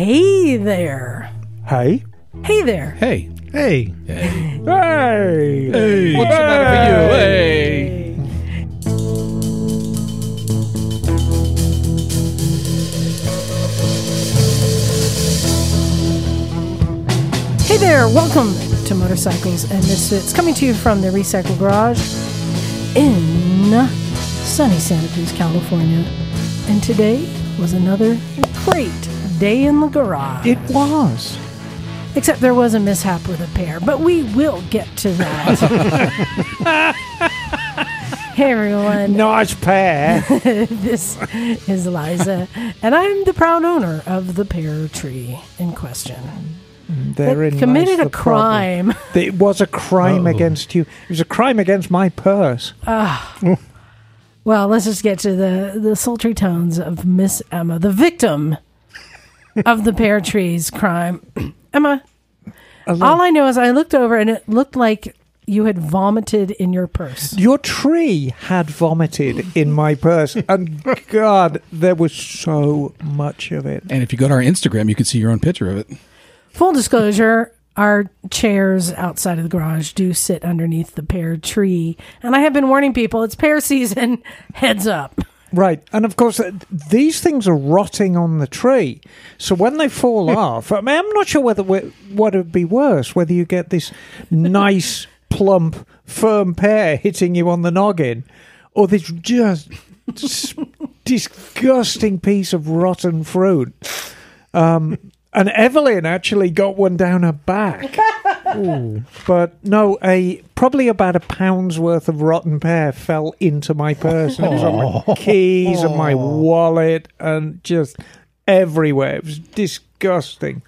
Hey there. Hey. Hey there. Hey. Hey. Hey. Hey. Hey. What's the matter for you? Hey. Hey there. Welcome to Motorcycles and Misfits, coming to you from the Recycle Garage in sunny Santa Cruz, California. And today was another great day in the garage. It was. Except there was a mishap with a pair, but we will get to that. hey everyone. Nice pair. This is Eliza, and I'm the proud owner of the pear tree in question. They're in Committed most a of the problem. crime. It was a crime Uh-oh. against you. It was a crime against my purse. Well, let's just get to the, the sultry tones of Miss Emma, the victim of the pear tree's crime. Emma, all I know is I looked over and it looked like you had vomited in your purse. Your tree had vomited in my purse, and God, there was so much of it. And if you go to our Instagram, you can see your own picture of it. Full disclosure, our chairs outside of the garage do sit underneath the pear tree. And I have been warning people it's pear season, heads up. Right, and of course, uh, these things are rotting on the tree. So when they fall off, I mean, I'm not sure whether we- what would be worse, whether you get this nice, plump, firm pear hitting you on the noggin, or this just s- disgusting piece of rotten fruit. Um, and Evelyn actually got one down her back. But no, a probably about a pound's worth of rotten pear fell into my purse. And it was on my keys and my wallet and just everywhere. It was disgusting.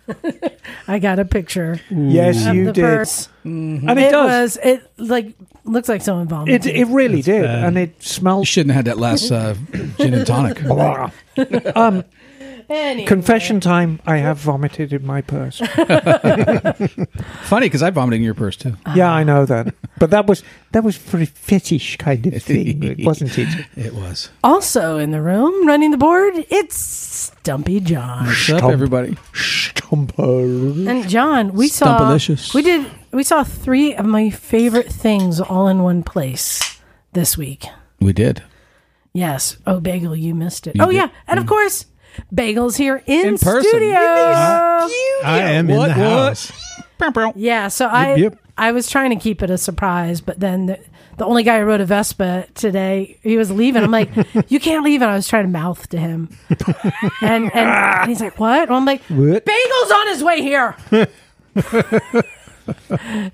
I got a picture Yes, of you the did. purse. And it, It does. was it like looks like someone It, vomited. it really did. And it You smelled. shouldn't have had that last uh, gin and tonic. Blah. Anyway. Um, Confession time. I have vomited in my purse. Funny, because I vomited in your purse too. Ah. Yeah, I know that. But that was that was very fetish kind of thing, wasn't it? It was. Also in the room, running the board, it's Stumpy John. What's up, Stomp. everybody? Stumper. And John, we saw Stumpalicious. we did we saw three of my favorite things all in one place this week. We did. Yes. Oh, bagel, you missed it. You oh did- Mm. yeah, and of course, bagels here in, In person. studio. I am What, in the what? house. Yeah, so I yep. I was trying to keep it a surprise, but then the, the only guy who rode a Vespa today, he was leaving. I'm like, you can't leave, and I was trying to mouth to him, and and, and he's like, what? And I'm like, What? Bagel's on his way here.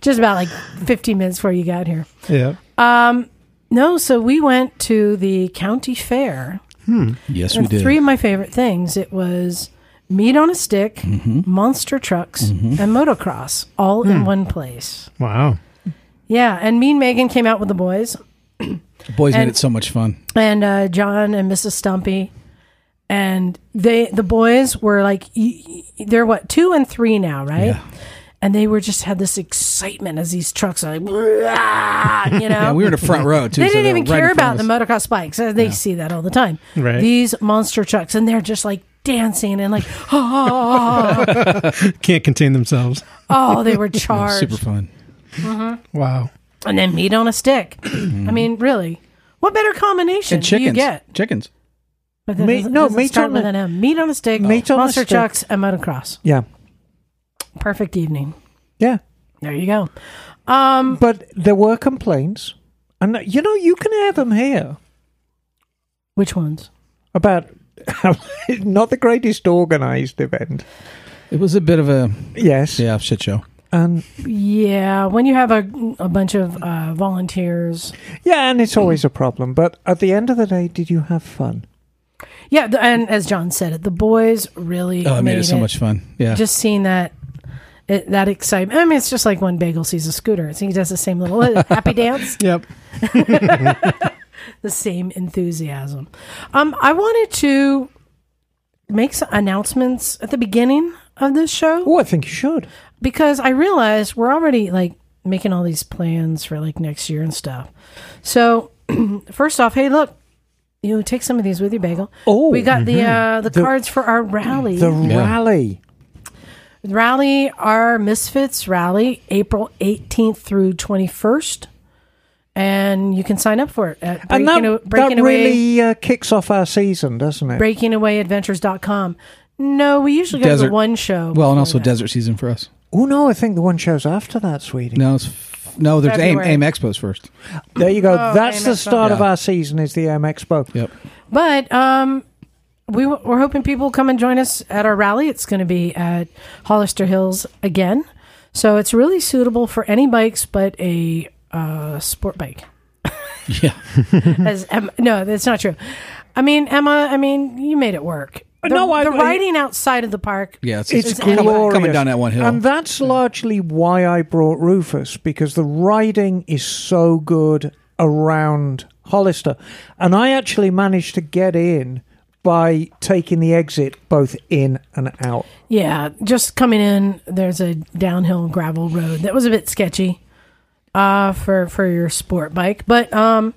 Just about like 15 minutes before you got here. Yeah. No, so we went to the county fair. Yes, we And did. Three of my favorite things. It was meat on a stick, monster trucks, and motocross all in one place. Wow. Yeah, and me and Megan came out with the boys, Boys and- made it so much fun. and uh, John and Mrs. Stumpy, and they the boys were like y- y- they're what two and three now, right? Yeah. And they were just had this excitement as these trucks are like, "Wah," you know. Yeah, we were in the front row too. they so didn't were even right care in front about the of motocross bikes. Uh, They see that all the time. Right. These monster trucks, and they're just like dancing and like, oh, Can't contain themselves. oh, they were us. charged. Super fun. Wow. and then meat on a stick. I mean, really, what better combination Mm-hmm. And do chickens. you get? Chickens. But that Meat- doesn't, no, doesn't meat start on with the- an M. Meat on a stick. Meat on a monster stick. trucks and motocross. Yeah. Perfect evening. Yeah. There you go. Um, But there were complaints, and you know you can hear them here which ones? about how not the greatest organized event. It was a bit of a Yes, yeah shit show. and Yeah, when you have a a bunch of uh, volunteers. yeah, and it's always a problem. But at the end of the day, did you have fun? Yeah, th- and as John said, it the boys really Oh, it made it so much fun. Yeah. Just seeing that. It, that excitement. I mean, it's just like when Bagel sees a scooter. It's, he does the same little happy dance, Yep. the same enthusiasm. Um, I wanted to make some announcements at the beginning of this show. Oh, I think you should. because I realized we're already like making all these plans for like next year and stuff. So, first off, hey, look, you know, take some of these with you, Bagel. Oh, we got the uh, the, The- cards for our rally. The Yeah. rally. rally, our Misfits rally, April 18th through 21st. And you can sign up for it at And breaking, that, breaking that away. really uh, kicks off our season, doesn't it? breakingawayadventures.com. No, we usually go to Desert. the one show. Well, and before also that. desert season for us. Oh, no, I think the one show's after that, sweetie. No, it's f- no. There's aim, February. aim expos first. There you go. Oh, That's AIM the Expo. start of Yeah. our season is the AM Expo. Yep. But um, we w- we're hoping people come and join us at our rally. It's going to be at Hollister Hills again, so it's really suitable for any bikes but a uh, sport bike. Yeah. As Emma, no, that's not true. I mean, Emma, I mean, you made it work. The, No, I- the riding outside of the park. Yeah. It's, It's, it's coming, glorious. coming down that one hill. And that's largely why I brought Rufus, because the riding is so good around Hollister. And I actually managed to get in by taking the exit both in and out. Yeah, just coming in, there's a downhill gravel road that was a bit sketchy uh, for for your sport bike, but um,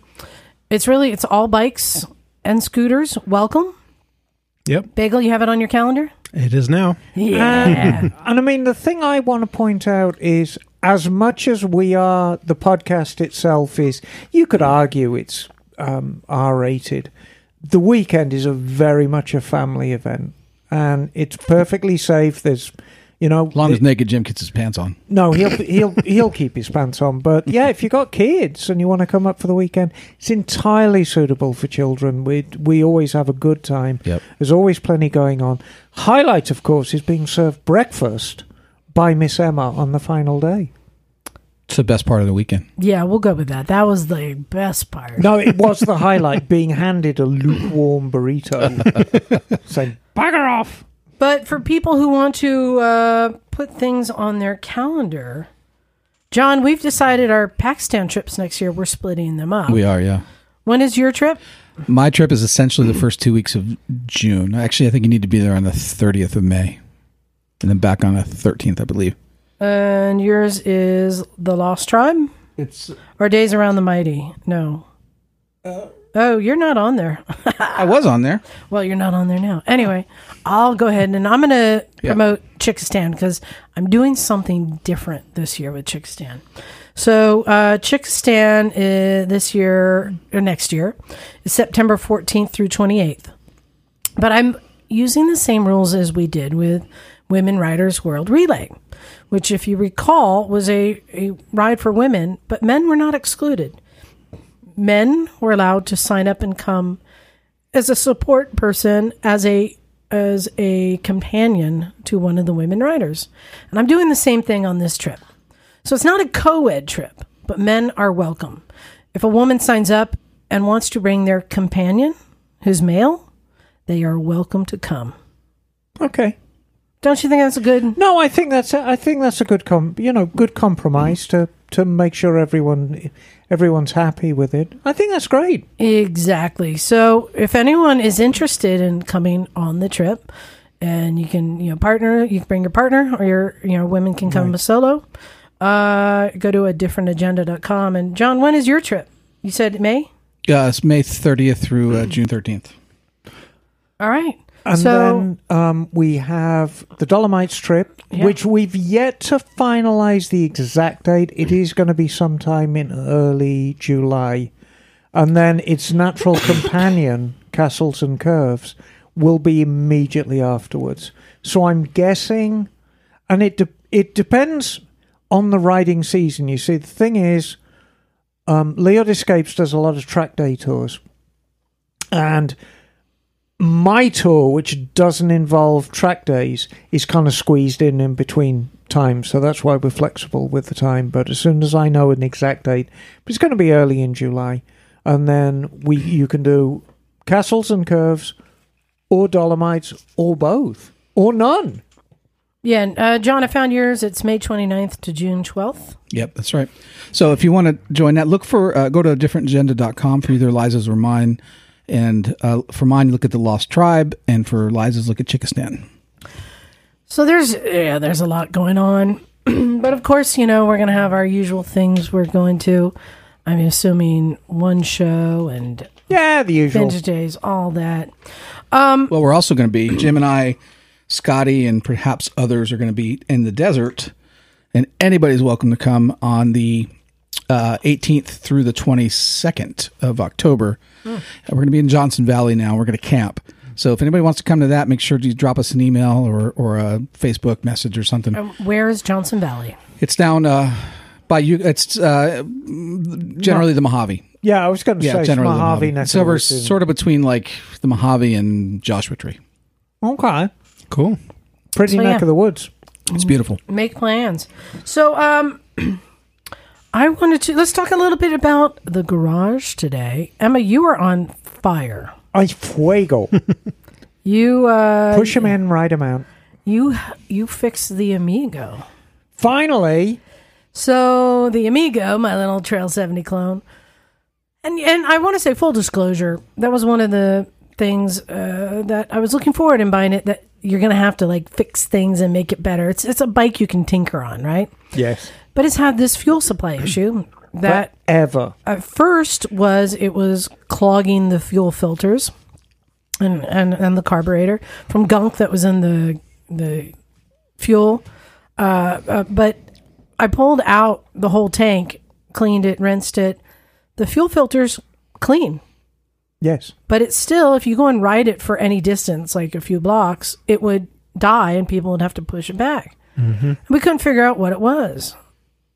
it's really it's all bikes and scooters. Welcome, Yep. Bagel. You have it on your calendar. It is now. Yeah, Uh, And I mean, the thing I want to point out is as much as we are, the podcast itself is, you could argue it's um, R rated. The weekend is a very much a family event and it's perfectly safe. There's, you know, as long as naked Jim gets his pants on. no, he'll he'll he'll keep his pants on. But yeah, if you got kids and you want to come up for the weekend, it's entirely suitable for children. We we always have a good time. Yep. There's always plenty going on. Highlight, of course, is being served breakfast by Miss Emma on the final day. It's the best part of the weekend. yeah, we'll go with that. That was the best part. No, it was the highlight being handed a lukewarm burrito, saying "bugger off." But for people who want to uh, put things on their calendar, John, we've decided our Pakistan trips next year. We're splitting them up. We are. Yeah. When is your trip? My trip is essentially the first two weeks of June. Actually, I think you need to be there on the 30th of May, and then back on the 13th, I believe. And yours is the Lost Tribe? It's. Or Days Around the Mighty. No. oh, you're not on there. I was on there. well, you're not on there now. Anyway, I'll go ahead and I'm going to Yeah. promote Chickistan because I'm doing something different this year with Chickistan. So, uh, Chickistan uh, this year or next year is September 14th through 28th. But I'm using the same rules as we did with Women Riders World Relay, which, if you recall, was a, a ride for women, but men were not excluded. Men were allowed to sign up and come as a support person, as a as a companion to one of the women riders. And I'm doing the same thing on this trip. So it's not a co-ed trip, but men are welcome. If a woman signs up and wants to bring their companion, who's male, they are welcome to come. Okay. Don't you think that's a good? No, I think that's a, I think that's a good com- you know good compromise to to make sure everyone everyone's happy with it. I think that's great. Exactly. So, if anyone is interested in coming on the trip, and you can, you know, partner, you can bring your partner, or your, you know, women can come solo. Uh, go to a differentagenda.com. And John, when is your trip? You said May. Yeah, it's May 30th through uh, June 13th. All right. And so then um, we have the Dolomites trip, Yeah. which we've yet to finalize the exact date. It is going to be sometime in early July. And then its natural companion, Castles and Curves, will be immediately afterwards. So I'm guessing, and it, de- it depends on the riding season. You see, the thing is, um, Leod Escapes does a lot of track day tours. And my tour, which doesn't involve track days, is kind of squeezed in in between times. So that's why we're flexible with the time. But as soon as I know an exact date, but it's going to be early in July, and then we you can do castles and curves, or Dolomites, or both, or none. yeah, and, uh, John, I found yours. It's May 29th to June 12th. Yep, that's right. So if you want to join that, look for uh, go to differentagenda.com for either Liza's or mine. And uh, for mine, look at the Lost Tribe, and for Liza's, look at Chickistan. So there's yeah, there's a lot going on. but of course, you know, we're gonna have our usual things we're going to. I'm assuming one show and Yeah, the usual. vintage days, all that. Well, we're also going to be Jim and I, Scotty, and perhaps others are going to be in the desert, and anybody's welcome to come on the uh, 18th through the 22nd of October. Hmm. And We're going to be in Johnson Valley now. We're going to camp. So if anybody wants to come to that, make sure you drop us an email or or a Facebook message or something. Oh. Um, Where is Johnson Valley? It's down uh, by you. It's uh, generally the Mojave. Yeah, I was going to Yeah, say it's generally the Mojave Mojave. neck. So of the we're woods, isn't sort of between like the Mojave and Joshua Tree. it? okay, Cool. pretty So, neck yeah. of the woods. It's Hmm. beautiful. Make plans. So, um, I wanted to let's talk a little bit about the garage today. Emma, you are on fire. I fuego. You uh, Push 'em in, ride 'em out. you you fixed the Amigo. Finally, So the Amigo, my little Trail 70 clone, and and I want to say full disclosure, that was one of the things uh, that I was looking forward in buying it. That you're gonna have to like fix things and make it better. It's it's a bike you can tinker on, right? yes, But it's had this fuel supply issue that ever. at first was it was clogging the fuel filters and, and, and the carburetor from gunk that was in the the fuel. Uh, uh, but I pulled out the whole tank, cleaned it, rinsed it. The fuel filters clean, Yes, but it's still if you go and ride it for any distance, like a few blocks, it would die and people would have to push it back. Mm-hmm. We couldn't figure out what it was,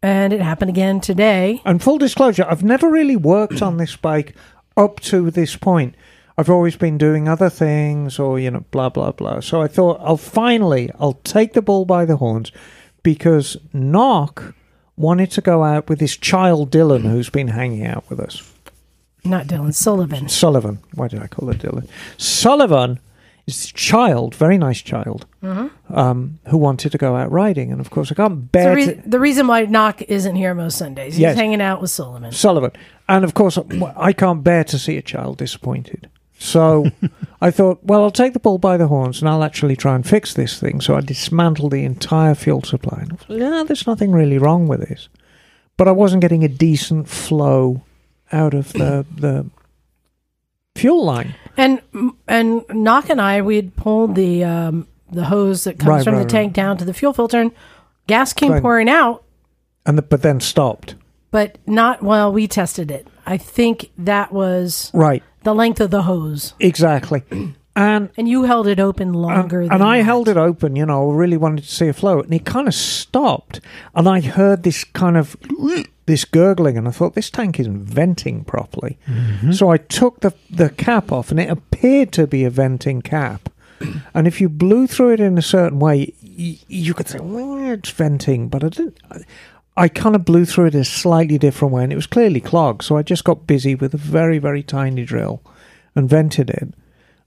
and it happened again today. and full disclosure, I've never really worked on this bike up to this point. I've always been doing other things, or you know, blah blah blah. So I thought, I'll finally, I'll take the bull by the horns, because Knock wanted to go out with his child Dylan, who's been hanging out with us. Not Dylan Sullivan. Sullivan. Why did I call her Dylan? Sullivan is a child, very nice child, um, who wanted to go out riding. And of course, I can't the, bear rea- to. the reason why Knock isn't here most Sundays. He's Yes. hanging out with Solomon. Sullivan. And of course, I can't bear to see a child disappointed. So I thought, well, I'll take the bull by the horns and I'll actually try and fix this thing. So I dismantled the entire fuel supply. And I thought, yeah, there's nothing really wrong with this. But I wasn't getting a decent flow out of the, the fuel line. And and Knock and I we had pulled the um, the hose that comes Right, from right, the tank down to the fuel filter, and gas came Fine. pouring out, and the, but then stopped. but not while we tested it. I think that was Right, the length of the hose, exactly. And and you held it open longer. than Uh, and I held it open, you know, really wanted to see a flow, and it kind of stopped, and I heard this kind of this gurgling, and I thought this tank isn't venting properly. So I took the the cap off, and it appeared to be a venting cap. And if you blew through it in a certain way, y- you could say, well, it's venting, but I didn't. I- I kind of blew through it a slightly different way, and it was clearly clogged. So I just got busy with a very, very tiny drill and vented it.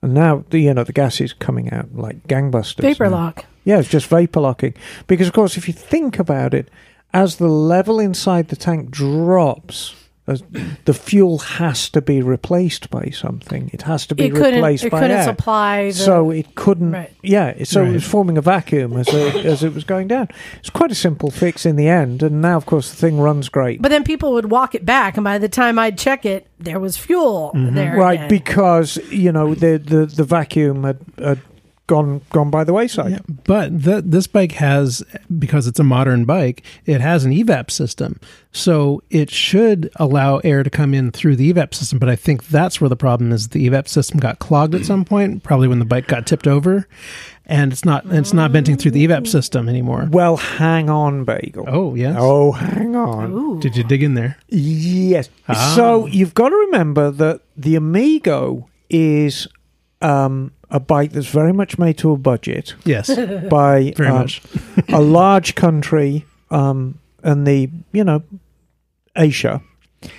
And now, the, you know, the gas is coming out like gangbusters. vapor now. lock. Yeah, it's just vapor locking. Because, of course, if you think about it, as the level inside the tank drops, as the fuel has to be replaced by something. It has to be It couldn't. replaced It by couldn't air. supply. The, so it couldn't. Right. Yeah, it- so it was Right. forming a vacuum as it, as it was going down. It's quite a simple fix in the end, and now, of course, the thing runs great. but then people would walk it back, and by the time I'd check it, there was fuel there. Mm-hmm. right, again. because you know the the, the vacuum had, had gone gone by the wayside. Yeah, but th this bike has because it's a modern bike, it has an evap system, so it should allow air to come in through the evap system. But I think that's where the problem is. The evap system got clogged at some point, probably when the bike got tipped over, and it's not it's not venting through the evap system anymore. Well, hang on, bagel. Oh yes. Oh, hang on. Did you dig in there? Yes. Ah. So you've got to remember that the Amigo is um, a bike that's very much made to a budget Yes. Very by um, much. a large country um, and the, you know, Asia.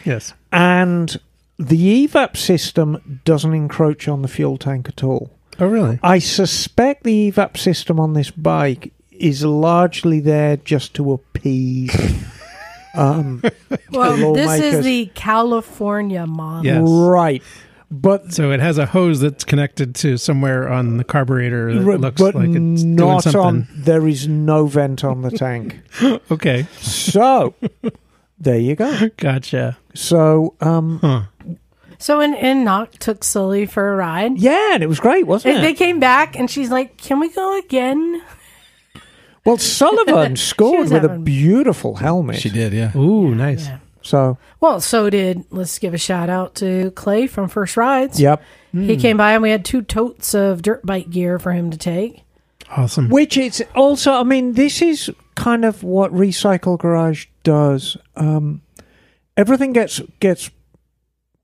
Yes. And the E EVAP system doesn't encroach on the fuel tank at all. Oh really? I suspect the E EVAP system on this bike is largely there just to appease. um, Well, this lawmakers. is the California model. Yes. Right. But So it has a hose that's connected to somewhere on the carburetor that Right, looks but like it's doing not something. on. There is no vent on the tank, Okay, so there you go. gotcha. So um, Huh. So and and Nock took Sully for a ride. Yeah, and it was great, wasn't And it? They came back and she's like, "Can we go again?" Well, Sullivan scored was with a having- beautiful helmet. She did, yeah. Ooh, nice. So, Well, so did. Let's give a shout out to Clay from First Rides. yep. Hmm. He came by and we had two totes of dirt bike gear for him to take. Awesome. Which it's also, I mean, this is kind of what Recycle Garage does. Um, everything gets gets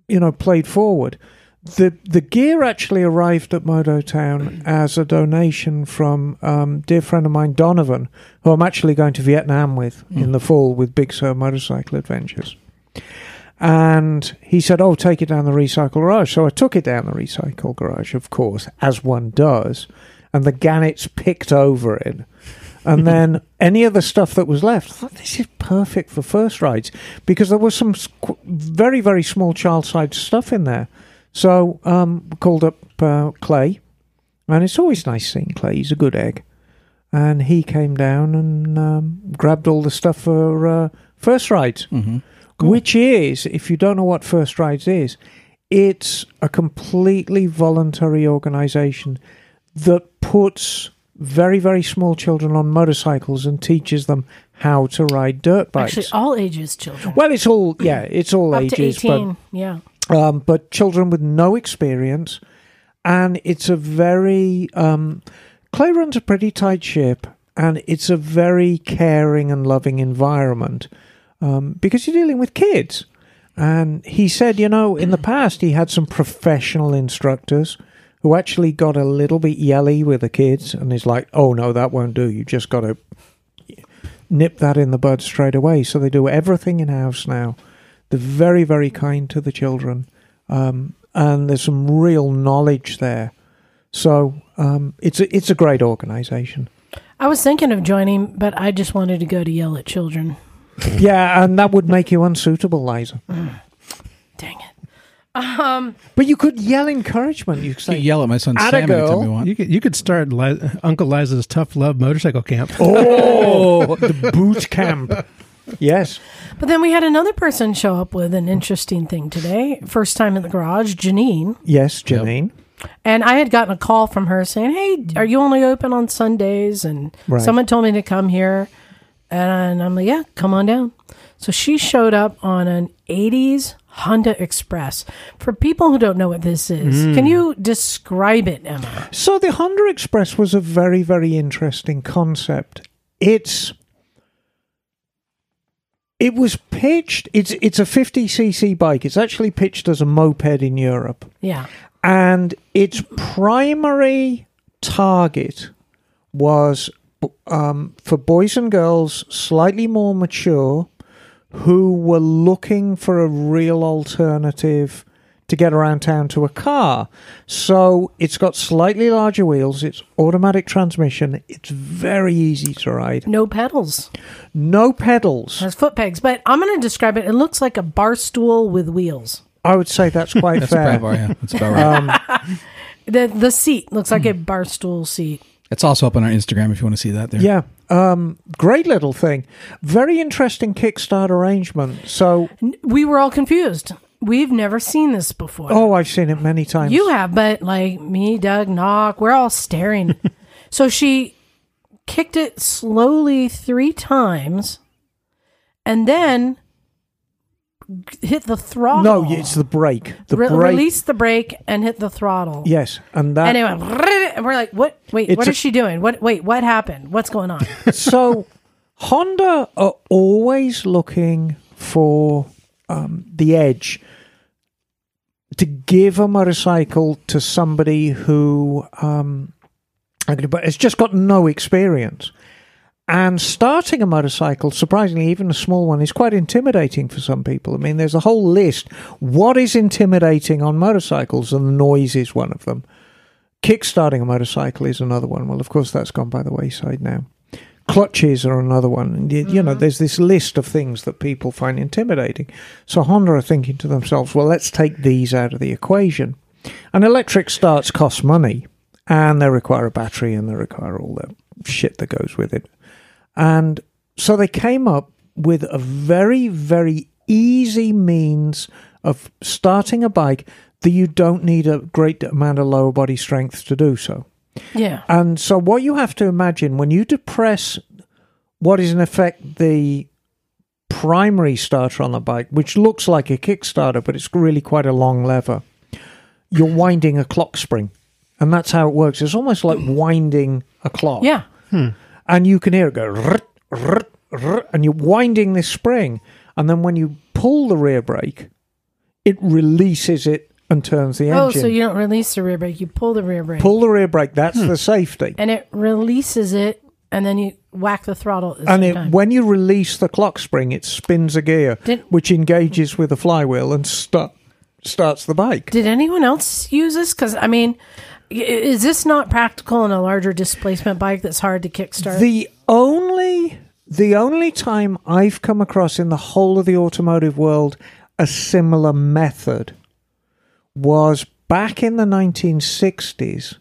you know played forward. The the gear actually arrived at Modo Town as a donation from um, dear friend of mine Donovan, who I'm actually going to Vietnam with Hmm. in the fall with Big Sur Motorcycle Adventures. And he said, "Oh, take it down the recycle garage." So I took it down the recycle garage, of course, as one does. And the gannets picked over it, and then any of the stuff that was left. I thought this is perfect for first rides because there was some squ- very very small child sized stuff in there. So um, we called up uh, Clay, and it's always nice seeing Clay. He's a good egg, and he came down and um, grabbed all the stuff for uh, first rides, which is if you don't know what first rides is. It's a completely voluntary organization that puts very, very small children on motorcycles and teaches them how to ride dirt bikes. Actually, all ages children. well, it's all, yeah, it's all Up to ages, 18. yeah. But, um, but children with no experience. And it's a very, um, Clay runs a pretty tight ship, and it's a very caring and loving environment um, because you're dealing with kids. And he said, you know, in the past, he had some professional instructors who actually got a little bit yelly with the kids and is like, oh, no, that won't do. You just got to nip that in the bud straight away. So they do everything in house now. They're very, very kind to the children. Um, and there's some real knowledge there. So um, it's, a, it's a great organization. I was thinking of joining, but I just wanted to go to yell at children. Yeah, and that would make you unsuitable, Liza. Dang it. But you could yell encouragement. You could You say, can yell at my son Atta Sam anytime girl. you want. You could you could start Li- Uncle Liza's Tough Love Motorcycle Camp. Oh, the boot camp. Yes. But then we had another person show up with an interesting thing today. First time in the garage, Janine. Yes, Janine. And I had gotten a call from her saying, Hey, are you only open on Sundays? And Right. someone told me to come here. And I'm like, Yeah, come on down. So she showed up on an 80s Honda Express. For people who don't know what this is, Mm. can you describe it, Emma? So the Honda Express was a very, very interesting concept. It's it was pitched it's it's a 50cc bike. It's actually pitched as a moped in Europe. Yeah. and its primary target was um, for boys and girls slightly more mature who were looking for a real alternative to get around town to a car. So it's got slightly larger wheels, it's automatic transmission, it's very easy to ride. No pedals. No pedals. has foot pegs, but I'm going to describe it. It looks like a bar stool with wheels. I would say that's quite That's fair. about right. Yeah, that's about right. The the seat looks like a Hmm. bar stool seat. it's also up on our Instagram if you want to see that there. Yeah. Um, great little thing. Very interesting Kickstarter arrangement. So, N- We were all confused. We've never seen this before. oh, I've seen it many times. You have, but like me, Doug, Knock, we're all staring. so she kicked it slowly three times, and then g- hit the throttle. no, it's the break. The Re- break. release the brake and hit the throttle. Yes, and that. And it went, and we're like, what? Wait, It's what a- is she doing? What? Wait, what happened? What's going on? so, Honda are always looking for um, the edge to give a motorcycle to somebody who um, I'm gonna- but has just got no experience. And starting a motorcycle, surprisingly, even a small one, is quite intimidating for some people. I mean, there's a whole list. What is intimidating on motorcycles? And noise is one of them. Kickstarting a motorcycle is another one. Well, of course, that's gone by the wayside now. Clutches are another one. And You, you know, there's this list of things that people find intimidating. So Honda are thinking to themselves, well, let's take these out of the equation. And electric starts cost money, and they require a battery, and they require all the shit that goes with it. And so they came up with a very, very easy means of starting a bike that you don't need a great amount of lower body strength to do so. Yeah. And so, what you have to imagine when you depress what is in effect the primary starter on the bike, which looks like a kickstarter, but it's really quite a long lever, you're winding a clock spring. And that's how it works. It's almost like winding a clock. Yeah. And you can hear it go, rrrt, rrrt, rrrt, and you're winding this spring. And then when you pull the rear brake, it releases it and turns the Oh, engine. so you Hmm. don't release the rear brake, you pull the rear brake. pull the rear brake. That's the safety. and it releases it and then you whack the throttle at the and same it, time. when you release the clock spring, it spins a gear, Did- which engages with the flywheel and start, starts the bike. Did anyone else use this? Because I mean, i- is this not practical in a larger displacement bike that's hard to kickstart? The only the only time I've come across in the whole of the automotive world a similar method was back in the 1960s.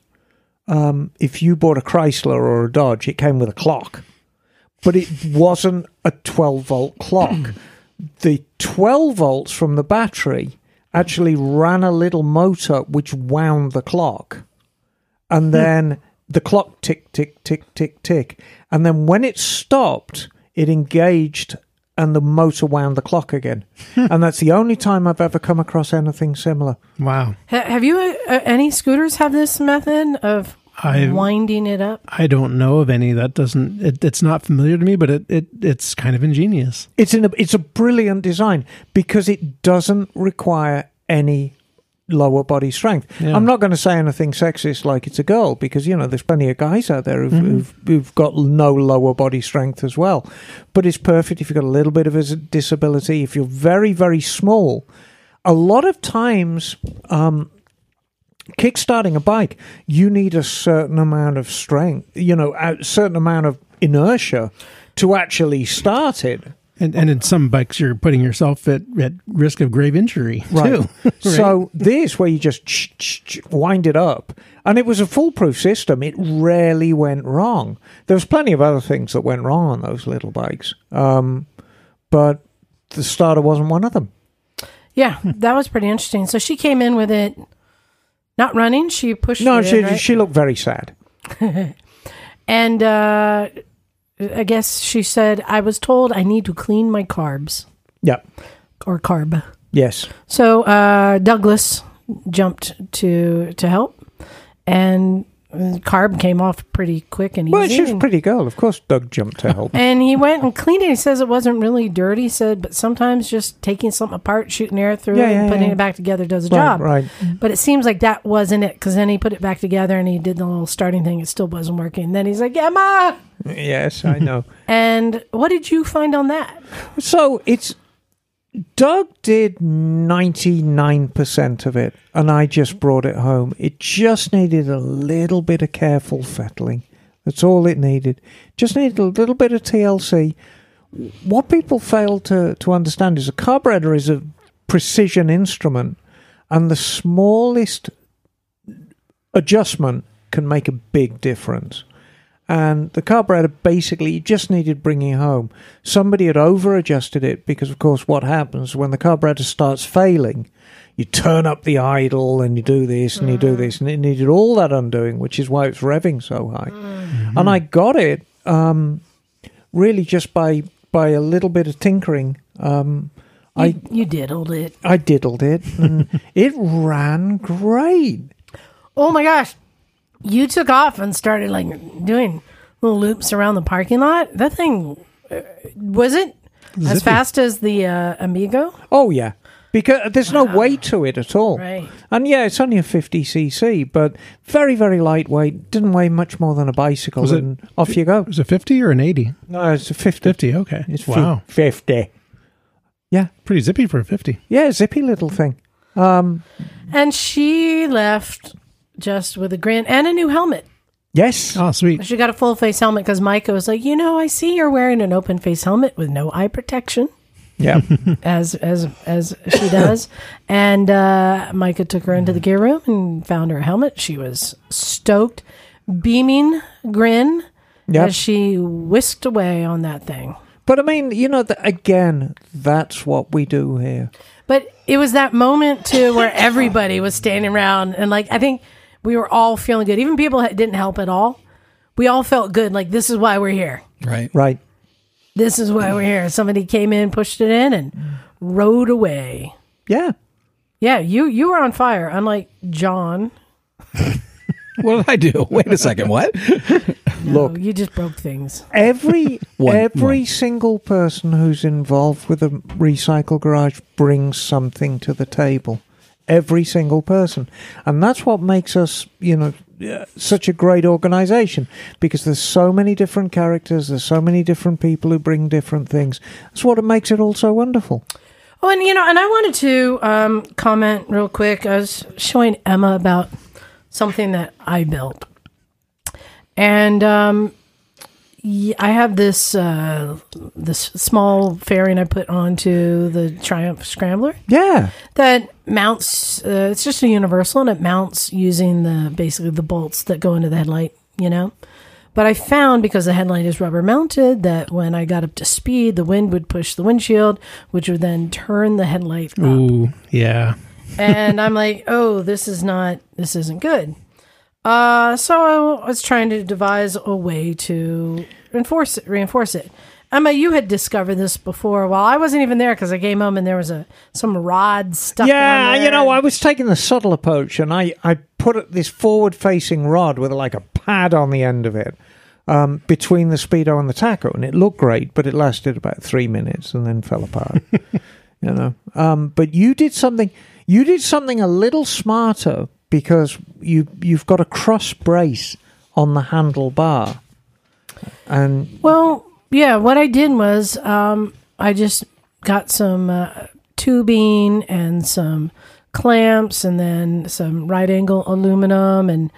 Um, if you bought a Chrysler or a Dodge, it came with a clock, but it wasn't a 12 volt clock. the 12 volts from the battery actually ran a little motor which wound the clock and then the clock tick tick tick tick tick and then when it stopped it engaged and the motor wound the clock again and that's the only time i've ever come across anything similar Wow. Ha- have you uh, any scooters have this method of I- winding it up? I don't know of any. That doesn't. It, it's not familiar to me, but it, it it's kind of ingenious. it's in a, it's a brilliant design because it doesn't require any lower body strength. Yeah. I'm not going to say anything sexist like it's a girl because you know there's plenty of guys out there who've, who've, who've got no lower body strength as well. But it's perfect if you've got a little bit of a disability. If you're very very small, a lot of times. Um, Kickstarting a bike, you need a certain amount of strength, you know, a certain amount of inertia to actually start it. And and in some bikes, you're putting yourself at, at risk of grave injury too. So this, where you just ch- ch- ch- wind it up, and it was a foolproof system. It rarely went wrong. There was plenty of other things that went wrong on those little bikes, um, but the starter wasn't one of them. Yeah, that was pretty interesting. So she came in with it not running. She pushed. No, it in, she right? she looked very sad. and uh, I guess she said, "I was told I need to clean my carbs Yep. or carb." Yes. So uh, Douglas jumped to to help, and carb came off pretty quick and easy. Well, she was a and- pretty girl. Of course, Doug jumped to help. and he went and cleaned it. He says it wasn't really dirty. He said, but sometimes just taking something apart, shooting air through Yeah, it, yeah, and putting yeah. it back together does the Right, job. right. But it seems like that wasn't it because then he put it back together and he did the little starting thing. It still wasn't working. then he's like, Emma. yes, I know. And what did you find on that? So it's Doug did ninety nine percent of it, and I just brought it home. It just needed a little bit of careful settling. That's all it needed. Just needed a little bit of TLC. What people fail to, to understand is a carburetor is a precision instrument, and the smallest adjustment can make a big difference and the carburetor basically just needed bringing home. Somebody had over adjusted it because, of course, what happens when the carburetor starts failing? You turn up the idle and you do this and you do this, and it needed all that undoing, which is why it's revving so high. And I got it um, really just by by a little bit of tinkering. Um, I You, you diddled it. I diddled it, and it ran great. Oh my gosh. You took off and started like doing little loops around the parking lot. That thing, uh, was it as Zippy. fast as the uh, Amigo? Oh yeah, because there's no weight to it at all. Right. And yeah, it's only a 50cc, but very very lightweight. Didn't weigh much more than a bicycle, Was it- and off you go. It was a fifty or an eighty? No, it's a 50. Fifty. Okay. It's fi- wow. 50. Yeah, Pretty zippy for a fifty. yeah, zippy little thing. And she left just with a grin and a new helmet. Yes. Oh, sweet. She got a full face helmet because Micah was like, you know, I see you're wearing an open face helmet with no eye protection, Yeah. as as as she does. and uh, Micah took her into the gear room and found her helmet. She was stoked, beaming grin yeah. as she whisked away on that thing. But I mean, you know, th- again, that's what we do here. But it was that moment too where everybody was standing around and like I think we were all feeling good. Even people that didn't help at all. We all felt good. Like this is why we're here. Right. Right. This is why we're here. Somebody came in, pushed it in, and rode away. Yeah. Yeah, you you were on fire. Unlike John, What did I do? Wait a second. What? look, you just broke things. Every One- every one. single person who's involved with the recycle garage brings something to the table. Every single person, and that's what makes us, you know, uh, such a great organisation because there's so many different characters, there's so many different people who bring different things. That's what makes it all so wonderful. Oh, and you know, and I wanted to um, comment real quick. I was showing Emma about something that I built, and um, y- I have this uh, this small fairing I put onto the Triumph Scrambler Yeah, that mounts. Uh, it's just a universal, and it mounts using the basically the bolts that go into the headlight. You know, but I found because the headlight is rubber mounted that when I got up to speed, the wind would push the windshield, which would then turn the headlight up Ooh, yeah. and I'm like, oh, this is not, this isn't good. Uh, so I was trying to devise a way to enforce it, reinforce it. Emma, you had discovered this before. Well, I wasn't even there because I came home and there was a some rod stuck. yeah. on there. You know, I was taking the subtle approach, and I I put this forward-facing rod with like a pad on the end of it. um, between the speedo and the taco, and it looked great, but it lasted about three minutes and then fell apart. you know, um, but you did something. You did something a little smarter because you you've got a cross brace on the handlebar, and Well, yeah, what I did was um, I just got some uh, tubing and some clamps and then some right angle aluminum and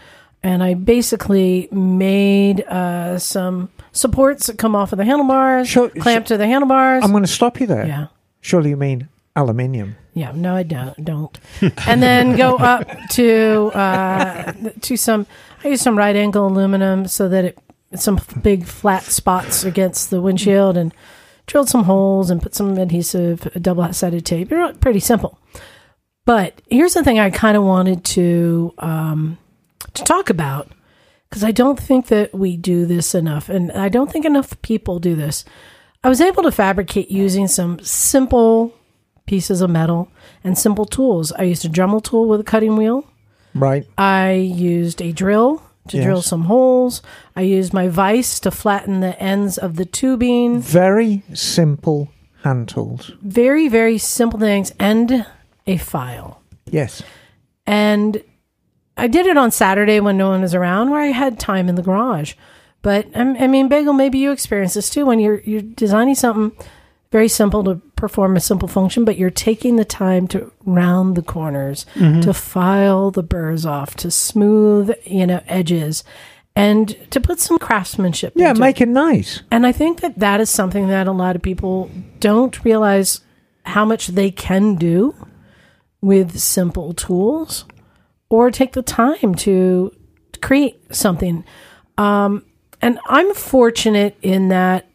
and I basically made uh, some supports that come off of the handlebars, Sure, clamp to the handlebars. I'm going to stop you there. yeah. Surely you mean aluminium? Yeah, no, I don't. Don't, and then go up to uh, to some. I use some right angle aluminum so that it some big flat spots against the windshield, and drilled some holes and put some adhesive double sided tape. You know, Pretty simple. But here's the thing I kind of wanted to um, to talk about because I don't think that we do this enough, and I don't think enough people do this. I was able to fabricate using some simple pieces of metal and simple tools. I used a Dremel tool with a cutting wheel. Right. I used a drill to Yes. drill some holes. I used my vise to flatten the ends of the tubing. Very simple hand tools. Very, very simple things and a file. Yes. And I did it on Saturday when no one was around, where I had time in the garage. But um, I mean, Bagel, maybe you experience this too when you're you're designing something very simple to perform a simple function, but you're taking the time to round the corners, to file the burrs off, to smooth you know edges, and to put some craftsmanship. Yeah, into it. make it nice. And I think that that is something that a lot of people don't realize how much they can do with simple tools or take the time to create something. Um, and I'm fortunate in that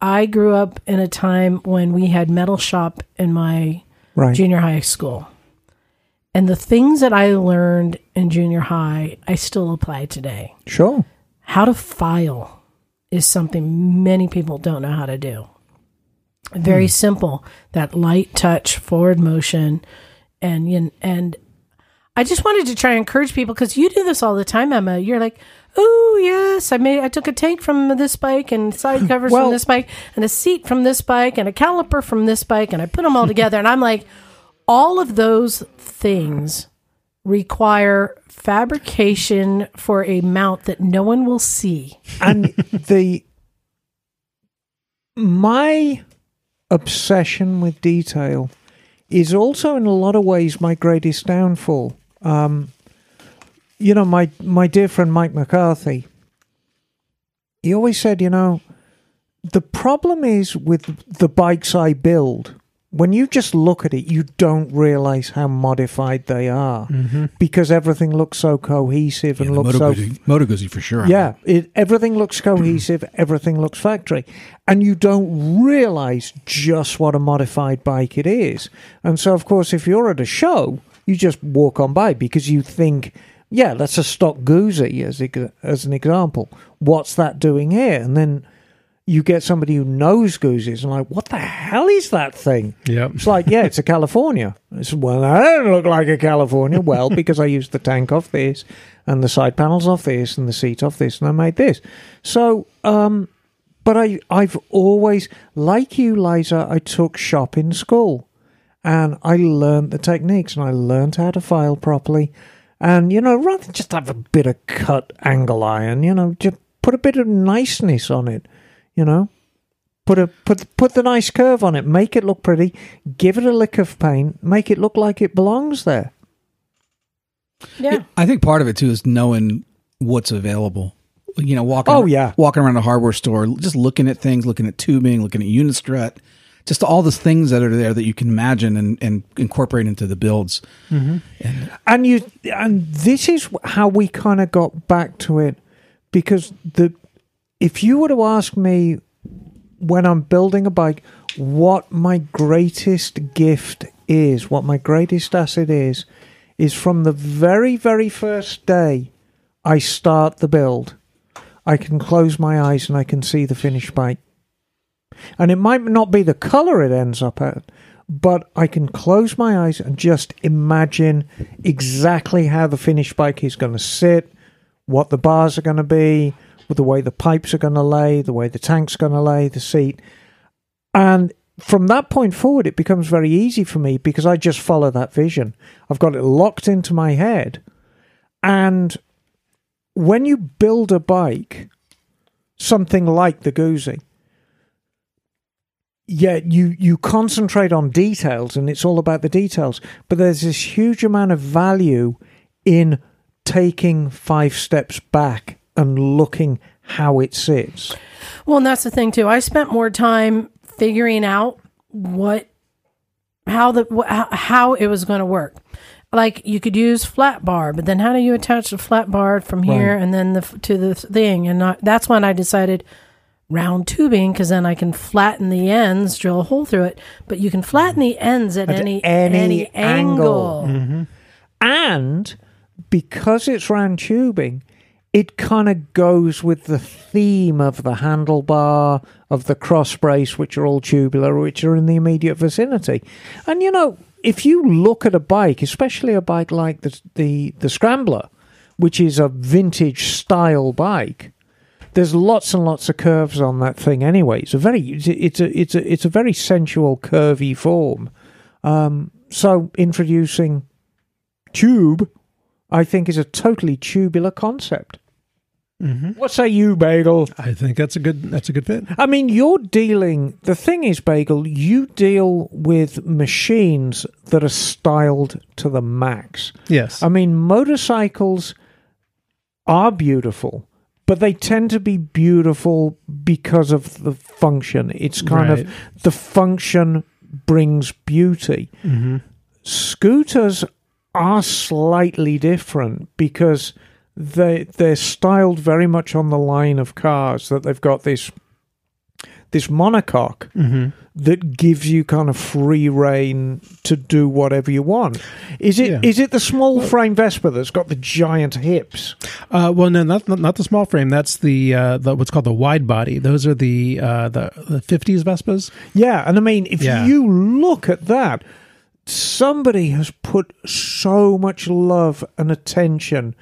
I grew up in a time when we had metal shop in my Right. junior high school. And the things that I learned in junior high, I still apply today Sure. how to file is something many people don't know how to do. Very simple. That light touch, forward motion, and and- and I just wanted to try and encourage people because you do this all the time, Emma. You're like, oh yes, I made I took a tank from this bike and side covers Well- from this bike and a seat from this bike and a caliper from this bike and I put them all together and I'm like, all of those things require fabrication for a mount that no one will see. and the my obsession with detail is also in a lot of ways my greatest downfall. Um, you know, my my dear friend Mike McCarthy, he always said, you know, the problem is with the bikes I build when you just look at it, you don't realize how modified they are because everything looks so cohesive and looks motor, so Guzzi, motor Guzzi for sure. yeah, it, everything looks cohesive, everything looks factory. And you don't realize just what a modified bike it is. And so, of course, if you're at a show, you just walk on by because you think, yeah, that's a stock Guzzi, as, ex- as an example. What's that doing here? And then you get somebody who knows Guzzis and like, what the hell is that thing? Yep. It's like, yeah, it's a California. It's, well, I don't look like a California. Well, because I used the tank off this and the side panels off this and the seat off this and I made this. So, um, but I, I've always, like you, Liza, I took shop in school and I learned the techniques and I learned how to file properly. And, you know, rather than just have a bit of cut angle iron, you know, just put a bit of niceness on it, you know. Put a put put the nice curve on it, make it look pretty, give it a lick of paint, make it look like it belongs there. Yeah. I think part of it too is knowing what's available. You know, walking. Oh, yeah. walking around a hardware store, just looking at things, looking at tubing, looking at unit strut, just all the things that are there that you can imagine and, and incorporate into the builds. and you and this is how we kind of got back to it because the if you were to ask me when I'm building a bike what my greatest gift is what my greatest asset is is from the very very first day I start the build I can close my eyes and I can see the finished bike and it might not be the color it ends up at, but I can close my eyes and just imagine exactly how the finished bike is going to sit, what the bars are going to be, the way the pipes are going to lay, the way the tank's going to lay, the seat. And from that point forward, it becomes very easy for me because I just follow that vision. I've got it locked into my head. And when you build a bike, something like the Guzzi, yeah, you you concentrate on details and it's all about the details, but there's this huge amount of value in taking five steps back and looking how it sits. Well, and that's the thing too. I spent more time figuring out what how the wh- how- how it was going to work. Like you could use flat bar, but then how do you attach the flat bar from here and then the f- to the thing? And not, that's when I decided round tubing because then I can flatten the ends, drill a hole through it. But you can flatten the ends at, any any any, angle. angle. Mm-hmm. And because it's round tubing, it kind of goes with the theme of the handlebar, of the cross brace, which are all tubular, which are in the immediate vicinity. And you know, if you look at a bike, especially a bike like the the, the Scrambler, which is a vintage style bike, there's lots and lots of curves on that thing anyway. It's a very it's a it's a it's a, it's a very sensual curvy form. Um, so introducing tube, I think, is a totally tubular concept. What say you, Bagel? I think that's a good that's a good fit. I mean, you're dealing. The thing is, Bagel, you deal with machines that are styled to the max. Yes. I mean, motorcycles are beautiful, but they tend to be beautiful because of the function. It's kind Right. of the function brings beauty. Mm-hmm. Scooters are slightly different because they they're styled very much on the line of cars that they've got this this monocoque Mm-hmm. that gives you kind of free reign to do whatever you want. Is it is Yeah. it the small frame Vespa that's got the giant hips? Uh, well, no, not, not not the small frame. That's the, uh, the what's called the wide body. Those are the uh, the the fifties Vespas. Yeah, and I mean if Yeah. you look at that, somebody has put so much love and attention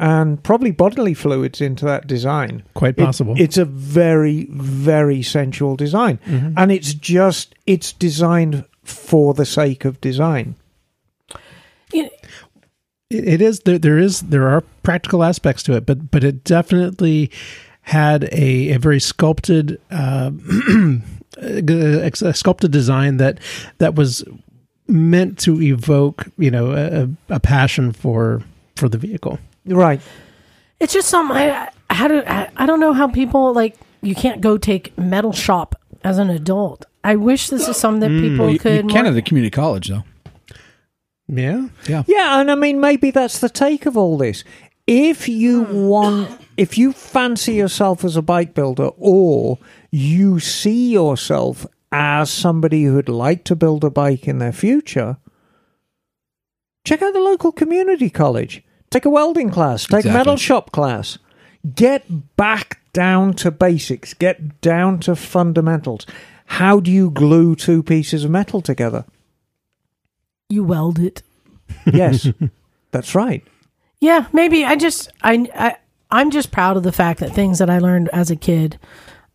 and probably bodily fluids into that design. Quite It- possible. it's a very, very sensual design. And it's just it's designed for the sake of design. You- it, it is there, there is there are practical aspects to it, but but it definitely had a, a very sculpted uh, a sculpted design that that was meant to evoke you know a, a- a passion for for the vehicle. Right. It's just something I, I how do I, I don't know how people like you can't go take metal shop as an adult. I wish this is something that people Well, you, could. you can more- at the community college though. Yeah. Yeah. Yeah, and I mean, maybe that's the take of all this. If you Hmm. want, if you fancy yourself as a bike builder, or you see yourself as somebody who'd like to build a bike in their future, check out the local community college. Take a welding class, take Exactly. a metal shop class. Get back down to basics, get down to fundamentals. How do you glue two pieces of metal together? you weld it. Yes, that's right. Yeah, maybe I just I, I I'm just proud of the fact that things that I learned as a kid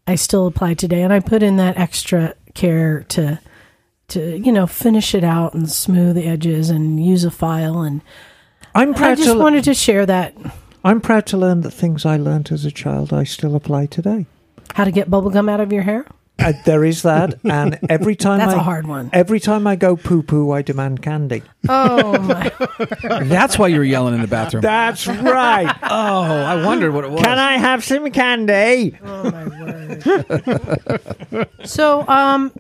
I still apply today and I put in that extra care to to you know finish it out and smooth the edges and use a file and I'm proud I just to wanted to share that I'm proud to learn that things I learnt as a child I still apply today. how to get bubblegum out of your hair. Uh, there is that, and every time That's I, a hard one. Every time I go poo poo, I demand candy. Oh my. That's why you were yelling in the bathroom. That's right. oh, I wondered what it was. Can I have some candy? Oh my word. so, um,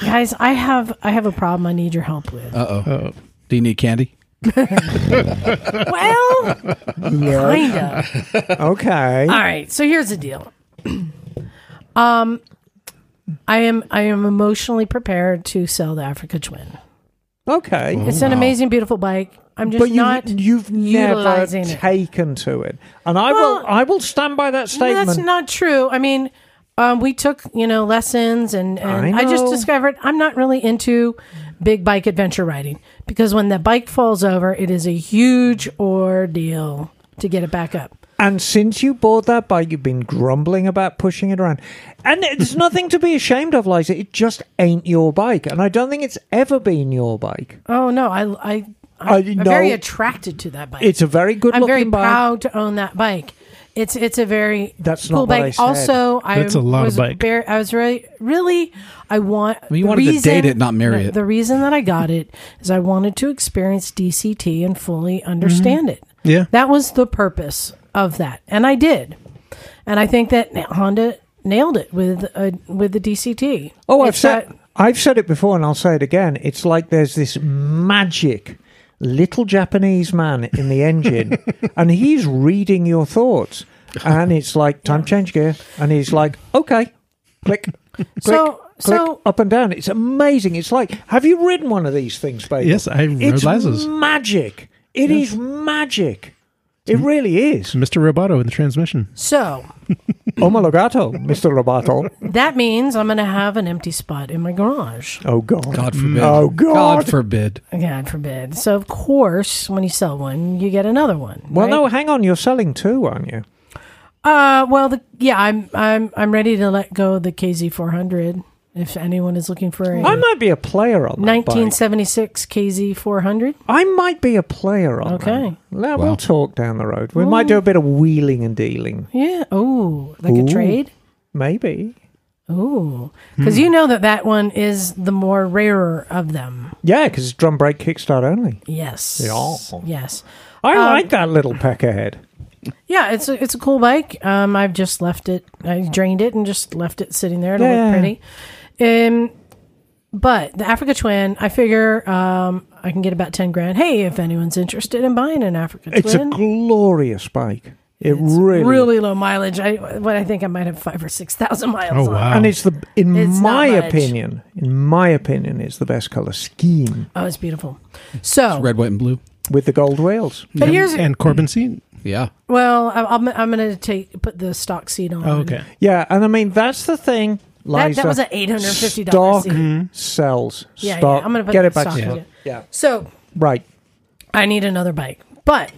guys, I have I have a problem. I need your help with. Uh oh. Do you need candy? well, kind of. Okay. All right. So here's the deal. um, I am I am emotionally prepared to sell the Africa Twin. Okay. It's an amazing, beautiful bike. I'm just But you, not. you've never utilizing it. taken to it, and I Well, will. I will stand by that No, statement. that's not true. I mean, um, we took you know lessons, and, and I I, just know. discovered I'm not really into big bike adventure riding because when that bike falls over, it is a huge ordeal to get it back up. And since you bought that bike, you've been grumbling about pushing it around. And it's nothing to be ashamed of, Liza. It just ain't your bike. And I don't think it's ever been your bike. Oh no, I I, I I am very know. attracted to that bike. It's a very good I'm looking very bike. proud to own that bike. It's it's a very That's cool not what I bike. said. Also, I That's a lot of was bike. bar- I was really really I want. mean, you the wanted to reason- date it, not marry no, it. The reason that I got it is I wanted to experience DCT and fully understand it. Yeah. that was the purpose of that, and I did. And I think that Honda nailed it with uh, with the DCT. Oh, I've It's said that- I've said it before, and I'll say it again. It's like there's this magic little Japanese man in the engine, and he's reading your thoughts. And it's like time change gear, and he's like, okay, click, click, So- click, so- up and down. It's amazing. It's like, have you ridden one of these things, baby? Yes, I rode It's Liza's. magic. It is magic. It really is. Mr. Roboto in the transmission. so Omologato, Mr. Roboto. that means I'm going to have an empty spot in my garage. Oh, God. God forbid. Oh, God. Mm. God forbid. God forbid. So of course, when you sell one, you get another one. Well, right? no, hang on. You're selling two, aren't you? Uh, well, the, yeah, I'm I'm I'm ready to let go of the KZ400. If anyone is looking for a I might be a player on that bike. 1976 KZ400, I might be a player on Okay. that. Okay. Wow. We'll talk down the road. We might do a bit of wheeling and dealing. yeah, oh, like a Ooh. trade, Maybe. oh, because you know that that one is the more rarer of them. Yeah, because it's drum brake kickstart only. Yes, Yeah. yes, I Um, like that little peck ahead. yeah. It's a, it's a cool bike. Um, I've just left it. I drained it and just left it sitting there. It'll Yeah. look pretty. Um, but the Africa Twin, I figure um, I can get about ten grand. Hey, if anyone's interested in buying an Africa It's a Twin, glorious bike. It really, really low mileage. I what I think I might have five or six thousand miles. Oh, on. wow. and it's the in It's not my much. opinion, in my opinion, it's the best color scheme Oh, it's beautiful. Oh. So, Red, white, and blue. with the gold wheels. but here's And Corbin seat. Yeah. well, I- I'm I'm going to take put the stock seat on. Oh, okay. Yeah, and I mean that's the thing. that, Liza, that was an eight hundred fifty dollars stock seat. sells. Yeah, stock. yeah. I'm going to put get the it back. stock to seat. stock. on. Mm-hmm. Yeah, So right. I need another bike, but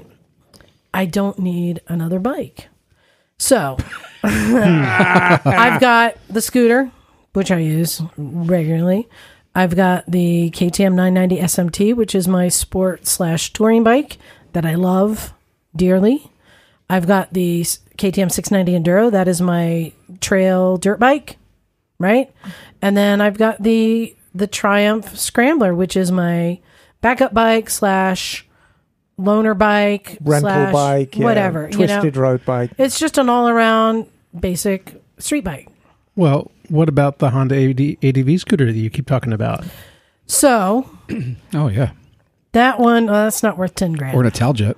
I don't need another bike. So I've got the scooter, which I use regularly. I've got the KTM 990 SMT, which is my sport slash touring bike that I love dearly. I've got the s- KTM 690 Enduro, that is my trail dirt bike, right? And then I've got the the Triumph Scrambler, which is my backup bike slash loaner bike, rental slash bike, yeah, whatever. twisted you know? road bike. It's just an all around basic street bike. Well, What about the Honda AD, ADV scooter that you keep talking about? So Oh yeah, that one, well, that's not worth ten grand. or an Italjet.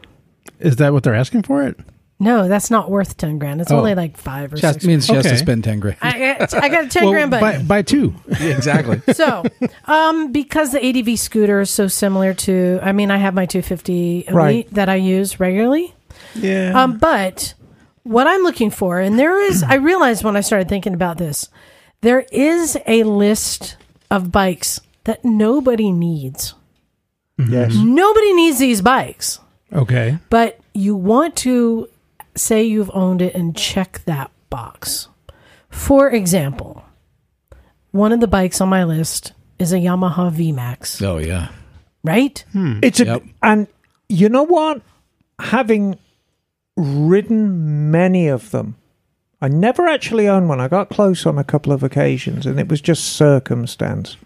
Is that what they're asking for it? no, that's not worth ten grand. It's Oh. only like five or She has, six. means she has to Okay. spend ten grand. I, got- I got a ten grand, but buy, buy two. Yeah, exactly. so um, because the ADV scooter is so similar to, I mean, I have my 250 Elite Right. that I use regularly. Yeah. Um, but what I'm looking for, and there is, I realized when I started thinking about this, there is a list of bikes that nobody needs. yes. Mm-hmm. Nobody needs these bikes, Okay. but you want to say you've owned it and check that box. For example, one of the bikes on my list is a Yamaha VMAX, oh yeah. right? Mm-hmm. It's a Yep. and you know what? Having ridden many of them, I never actually owned one. I got close on a couple of occasions, and it was just circumstance.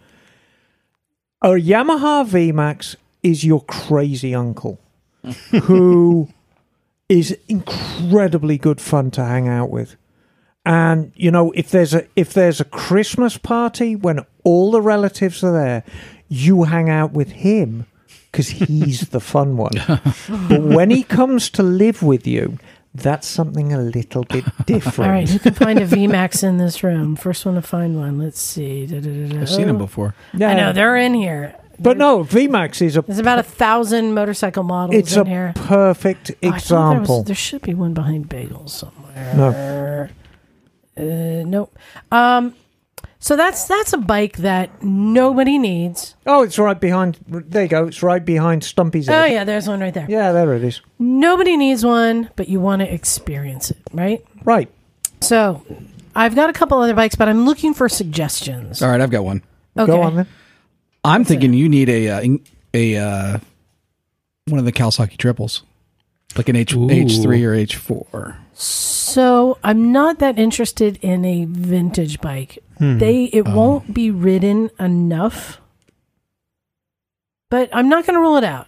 A Yamaha VMAX is your crazy uncle, who is incredibly good fun to hang out with. And you know, if there's a if there's a Christmas party when all the relatives are there, you hang out with him because he's the fun one. but when he comes to live with you, that's something a little bit different. All right, who can find a VMAX in this room? First one to find one. Let's see. Da-da-da-da. I've seen them before. Yeah. I know they're in here. but no, VMAX is a There's about a thousand motorcycle models it's in a here. perfect Oh, I thought there was- example. there should be one behind bagels somewhere. no, Uh, nope. Um, so that's that's a bike that nobody needs. oh, it's right behind. There you go. It's right behind Stumpy's. Oh head. yeah, there's one right there. yeah, there it is. Nobody needs one, but you want to experience it, right? Right. So I've got a couple other bikes, but I'm looking for suggestions. All right, I've got one. Okay. Go on then. I'm thinking you need a uh, in- a uh, one of the Kawasaki triples, like an H Ooh. H three or H four. So I'm not that interested in a vintage bike. Hmm. Mm-hmm. They it Um, won't be ridden enough. But I'm not going to rule it out.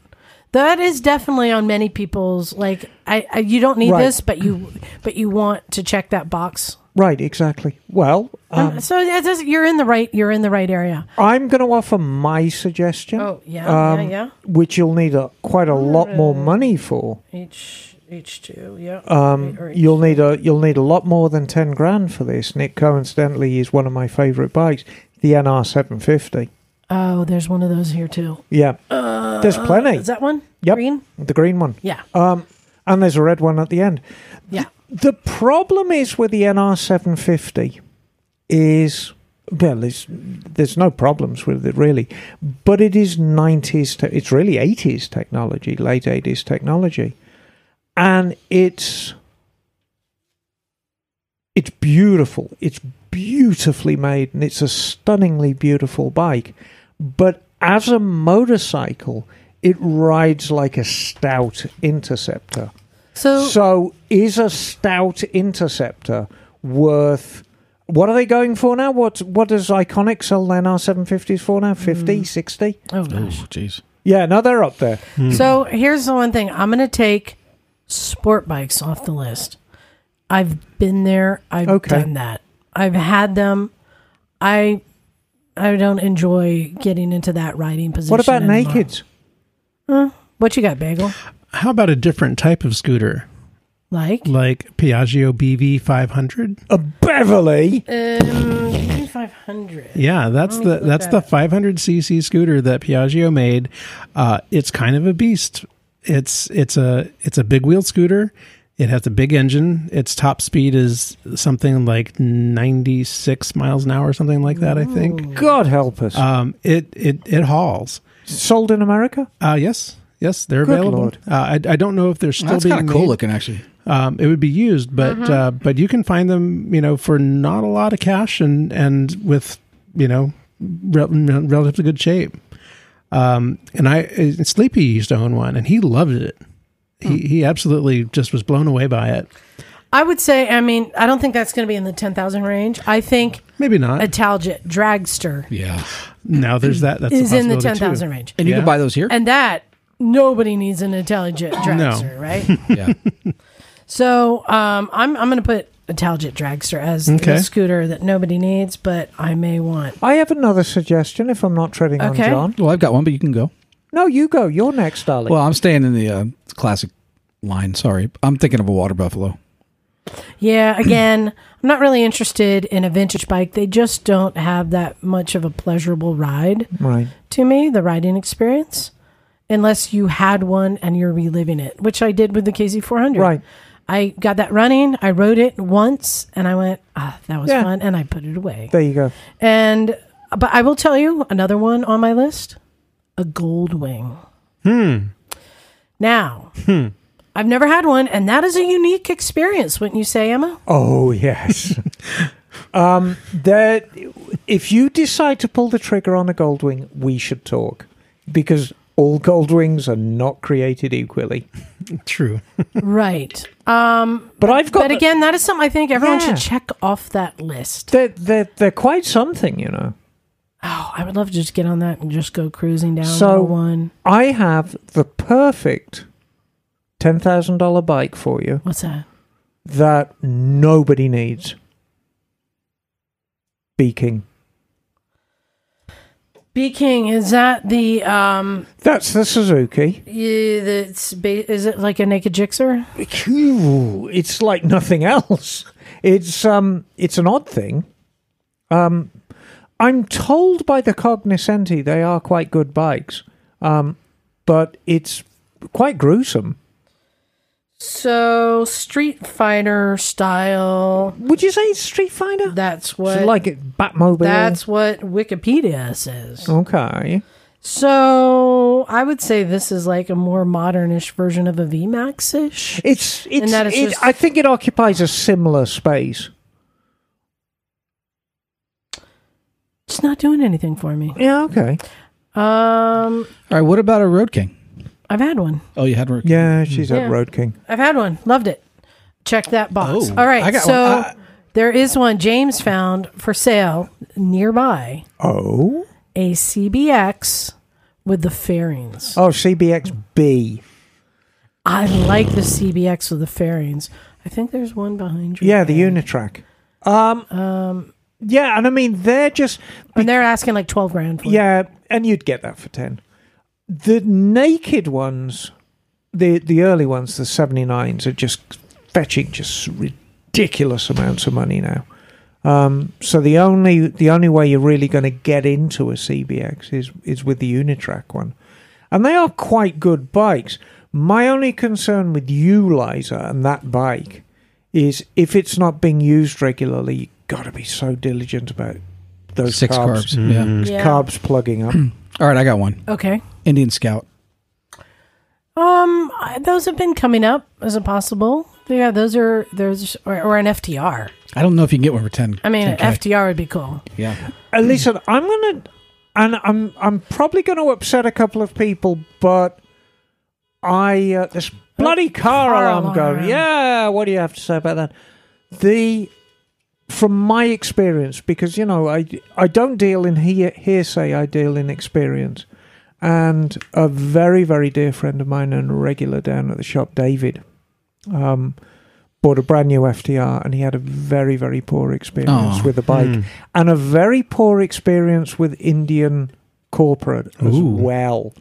That is definitely on many people's like I, I you don't need Right. this but you but you want to check that box. Right. Exactly. Well, um, Um, so it does, you're in the right you're in the right area. I'm going to offer my suggestion. Oh, yeah, um, yeah, yeah. Which you'll need a, quite a lot more Oh. money for. H H2, yeah. Um, you'll need a you'll need a lot more than ten grand for this. And it coincidentally is one of my favourite bikes, the NR seven fifty. Oh, there's one of those here too. Yeah, there's plenty. Uh, Is that one? Yep. Green? the green one. Yeah. Um, and there's a red one at the end. Yeah. The problem is with the NR seven fifty is well, there's there's no problems with it really, but it is nineties. Te- it's really eighties technology, late eighties technology, and it's it's beautiful. It's beautifully made, and it's a stunningly beautiful bike. But as a motorcycle, it rides like a stout interceptor. So, So is a stout interceptor worth what are they going for now? What what does Iconic sell their R750s for now? 50, 60? oh Oh, gosh. jeez. Yeah, no, they're up there. So here's the one thing I'm going to take sport bikes off the list. I've been there. I've Okay. done that. I've had them. I I don't enjoy getting into that riding position. What about anymore. nakeds? What you got, Bagel? How about a different type of scooter, Like like Piaggio BV 500? A Beverly? um, 500. Yeah, that's Let me the look that's at the it. 500cc scooter that Piaggio made. Uh, it's kind of a beast. It's it's a it's a big wheel scooter. It has a big engine. Its top speed is something like 96 miles an hour, something like that. I think. God help us. Um, it it it hauls. Sold in America? Uh, yes, yes, they're Good available. Lord. Uh, I, I don't know if they're still That's being kind of cool made. looking, actually. Um, it would be used, but Mm-hmm. uh, but you can find them, you know, for not a lot of cash and and with you know rel- relatively good shape. Um, and I uh, Sleepy used to own one, and he loved it. Mm. He he absolutely just was blown away by it. I would say. I mean, I don't think that's going to be in the 10,000 range. I think Maybe not. Italjet Dragster Yeah, now there's that. That's a is in the possibility, too. 10,000 range, and you Yeah. can buy those here. and that nobody needs an Italjet Dragster, right? yeah, So um, I'm I'm going to put a Taljet dragster as Okay. the scooter that nobody needs, but I may want. I have another suggestion if I'm not treading Okay. on John. Well, I've got one, but you can go. No, you go. You're next, darling. Well, I'm staying in the uh, classic line. Sorry, I'm thinking of a water buffalo. Yeah, again, I'm not really interested in a vintage bike. They just don't have that much of a pleasurable ride right. to me, the riding experience, unless you had one and you're reliving it, which I did with the KZ400. Right. I got that running. I rode it once and I went, ah, that was Yeah. fun. And I put it away. There you go. And but I will tell you another one on my list: a gold wing. Hmm. Now, Hmm. I've never had one, and that is a unique experience, wouldn't you say, Emma? Oh yes. um, that if you decide to pull the trigger on a Goldwing, we should talk because all Goldwings are not created equally. True. right. Um, But I've got but again, that is something I think everyone Yeah. should check off that list. they're, they're, they're quite something, you know. Oh, I would love to just get on that and just go cruising down So- so, one. I have the perfect ten thousand dollar bike for you What's that? that nobody needs. Beaking. B King is that the um? That's the Suzuki. You, that's ba- is it like a naked jixer? Phew, it's like nothing else. It's um, it's an odd thing. Um, I'm told by the cognoscenti they are quite good bikes, um, but it's quite gruesome. So Street Fighter style. Would you say it's Street Fighter? That's Is what. it like it, Batmobile. that's what Wikipedia says. okay. So I would say this is like a more modernish version of a VMAX ish. It's it's. that is it- just- I think it occupies a similar space. It's not doing anything for me. Yeah. Okay. Um, All right, what about a road king? I've had one. Oh, you had road. King. Yeah, she's Yeah. at Road King. I've had one. Loved it. Check that box. Oh, All right. I got so one. I- there is one James found for sale nearby Oh. a CBX with the fairings. Oh, CBXB. I like the CBX with the fairings. I think there's one behind you. Yeah, the Unitrack. Um, yeah, and I mean they're just And they're asking like 12 grand for it. yeah, and you'd get that for ten. The naked ones, the the early ones, the seventy nines are just fetching just ridiculous amounts of money now. Um, so the only the only way you're really going to get into a CBX is is with the Unitrack one, and they are quite good bikes. My only concern with you, Liza, and that bike is if it's not being used regularly, you got to be so diligent about those Six carbs carbs. Yeah. Yeah. carbs plugging up. All right, I got one. Okay. Indian Scout. Um, I, those have been coming up as a possible. Yeah, those are those or, or an FTR. I don't know if you can get one for ten. I mean, an 10K. FTR would be cool. Yeah. Uh, listen, I'm gonna, and I'm I'm probably gonna upset a couple of people, but I uh, this bloody car car alarm alarm. going. Yeah, what do you have to say about that? The from my experience, because you know I I don't deal in he- hearsay, I deal in experience. And a very very dear friend of mine and a regular down at the shop, David, um, bought a brand new FTR, and he had a very very poor experience Oh. with the bike Hmm. and a very poor experience with Indian corporate as Ooh. well.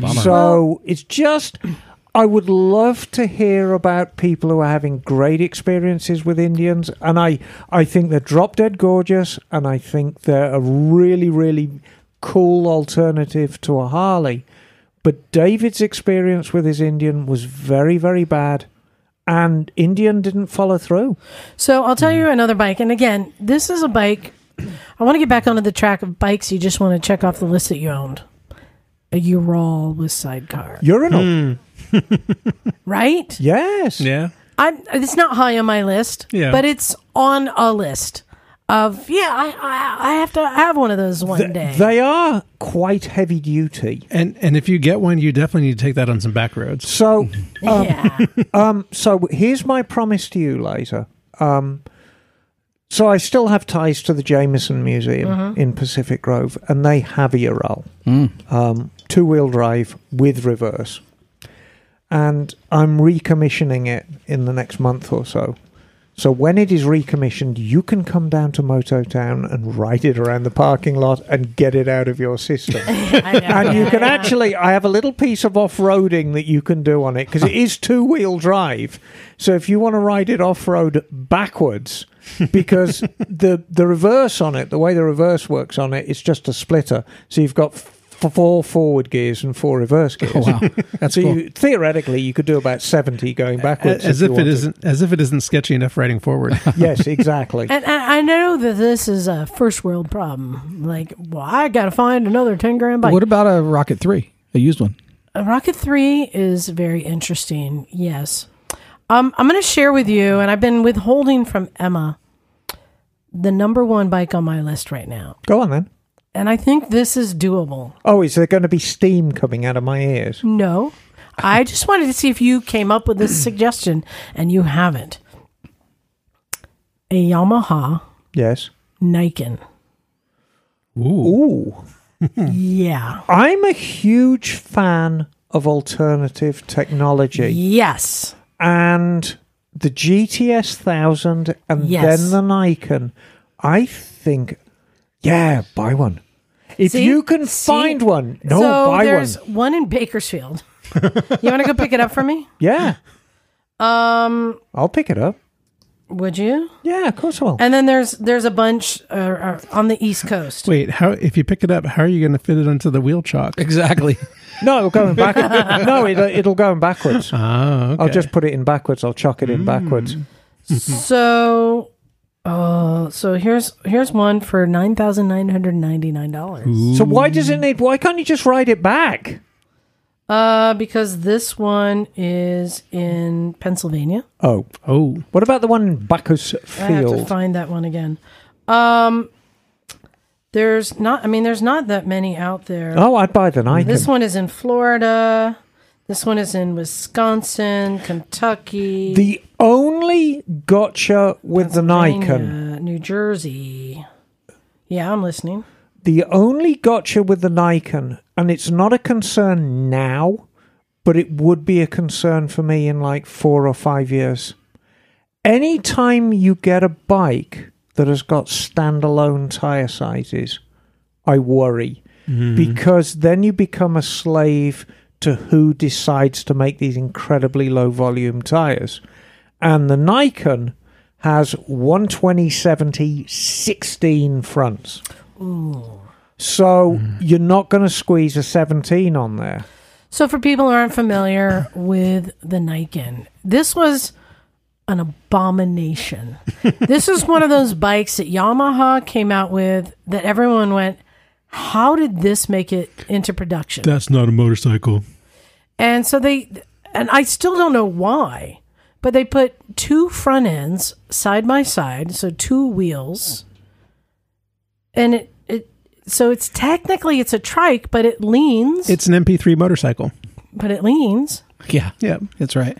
Bummer. So it's just, I would love to hear about people who are having great experiences with Indians, and I I think they're drop dead gorgeous, and I think they're a really really cool alternative to a Harley. But David's experience with his Indian was very very bad. And Indian didn't follow through. So I'll tell you Mm. another bike. And again, this is a bike. I want to get back onto the track of bikes you just want to check off the list that you owned. A Ural with sidecar, Urinal. Hmm. right? Yes. Yeah. I'm. It's not high on my list, Yeah. but it's on a list of yeah. I I, I have to have one of those one day. They are quite heavy duty. And and if you get one, you definitely need to take that on some back roads. So, yeah. um, so here's my promise to you later. Um, so I still have ties to the Jameson Museum in Pacific Grove, and they have a Ural, um, two wheel drive with reverse, and I'm recommissioning it in the next month or so. So when it is recommissioned, you can come down to Moto Town and ride it around the parking lot and get it out of your system. and you can actually, I have a little piece of off roading that you can do on it because it is two wheel drive. So if you want to ride it off road backwards, because the the reverse on it, the way the reverse works on it, it's just a splitter. So you've got f- four forward gears and four reverse gears. Oh, wow. That's so cool. you, theoretically, you could do about seventy going backwards. as you if it wanted. isn't as if it isn't sketchy enough riding forward. Yes, exactly. And I, I know that this is a first world problem. Like, well, I got to find another 10 grand bike. what about a Rocket 3? A used one. A Rocket 3 is very interesting. Yes. Um, I'm going to share with you, and I've been withholding from Emma the number one bike on my list right now. Go on then. And I think this is doable. Oh, is there going to be steam coming out of my ears? No. I just wanted to see if you came up with this suggestion, and you haven't. A Yamaha Yes. Nikon. Ooh. Yeah. I'm a huge fan of alternative technology Yes. and the GTS 1000 and Yes. then the Nikon. I think, yeah, buy one. If See? you can See? find one, no, so buy there's one. one. in Bakersfield. you want to go pick it up for me? Yeah, Um, I'll pick it up. would you? Yeah, of course I will. And then there's there's a bunch uh, uh, on the East Coast. Wait, how if you pick it up, how are you going to fit it onto the wheel chock? Exactly. No, going back. no, it'll, it'll go in backwards. Oh, okay. I'll just put it in backwards. I'll chuck it in backwards. So, uh, so here's here's one for nine thousand nine hundred ninety nine dollars. So why does it need? Why can't you just ride it back? Uh, because this one is in Pennsylvania. Oh, oh, what about the one in Bacchus I have to Field? find that one again. Um, there's not. I mean, there's not that many out there. Oh, I'd buy the Nikon. This one is in Florida. This one is in Wisconsin, Kentucky, The only gotcha with the Nikon, Pennsylvania, New Jersey. Yeah, I'm listening. the only gotcha with the Nikon, and it's not a concern now, but it would be a concern for me in like four or five years. Anytime you get a bike that has got standalone tire sizes, I worry because then you become a slave to who decides to make these incredibly low volume tires. And the Nikon has 120 70 16 fronts. So you're not going to squeeze a 17 on there. So, for people who aren't familiar with the Nikon, this was an abomination. this is one of those bikes that Yamaha came out with that everyone went, How did this make it into production? That's not a motorcycle. And so they, and I still don't know why, but they put two front ends side by side, so two wheels, and it it so it's technically it's a trike, but it leans, it's an MP3 motorcycle. but it leans, yeah. Yeah. That's right.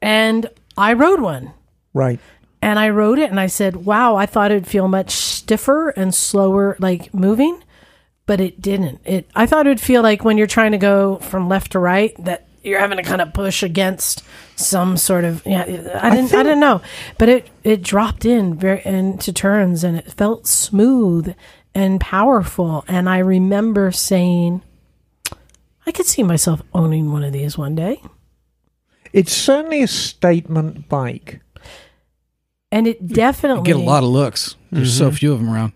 and I rode one, Right. and I rode it, and I said, "Wow, I thought it'd feel much stiffer and slower, like moving." But it didn't. It I thought it would feel like when you're trying to go from left to right that you're having to kind of push against some sort of yeah. I didn't. I, think- didn't know. But it it dropped in very into turns and it felt smooth and powerful. And I remember saying, "I could see myself owning one of these one day." It's certainly a statement bike. And it You definitely get a lot of looks. There's so few of them around.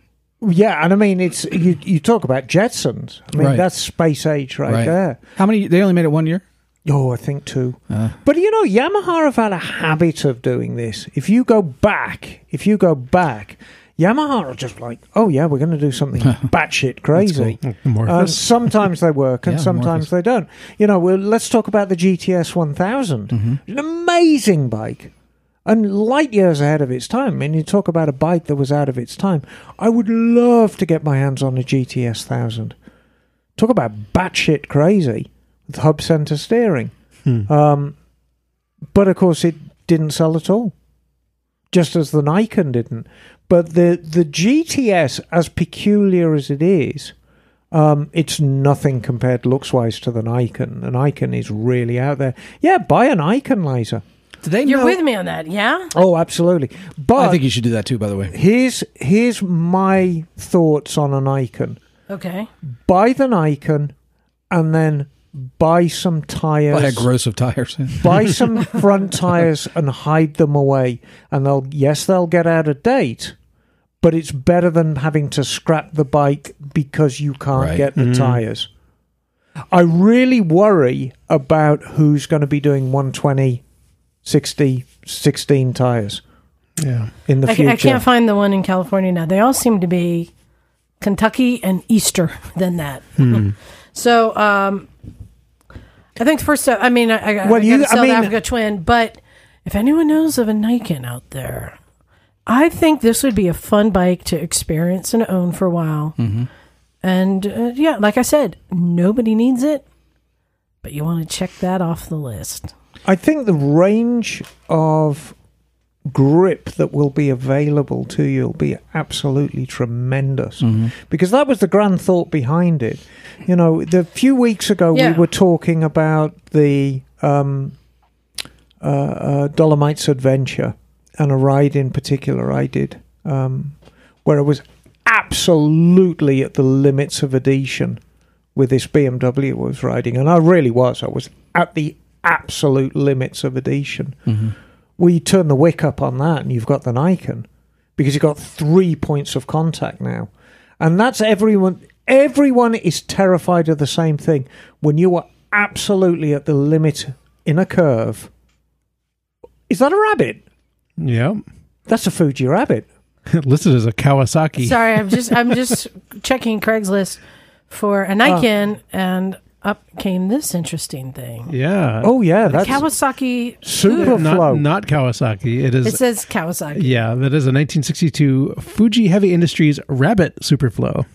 Yeah, and I mean it's you. You talk about Jetsons. I mean Right. that's space age right, Right. there. How many? They only made it one year? Oh, I think two. but you know, Yamaha have had a habit of doing this. If you go back, if you go back, Yamaha are just like, oh yeah, we're going to do something batshit crazy. Uh, Amorphous. sometimes they work and Yeah, sometimes amorphous. they don't. You know, well, let's talk about the GTS 1000. An amazing bike and light years ahead of its time. And you talk about a bike that was out of its time. I would love to get my hands on a GTS 1000. Talk about batshit crazy with hub center steering. Um, but of course, it didn't sell at all, just as the Nikon didn't. But the the GTS, as peculiar as it is, um, it's nothing compared looks wise to the Nikon. The Nikon is really out there. Yeah, buy an Nikon laser. Do they You're know? with me on that, yeah? Oh, absolutely. But I think you should do that too. By the way, here's here's my thoughts on an icon. Okay. Buy the icon, and then buy some tires. buy a gross of tires. buy some front tires and hide them away and they'll yes they'll get out of date but it's better than having to scrap the bike because you can't Right. get the Mm. tires i really worry about who's going to be doing 120 60 16 tires Uh, Yeah. in the I, ca- future I can't find the one in California now. They all seem to be Kentucky and Easter than that. Hmm. so um, I think the first, I mean, I, I, Well, I you- got a I South mean- Africa twin, but if anyone knows of a Nikon out there, I think this would be a fun bike to experience and own for a while. Mm-hmm. And uh, yeah, like I said, nobody needs it, but you want to check that off the list. I think the range of grip that will be available to you will be absolutely tremendous Mm-hmm. because that was the grand thought behind it. You know, the few weeks ago Yeah. we were talking about the um, uh, uh, Dolomites Adventure and a ride in particular I did um, where I was absolutely at the limits of adhesion with this BMW I was riding, and I really was. I was at the absolute limits of adhesion. Well, you turn the wick up on that, and you've got the Nikon because you've got three points of contact now, and that's everyone. Everyone is terrified of the same thing. When you are absolutely at the limit in a curve, is that a rabbit? Yep. That's a Fuji rabbit. Listed as a Kawasaki. Sorry, I'm just I'm just checking Craigslist for a Nikon, Oh. and up came this interesting thing: Yeah. Oh yeah, that's Kawasaki. super flow. not, not Kawasaki. It is. It says Kawasaki. yeah, that is a 1962 Fuji Heavy Industries Rabbit Superflow.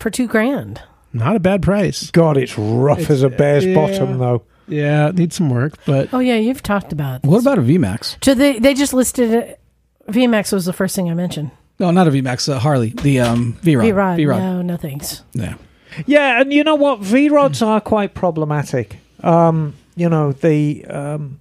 for two grand. Not a bad price. God, it's rough as a bear's yeah. bottom, though. Yeah, it needs some work, but Oh yeah, you've talked about. This. what about a VMAX? So they they just listed it. VMAX was the first thing I mentioned. No, not a VMAX. Uh, Harley, the um, V Rod. V Rod, V Rod. no, no thanks. Yeah. Yeah, and you know what? V rods are quite problematic. Um, you know, the um,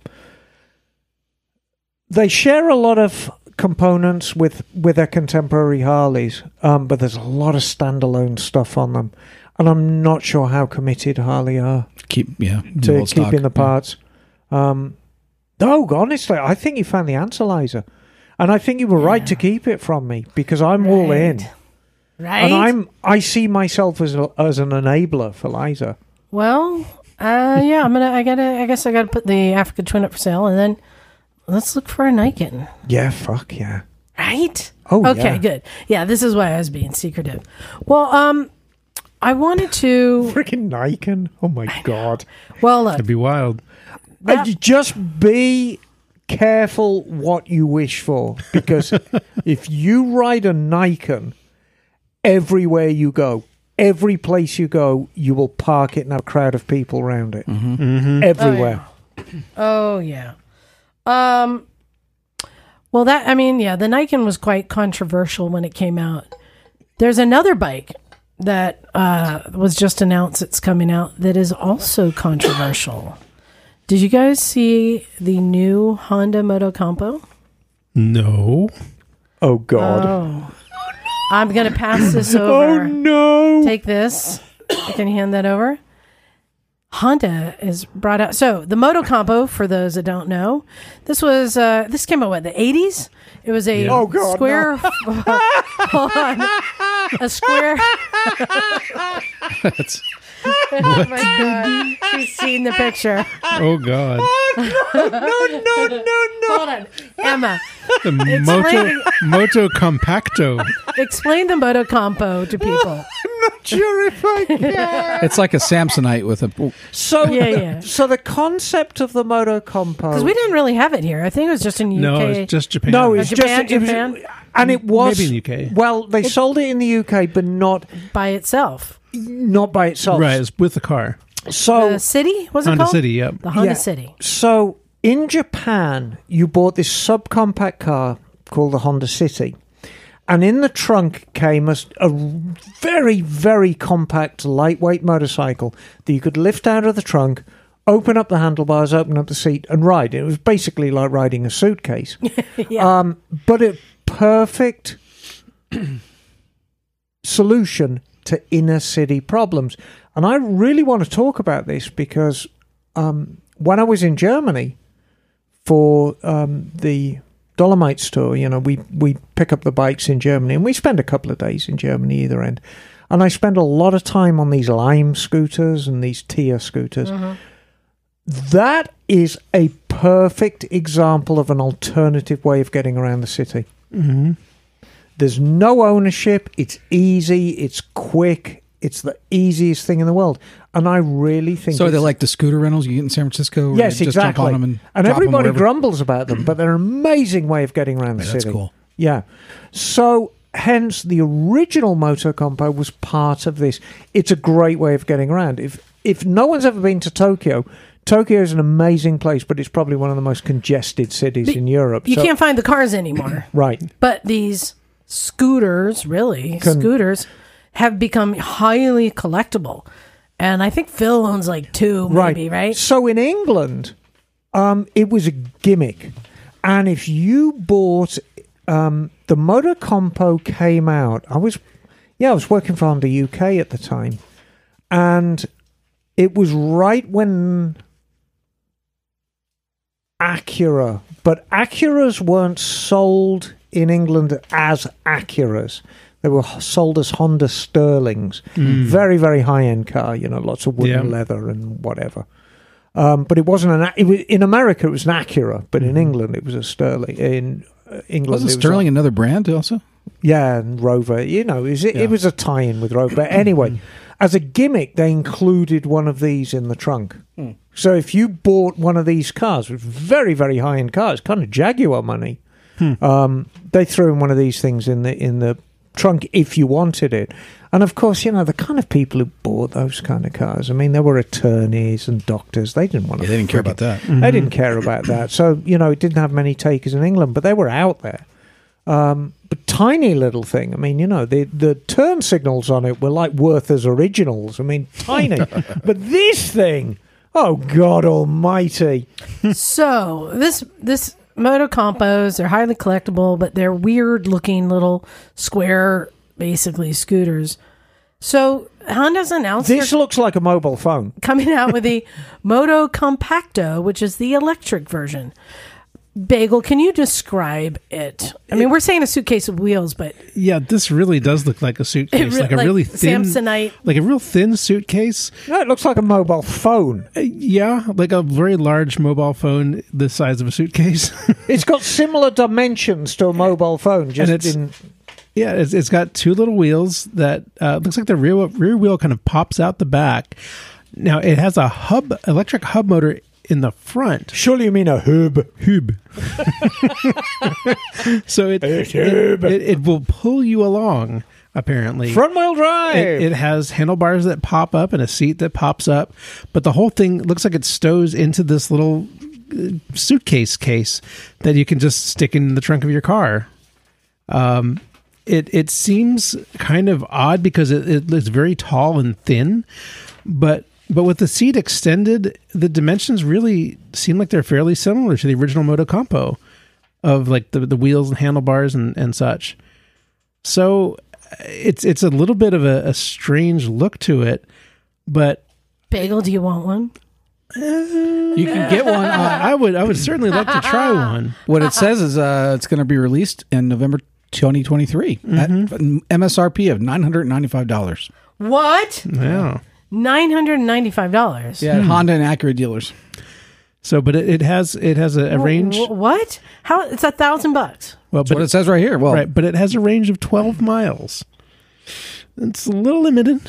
they share a lot of components with with their contemporary Harleys, um, but there's a lot of standalone stuff on them, and I'm not sure how committed Harley are Keep yeah. to hold keeping stock. the parts. Um, no, honestly, I think you found the analyzer, and I think you were right Yeah. to keep it from me because I'm all Right. in, Right. and I'm I see myself as a, as an enabler for Liza. well, uh, yeah, I'm gonna. I gotta. I guess I gotta put the Africa Twin up for sale, and then let's look for a Nikon. Yeah, fuck yeah. Right. Oh, okay, yeah. good. Yeah, this is why I was being secretive. Well, um, I wanted to. Freaking Nikon. Oh my god. Well, look, it'd be wild. That- Uh, you just be careful what you wish for because if you ride a Nikon everywhere you go, every place you go, you will park it and have a crowd of people around it. Mm-hmm. Everywhere. Oh yeah. Um well that I mean, yeah, the Nikon was quite controversial when it came out. There's another bike that uh was just announced it's coming out that is also controversial. Did you guys see the new Honda Moto Compo? No. Oh god. Oh. I'm going to pass this oh over. no. Take this. I can hand that over. Honda is brought out. So the Moto Compo, for those that don't know, this was uh, this came out what the eighties. It was a Oh, God, square, hold on, a square. That's- Oh my God, she's seen the picture. Oh God. Oh. no, no, no, no. Hold on, Emma, The Moto raining. Moto Compacto. explain the Moto Compo to people. I'm not sure if I can. it's like a Samsonite with a. so Yeah, yeah. so the concept of the Moto Compo Because we didn't really have it here. I think it was just in UK. No, it's just Japan. No, Uh, it's Japan, just it was- Japan? and it was Maybe in UK. Well, they sold it in the UK, but not by itself. not by itself. right. It's with the car. So the city was it Honda called? City. Yep. The Honda Yeah. City. so in Japan, you bought this subcompact car called the Honda City, and in the trunk came a, s- a very very compact, lightweight motorcycle that you could lift out of the trunk, open up the handlebars, open up the seat, and ride. It was basically like riding a suitcase. Yeah. um, but a perfect solution to inner city problems. And I really want to talk about this because um, when I was in Germany for um, the Dolomites tour, you know, we, we pick up the bikes in Germany and we spend a couple of days in Germany either end. And I spend a lot of time on these Lime scooters and these Tia scooters. Mm-hmm. That is a perfect example of an alternative way of getting around the city. Mm-hmm. There's no ownership. It's easy. It's quick. It's the easiest thing in the world. And I really think. So are they it's- like the scooter rentals you get in San Francisco? where yes, you just exactly. Jump on them and, and drop 'em everybody wherever? grumbles about them, but they're an amazing way of getting around the Yeah, city. that's cool. Yeah. So, hence, the original Moto Compo was part of this. It's a great way of getting around. If if no one's ever been to Tokyo, Tokyo is an amazing place, but it's probably one of the most congested cities But in Europe. You So- can't find the cars anymore. Right. But these scooters, really, Can- scooters have become highly collectible. And I think Phil owns like two, maybe, right? So in England, um, it was a gimmick, and if you bought um, the Motor Compo came out, I was, yeah, I was working for Honda UK at the time, and it was right when Acura, but Acuras weren't sold in England as Acuras. They were h- sold as Honda Sterlings. Mm. Very, very high end car, you know, lots of wooden Yeah. leather and whatever. Um, but it wasn't an. A- It was, in America, it was an Acura, but in England, it was a Sterling. In uh, England, Mm-hmm. Wasn't it was Sterling a- another brand also? yeah, and Rover. You know, it was, it, Yeah. was a tie-in with Rover. But anyway, as a gimmick, they included one of these in the trunk. So if you bought one of these cars, which was very very high-end cars, kind of Jaguar money, um, they threw in one of these things in the in the trunk if you wanted it. And of course, you know the kind of people who bought those kind of cars. I mean, there were attorneys and doctors. They didn't want to. freaking- that. Mm-hmm. they didn't care about that. So, you know, it didn't have many takers in England, but they were out there. Um, but tiny little thing. I mean, you know, the, the turn signals on it were like Werther's originals. I mean, tiny. but this thing, oh, God almighty. So this this moto compos they're highly collectible, but they're weird looking little square, basically scooters. So Honda's announced This looks like a mobile phone. they're coming out with the Moto Compacto, which is the electric version. Bagel, can you describe it? I mean, we're saying a suitcase of wheels, but Yeah, this really does look like a suitcase, re- like a like really thin, Samsonite. like a real thin suitcase. No, it looks like a mobile phone. Uh, yeah, like a very large mobile phone the size of a suitcase. It's got similar dimensions to a mobile phone, just it's- in. yeah, it's, it's got two little wheels that uh, looks like the rear rear wheel kind of pops out the back. Now it has a hub, electric hub motor in the front. Surely you mean a hub. Hub. so it It's it, hub. it it will pull you along. Apparently, Front wheel drive. It, it has handlebars that pop up and a seat that pops up, but the whole thing looks like it stows into this little uh, suitcase case that you can just stick in the trunk of your car. Um, it it seems kind of odd because it, it it's very tall and thin, but but with the seat extended, the dimensions really seem like they're fairly similar to the original Moto Compo of like the, the wheels and handlebars and, and such. So uh, it's it's a little bit of a, a strange look to it, but Bagel, do you want one? You can get one. uh, On, I would I would certainly love to try one. what it says is uh, it's going to be released in November 2023 at an MSRP of $995. What? Yeah. Nine hundred and ninety five dollars. Yeah, at Honda and Acura dealers. So, but it, it has it has a, a range. What? How? It's a thousand bucks. Well, That's what but it says right here. Well, right, but it has a range of twelve miles. It's a little limited.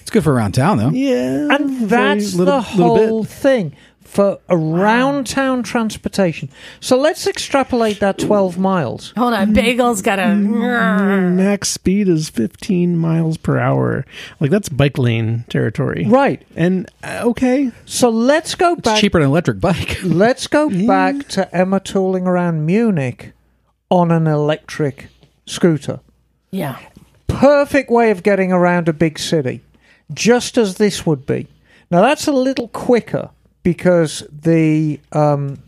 it's good for around town, though. Yeah, and that's very little- the little bit. whole thing for around town transportation. So let's extrapolate that 12 miles. Hold on, Bagel's got Mm-hmm. a. max speed is 15 miles per hour. Like that's bike lane territory. Right. And uh, okay, So let's go It's back cheaper than an electric bike. let's go back to Emma tooling around Munich on an electric scooter. Yeah. perfect way of getting around a big city, just as this would be. Now, that's a little quicker because the um,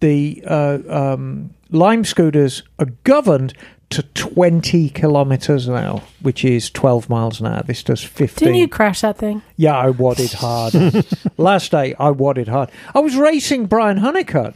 the uh, um, lime scooters are governed to 20 kilometers an hour, which is 12 miles an hour. This does 15. Didn't you crash that thing? Yeah, I wadded hard. Last day, I wadded hard. I was racing Brian Honeycutt.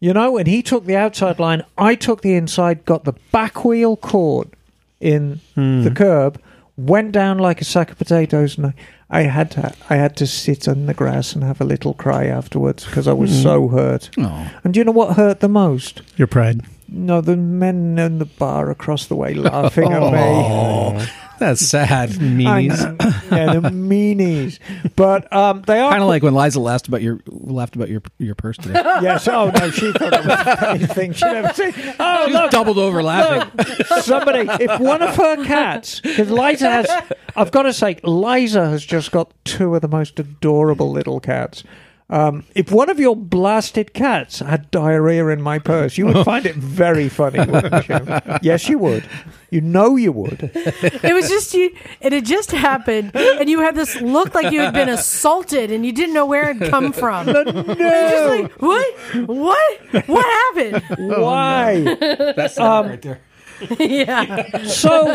you know, and he took the outside line. I took the inside, got the back wheel caught in the curb, went down like a sack of potatoes, and I, I had to, I had to sit on the grass and have a little cry afterwards because I was so hurt. Oh. And do you know what hurt the most? Your pride. No, the men in the bar across the way laughing at Oh. me. Oh. That's sad. I Meanies. know. Uh, yeah, the meanies. But um, they are Kind of like when Liza laughed about your laughed about your your purse today. Yes. Oh no, she thought it was the funniest thing she'd ever seen. Oh She look, was doubled over laughing. somebody! If one of her cats, because Liza has, I've got to say, Liza has just got two of the most adorable little cats. Um, if one of your blasted cats had diarrhea in my purse, you would find it very funny, wouldn't you? Yes, you would. You know you would. It was just you. It had just happened, and you had this look like you had been assaulted, and you didn't know where it had come from. It was just No. like, what? What? What happened? Why? Um, That's right there. yeah. So,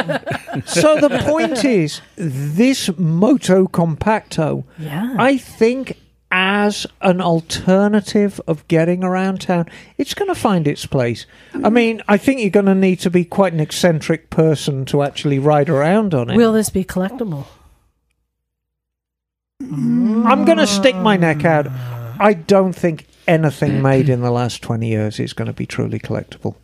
so the point is, this Moto Compacto, Yeah. I think, as an alternative of getting around town, it's going to find its place. I mean, I think you're going to need to be quite an eccentric person to actually ride around on it. Will this be collectible? I'm going to stick my neck out. I don't think anything made in the last 20 years is going to be truly collectible.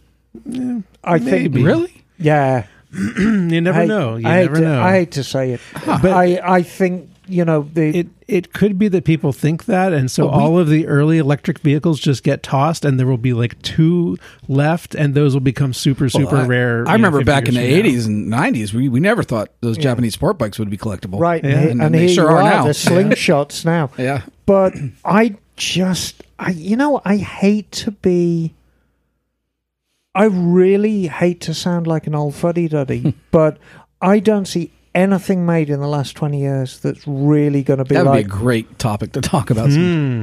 I think, Really? yeah. you never I- know. You I hate never to- know. I hate to say it, But- but I, I think you know the. it it could be that people think that, and so all of the early electric vehicles just get tossed, and there will be like two left, and those will become super super Well, I- rare. I you know, remember 50 back years in the from now. eighties and nineties, we, we never thought those Japanese sport bikes would be collectible. Right, Yeah, and, and and they here sure you are are, now. the slingshots now. Yeah. But I just, I you know, I hate to be. I really hate to sound like an old fuddy duddy, but I don't see anything made in the last twenty years that's really going to be That would be a like great topic to talk Hmm.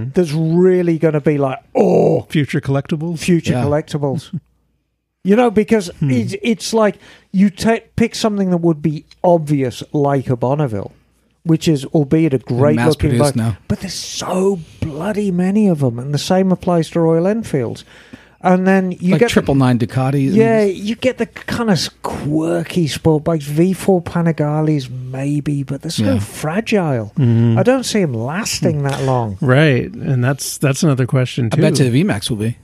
about. that's really going to be like oh Future collectibles. future Yeah. Hmm. collectibles. you know, because it's, it's like you ta pick something that would be obvious, like a Bonneville, which is, albeit a great looking mass-produced bike, now. but there's so bloody many of them, and the same applies to Royal Enfields. And then you like get the- triple nine Ducatis. and- yeah, you get the kind of quirky sport bikes, V4 Panigales maybe, but they're so Yeah. Mm-hmm. Hmm. fragile. I don't see them lasting that long. Right, and that's that's another question I too. bet you the VMAX will be.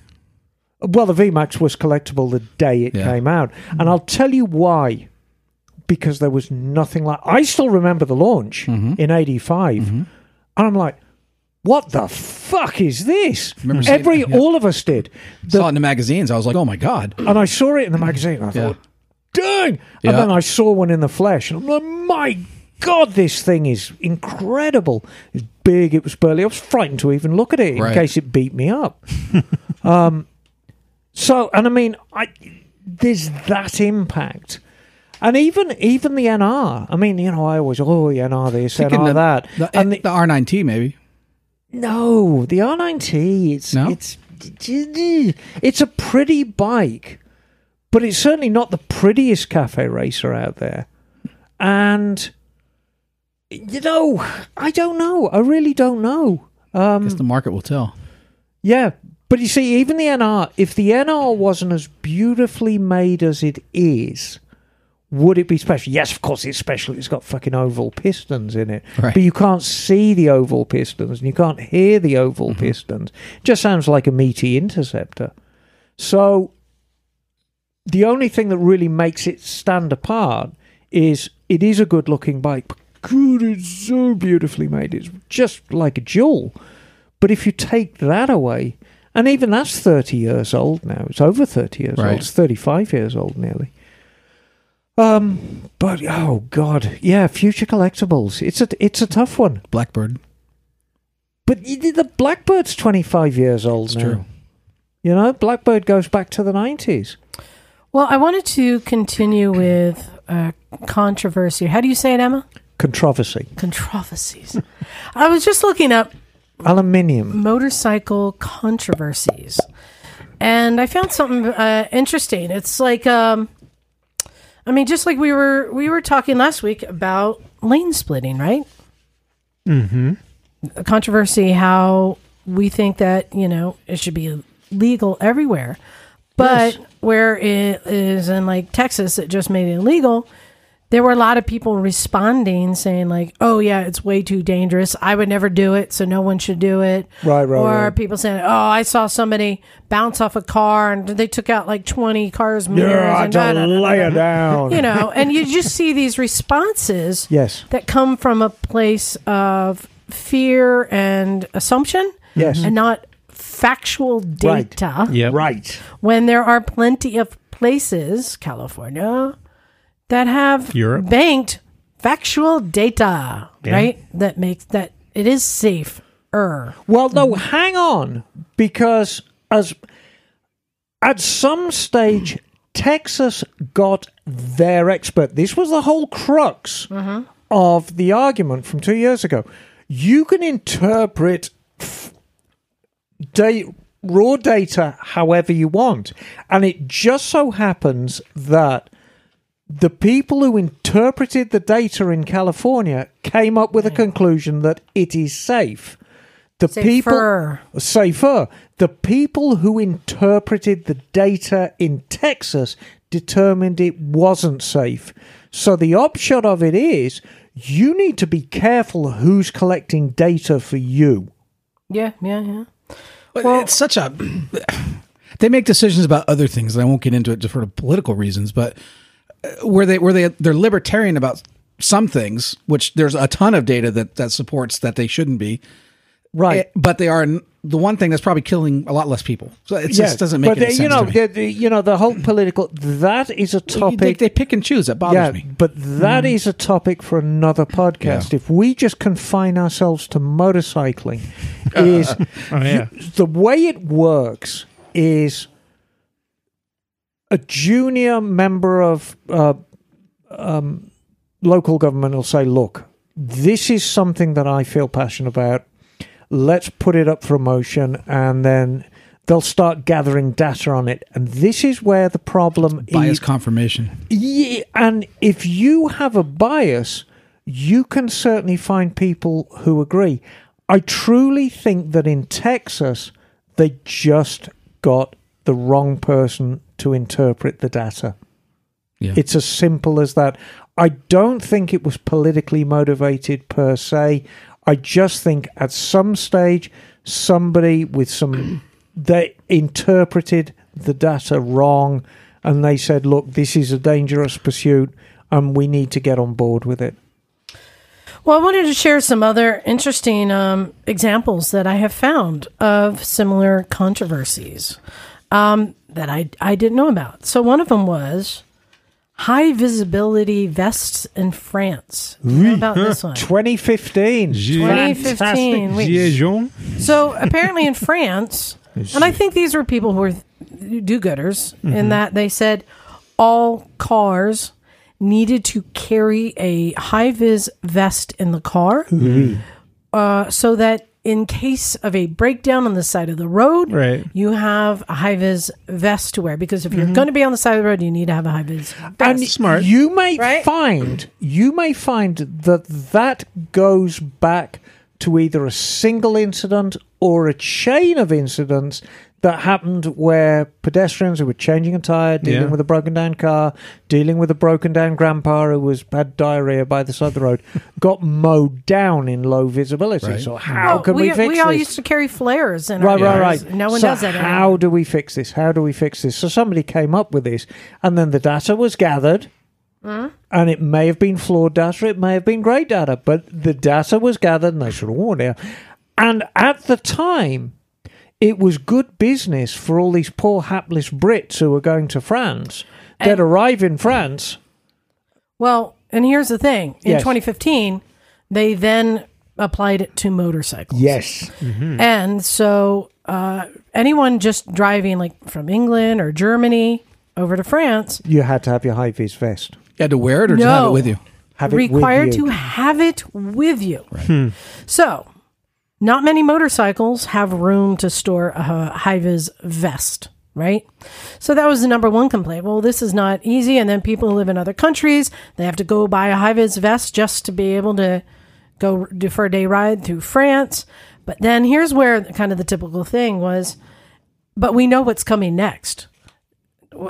Well, the VMAX was collectible the day it Yeah. came out. And I'll tell you why. Because there was nothing like. I still remember the launch Mm-hmm. in 85. And I'm like, what the fuck is this? Remember seeing Every, it, yeah. all of us did. The- Saw it in the magazines. I was like, oh my god. and I saw it in the magazine. And I thought, dang. Yeah. And then I saw one in the flesh. And I'm like, my God, this thing is incredible. It's big. It was burly. I was frightened to even look at it in Right. case it beat me up. um, so, and I mean, I, there's that impact. And even even the NR, I mean, you know, I always oh the NR this, Thinking NR the- that, The, and the, the R9T maybe. no, the R9T. It's No? it's it's a pretty bike, but it's certainly not the prettiest cafe racer out there. And you know, I don't know. I really don't know. I Hmm. guess the market will tell. Yeah, but you see, even the NR, if the NR wasn't as beautifully made as it is, would it be special? Yes, of course it's special. It's got fucking oval pistons in it, Right. but you can't see the oval pistons and you can't hear the oval pistons. Just sounds like a meaty interceptor. So the only thing that really makes it stand apart is it is a good looking bike, but good, it's so beautifully made. It's just like a jewel. But if you take that away, and even that's 30 years old now, it's over 30 years Right. old, it's 35 years old nearly. Um, but oh god, yeah, future collectibles. It's a it's a tough one. Blackbird. But y- the Blackbird's 25 years old It's now. true. You know, Blackbird goes back to the 90s. Well, I wanted to continue with uh, controversy. How do you say it, Emma? Controversy. Controversies. I was just looking up Aluminium. motorcycle controversies. And I found something uh, interesting. It's like, um, I mean, just like we were we were talking last week about lane splitting, right? Mm-hmm. Controversy how we think that you know it should be legal everywhere, but where it is in like Texas that just made it illegal, there were a lot of people responding saying like, "Oh yeah, it's way too dangerous. I would never do it, so no one should do it." Right, right, Or right. people saying, "Oh, I saw somebody bounce off a car and they took out like twenty cars." mirrors, Yeah, I and da- da- da- don't da- lay da." it down. You know, and you just see these responses Yes. that come from a place of fear and assumption, Yes. and not factual Right. data Yep. Right. when there are plenty of places, California, that have Europe. banked factual data, right? That makes that it is safe. Er, Well, no, hang on, because as at some stage, Texas got their expert. This was the whole crux of the argument from two years ago. You can interpret f- da- raw data however you want, and it just so happens that. The people who interpreted the data in California came up with a conclusion that it is safe. The people safer. safer. The people who interpreted the data in Texas determined it wasn't safe. So the upshot of it is you need to be careful who's collecting data for you. Yeah, yeah, yeah. But it's such a. They make decisions about other things, and I won't get into it for political reasons. But uh, where they where they they're libertarian about some things, which there's a ton of data that that supports that they shouldn't be. Right. eh, But they are n- the one thing that's probably killing a lot less people. So it Yeah, just doesn't make but any uh, sense. you know, to me. the- the- you know the whole political that is a topic. They, they pick and choose. That bothers yeah, me. Mm-hmm. but that is a topic for another podcast. If we just confine ourselves to motorcycling, is Oh, yeah. the way it works is a junior member of uh, um, local government will say, "Look, this is something that I feel passionate about. Let's put it up for a motion," and then they'll start gathering data on it. And this is where the problem Bias is. confirmation. Yeah, and if you have a bias, you can certainly find people who agree. I truly think that in Texas, they just got the wrong person to interpret the data. Yeah. It's as simple as that. I don't think it was politically motivated per se. I just think at some stage, somebody with some, they interpreted the data wrong and they said, look, this is a dangerous pursuit and we need to get on board with it. Well, I wanted to share some other interesting um, examples that I have found of similar controversies um, that I, I didn't know about. So, one of them was high visibility vests in France. You know about this one? 2015. Fantastic. 2015, wait. Gilets jaunes? So apparently in France, and I think these were people who were do-gooders in Mm-hmm. that they said all cars needed to carry a high-vis vest in the car, Mm-hmm. uh, so that in case of a breakdown on the side of the road, Right. you have a high-vis vest to wear. Because if Mm-hmm. you're going to be on the side of the road, you need to have a high-vis and vest. smart. you may Right? find you may find that that goes back to either a single incident or a chain of incidents that happened where pedestrians who were changing a tire, dealing Yeah. with a broken down car, dealing with a broken down grandpa who was had diarrhea by the side of the road, got mowed down in low visibility. Right. So how Oh, can we, we, fix we all this? used to carry flares in Right, our right, cars. right. No one so does that How anymore. do we fix this? How do we fix this? So somebody came up with this, and then the data was gathered, and it may have been flawed data, it may have been great data, but the data was gathered, and they should have warned you. And at the time, it was good business for all these poor hapless Brits who were going to France. They'd And- arrive in France. Well, and here's the thing. In Yes. 2015, they then applied it to motorcycles. Yes. And so uh, anyone just driving like from England or Germany over to France You had to have your high vis vest. You had to wear it or just have it No. with you. Have it with required you. to have it with you. So Not many motorcycles have room to store a high vis vest, right? So that was the number one complaint. Well, this is not easy. And then people who live in other countries, they have to go buy a high vis vest just to be able to go do for a day ride through France. But then here's where kind of the typical thing was, but we know what's coming next.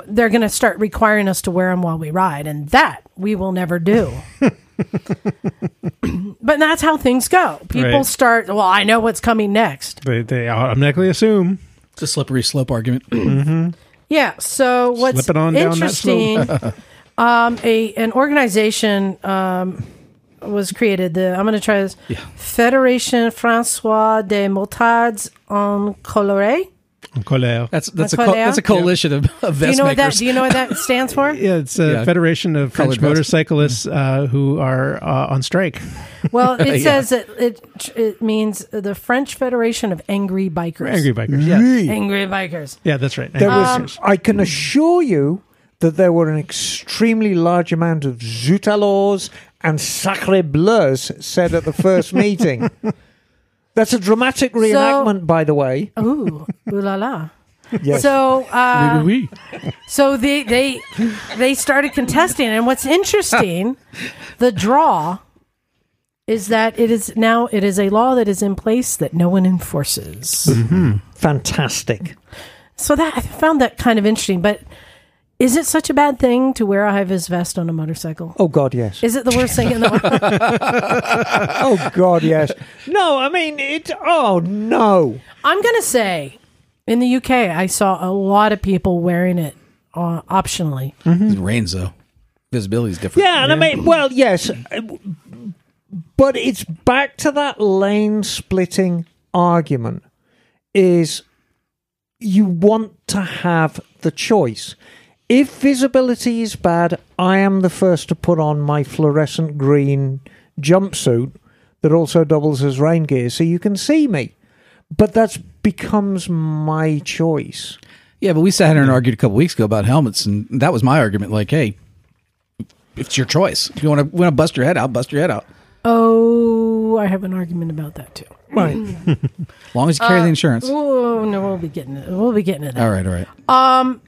They're going to start requiring us to wear them while we ride, and that we will never do. but that's how things go. People Right. start, well, I know what's coming next. They, they automatically assume. It's a slippery slope argument. Yeah. So what's Slip it on down that slope. interesting, um, a an organization um, was created. The I'm going to try this Federation Francois des Motards en Coloré. En colère. That's that's That's a what co- they that's a are? coalition of, of Do you vest know what that? makers. Do you know what that stands for? Yeah, it's a Yeah. federation of Colored Mm. French vests. motorcyclists uh, who are uh, on strike. Well, it Yeah. says that it it means the French Federation of Angry Bikers. Angry bikers. Yes. Angry bikers. Yeah, that's right. There Angry was. bikers. I can assure you that there were an extremely large amount of Zutalors and Sacre Bleus said at the first meeting. That's a dramatic reenactment, by the way. Ooh, ooh la la. Yes. So, uh, Oui, oui, oui. so they they they started contesting, and what's interesting, the draw is that it is now it is a law that is in place that no one enforces. Fantastic. So that I found that kind of interesting, but. Is it such a bad thing to wear a high vis vest on a motorcycle? Oh God, yes. Is it the worst thing in the world? Oh God, yes. No, I mean it. Oh no. I'm going to say in the UK, I saw a lot of people wearing it uh, optionally. It rains though. Visibility is different. Yeah, and I mean, well, yes, uh, but it's back to that lane splitting argument. Is you want to have the choice. If visibility is bad, I am the first to put on my fluorescent green jumpsuit that also doubles as rain gear so you can see me. But that becomes my choice. Yeah, but we sat here and argued a couple weeks ago about helmets, and that was my argument. Like, hey, it's your choice. If you want to want to bust your head out, bust your head out. Oh, I have an argument about that too. Right. As long as you carry the insurance. Oh no, we'll be getting it. We'll be getting it. Um, All right, all right.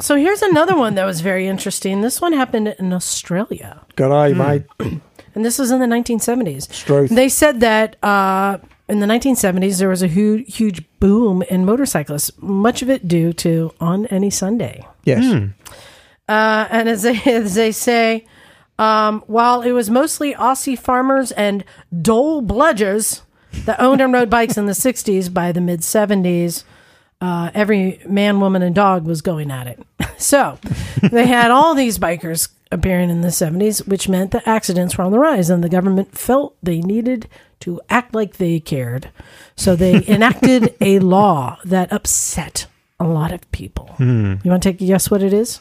So here's another one that was very interesting. This one happened in Australia, Good eye, mate. and this was in the 1970s. Stroth. They said that uh, in the 1970s there was a huge, huge boom in motorcyclists, much of it due to on any Sunday. Yes. Uh, and as they, as they say, um, while it was mostly Aussie farmers and dole bludgers that owned and rode bikes in the 60s, by the mid 70s, uh, every man, woman, and dog was going at it. So they had all these bikers appearing in the 70s, which meant that accidents were on the rise, and the government felt they needed to act like they cared. So they enacted a law that upset a lot of people. You want to take a guess what it is?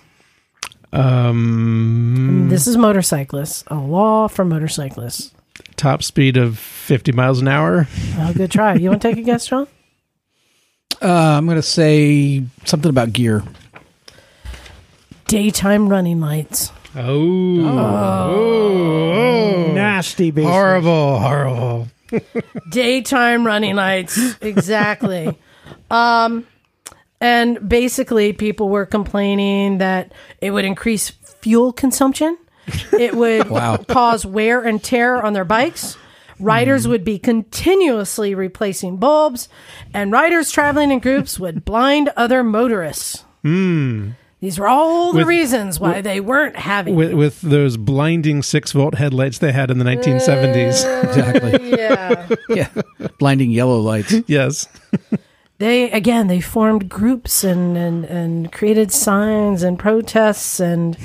Um, This is motorcyclists, a law for motorcyclists. top speed of 50 miles an hour. Oh, good try. You want to take a guess, John? Uh, I'm going to say something about gear. Daytime running lights. Oh, Nasty business. horrible, horrible. Daytime running lights. Exactly. um, and basically, people were complaining that it would increase fuel consumption, it would Wow. cause wear and tear on their bikes. Riders Hmm. would be continuously replacing bulbs, and riders traveling in groups would blind other motorists. These were all the Hmm. With- reasons why they weren't having With, with those blinding six volt headlights they had in the 1970s. Exactly. yeah. yeah. Blinding yellow lights. yes. They again they formed groups and, and, and created signs and protests and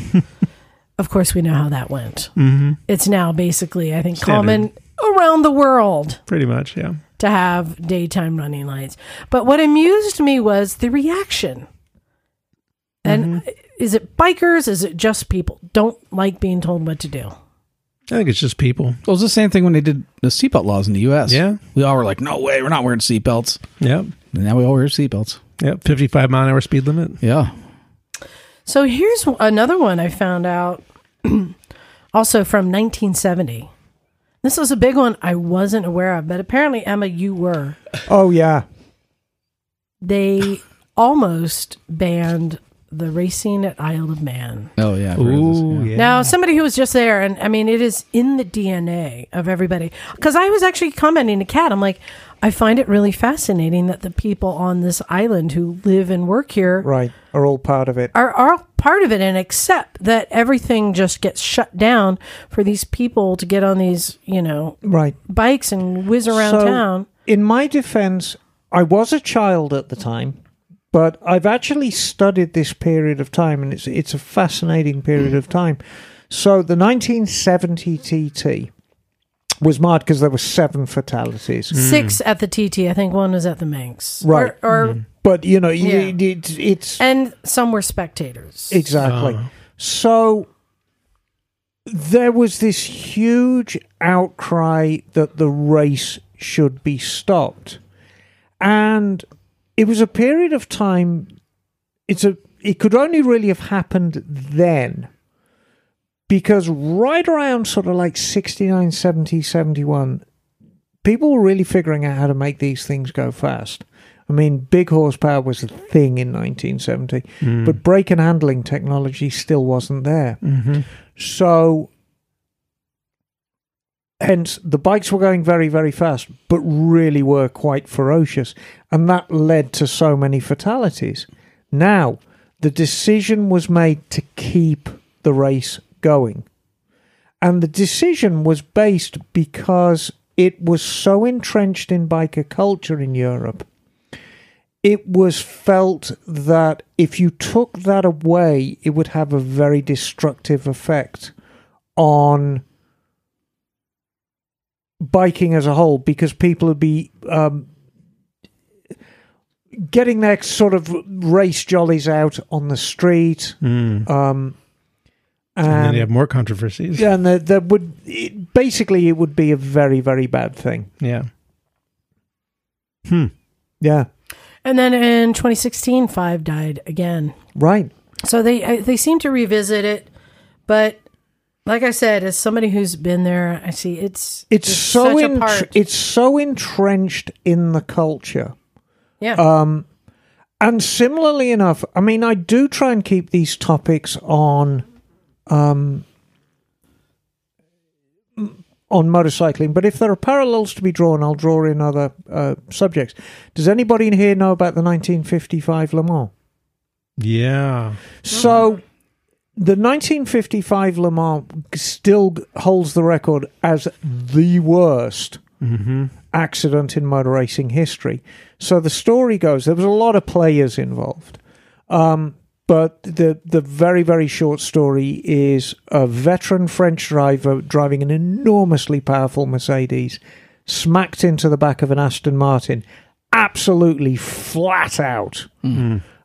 of course we know how that went. Mm-hmm. It's now basically I think Standard. common around the world Pretty much. Yeah. to have daytime running lights. But what amused me was the reaction. And is it bikers? Is it just people don't like being told what to do? I think it's just people. Well, it was the same thing when they did the seatbelt laws in the U.S. Yeah. We all were like, no way, we're not wearing seatbelts. Yep. And now we all wear seatbelts. Yep. 55 mile an hour speed limit. Yeah. So here's another one I found out also from 1970. This was a big one I wasn't aware of, but apparently, Emma, you were. Oh yeah. They almost banned the racing at Isle of Man. Oh yeah. Ooh, yeah. Now, somebody who was just there, and I mean, it is in the DNA of everybody. Because I was actually commenting to Kat, I'm like, I find it really fascinating that the people on this island who live and work here Right. Are all part of it. are, are all part of it and accept that everything just gets shut down for these people to get on these, you know, Right. bikes and whiz around So, town. In my defense, I was a child at the time, but I've actually studied this period of time, and it's it's a fascinating period of time. So the 1970 TT was marked because there were seven fatalities. Six at the TT. I think one was at the Manx. Right. Or, or But you know, y Yeah. it, it's and some were spectators. Exactly. So there was this huge outcry that the race should be stopped. And it was a period of time it's a it could only really have happened then because right around sort of like 69 70 71 people were really figuring out how to make these things go fast i mean big horsepower was a thing in 1970 but brake and handling technology still wasn't there so hence the bikes were going very very fast but really were quite ferocious and that led to so many fatalities now the decision was made to keep the race going and the decision was based because it was so entrenched in biker culture in Europe it was felt that if you took that away, it would have a very destructive effect on biking as a whole because people would be um, getting their sort of race jollies out on the street. Um, and Hmm. Um, then and you have more controversies. yeah, and there, there would it, basically it would be a very, very bad thing. yeah. Hmm. Yeah, And then in 2016, five died again. right. So they I- they seem to revisit it, but like I said, as somebody who's been there, I see it's It's just so such a entr- part. it's so entrenched in the culture. yeah. uh, And similarly enough, I mean, I do try and keep these topics on, um, m- on motorcycling. But if there are parallels to be drawn, I'll draw in other uh, subjects. Does anybody in here know about the 1955 Le Mans? Yeah. So the 1955 Le Mans still holds the record as the worst accident in motor racing history. So the story goes there was a lot of players involved. Um, but the the very very short story is a veteran French driver driving an enormously powerful Mercedes smacked into the back of an Aston Martin absolutely flat out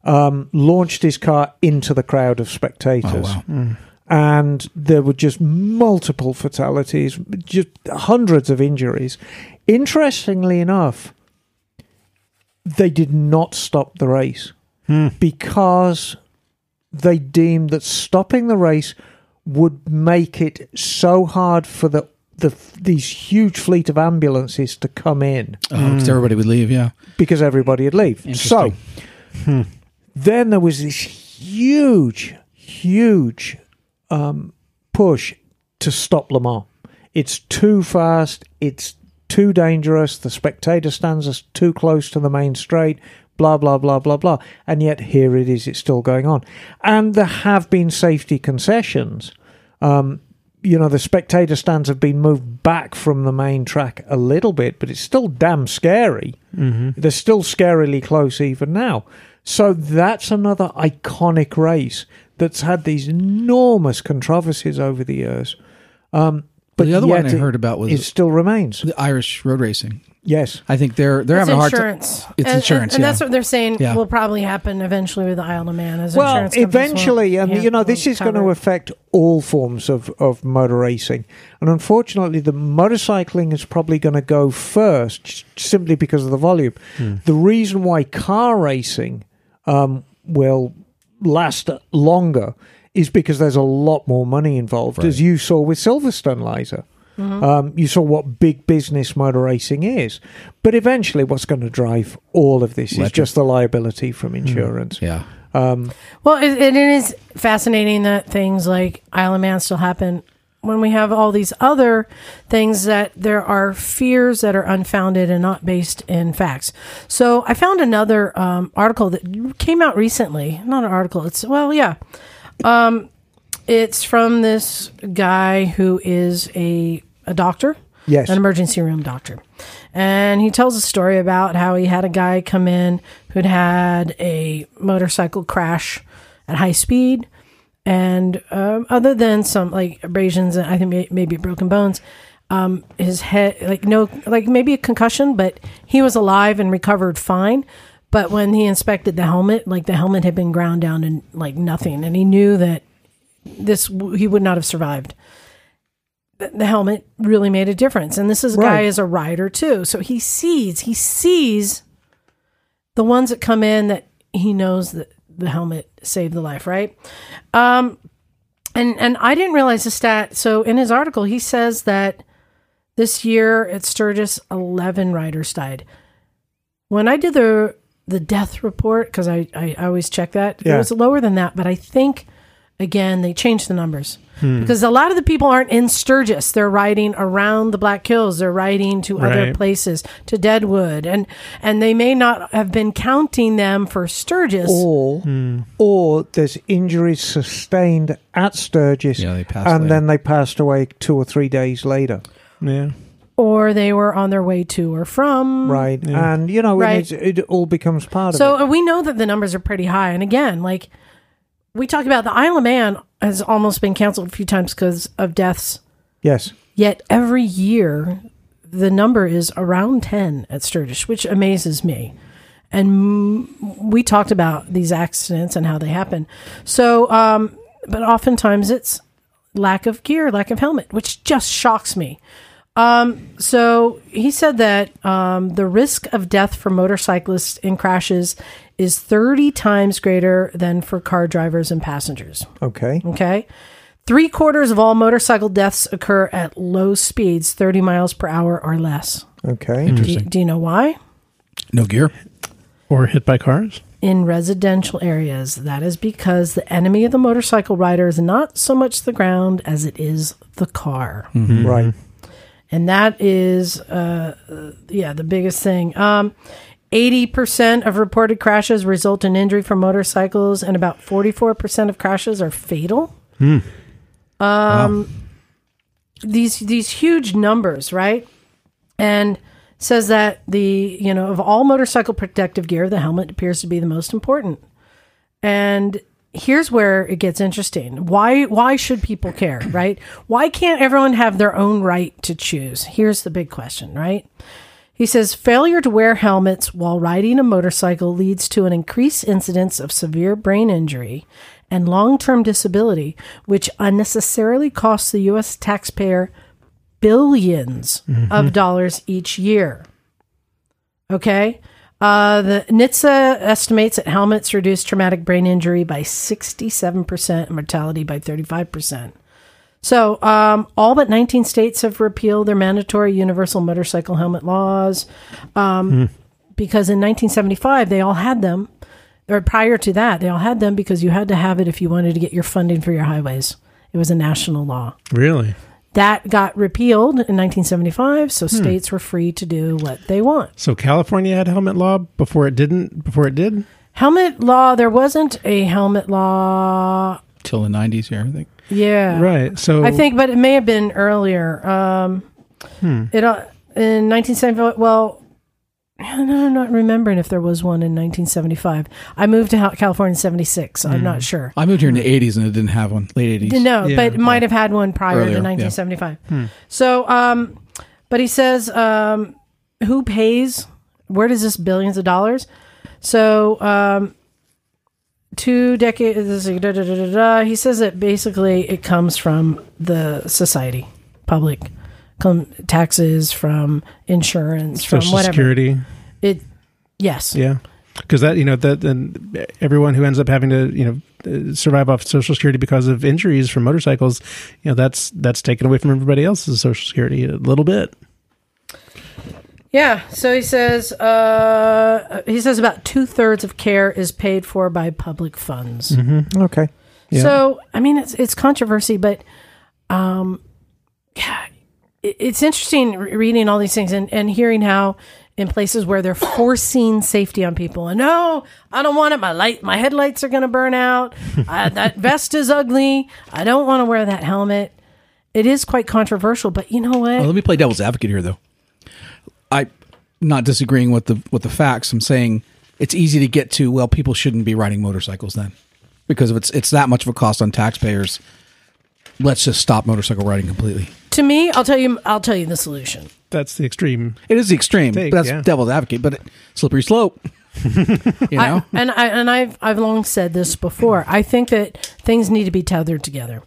um, launched his car into the crowd of spectators. Oh, And there were just multiple fatalities, just hundreds of injuries. Interestingly enough, they did not stop the race because they deemed that stopping the race would make it so hard for the, the these huge fleet of ambulances to come in Oh, 'cause everybody would leave. Yeah. because everybody would leave. So hmm. Interesting. then there was this huge, huge um, push to stop Le Mans. It's too fast. It's too dangerous. The spectator stands us too close to the main straight. Blah blah blah blah blah. And yet here it is. It's still going on. And there have been safety concessions. Um, you know, the spectator stands have been moved back from the main track a little bit, but it's still damn scary. Mm-hmm. They're still scarily close even now. So that's another iconic race that's had these enormous controversies over the years. Um, but the other yet one I it- heard about was it still remains. the Irish road racing. Yes. I think they're they're it's having a insurance. hard time. It's and, insurance. and, and yeah. that's what they're saying Yeah. will probably happen eventually with the Isle of Man. As Well, insurance companies will- eventually, and yeah, you know, this will is going to cover it. affect all forms of, of motor racing. And unfortunately, the motorcycling is probably going to go first s- simply because of the volume. The reason why car racing um, will last longer is because there's a lot more money involved, as you saw with Silverstone Liza. Mm-hmm. Um, you saw what big business motor racing is. But eventually, what's going to drive all of this is Electric. just the liability from insurance. Yeah. Well, it, it is fascinating that things like Isle of Man still happen when we have all these other things that there are fears that are unfounded and not based in facts. So I found another um, article that came out recently. Not an article. It's well, yeah. Um, it's from this guy who is a a doctor. Yes. An emergency room doctor. And he tells a story about how he had a guy come in who'd had a motorcycle crash at high speed. And um, other than some like abrasions, and I think may- maybe broken bones, um, his head, like no, like maybe a concussion, but he was alive and recovered fine. But when he inspected the helmet, like the helmet had been ground down and like nothing. And he knew that this, he would not have survived the helmet really made a difference. And this is a guy Right. is a rider too. So he sees, he sees the ones that come in that he knows that the helmet saved the life, right? Um and and I didn't realize the stat. So in his article he says that this year at Sturgis 11 riders died. When I did the the death report cuz I, I I always check that. Yeah. It was lower than that, but I think again they changed the numbers because a lot of the people aren't in Sturgis. They're riding around the Black Hills. They're riding to other Right. places, to Deadwood, and and they may not have been counting them for Sturgis. Or, Hmm. or there's injuries sustained at Sturgis Yeah, they passed and later. then they passed away two or three days later. Yeah. or they were on their way to or from. Right. And, you know, Hmm. Right. it, is- it all becomes part of it. So uh, we know that the numbers are pretty high. And again, like we talk about, the Isle of Man has almost been canceled a few times because of deaths. Yes. Yet every year, the number is around 10 at Sturgis, which amazes me. And m- we talked about these accidents and how they happen. So, um, but oftentimes it's lack of gear, lack of helmet, which just shocks me. Um, so he said that um, the risk of death for motorcyclists in crashes is 30 times greater than for car drivers and passengers. Okay. Okay. Three quarters of all motorcycle deaths occur at low speeds, 30 miles per hour or less. Okay. Do, do you know why? No gear. Or hit by cars. In residential areas. That is because the enemy of the motorcycle rider is not so much the ground as it is the car. Mm-hmm. Right. And that is, uh, uh, yeah, the biggest thing. Um, 80% of reported crashes result in injury from motorcycles, and about 44% of crashes are fatal. Um, these these huge numbers, right? And says that the you know of all motorcycle protective gear, the helmet appears to be the most important. And here's where it gets interesting. Why why should people care, right? Why can't everyone have their own right to choose? Here's the big question, right? He says failure to wear helmets while riding a motorcycle leads to an increased incidence of severe brain injury and long term disability, which unnecessarily costs the U.S. taxpayer 1000000000s of dollars each year. Okay. Uh, the NHTSA estimates that helmets reduce traumatic brain injury by 67% and mortality by 35%. So, um, all but 19 states have repealed their mandatory universal motorcycle helmet laws um, because in 1975 they all had them, or prior to that, they all had them because you had to have it if you wanted to get your funding for your highways. It was a national law. Really? That got repealed in 1975, so states were free to do what they want. So California had helmet law before it didn't. Before it did. Helmet law, there wasn't a helmet law. Till the 90s here, I think. Yeah. Right. So I think, but it may have been earlier. Um, hmm. It uh, in 1975. Well, no, no, I'm not remembering if there was one in 1975. I moved to Hal- California in 76. So I'm Mm. not sure. I moved here in the 80s and it didn't have one. Late 80s. No, Yeah, Hmm. but it might have had one prior Earlier, to yeah. 1975. So, um, but he says, um, who pays? Where does this billions of dollars? So, um, two decades. Da, da, da, da, da, he says that basically it comes from the society, public, com- taxes, from insurance, from Social whatever. Security. It, yes, Yeah. because that you know that then everyone who ends up having to you know uh, survive off social security because of injuries from motorcycles, you know that's that's taken away from everybody else's social security a little bit. Yeah. So he says, uh, he says about two thirds of care is paid for by public funds. Okay. So I mean, it's it's controversy, but um, yeah, it- it's interesting re- reading all these things and, and hearing how in places where they're forcing safety on people and no, I don't want it. My light, my headlights are going to burn out. I, that vest is ugly. I don't want to wear that helmet. It is quite controversial, but you know Well, what? Oh, let me play devil's advocate here, though. I not disagreeing with the with the facts. I'm saying it's easy to get to. Well, people shouldn't be riding motorcycles then, because if it's it's that much of a cost on taxpayers, let's just stop motorcycle riding completely. To me, I'll tell you, I'll tell you the solution. That's the extreme. It is the extreme. Take, but that's yeah. devil's advocate, but it, slippery slope. you know, and I and I've I've long said this before. I think that things need to be tethered together.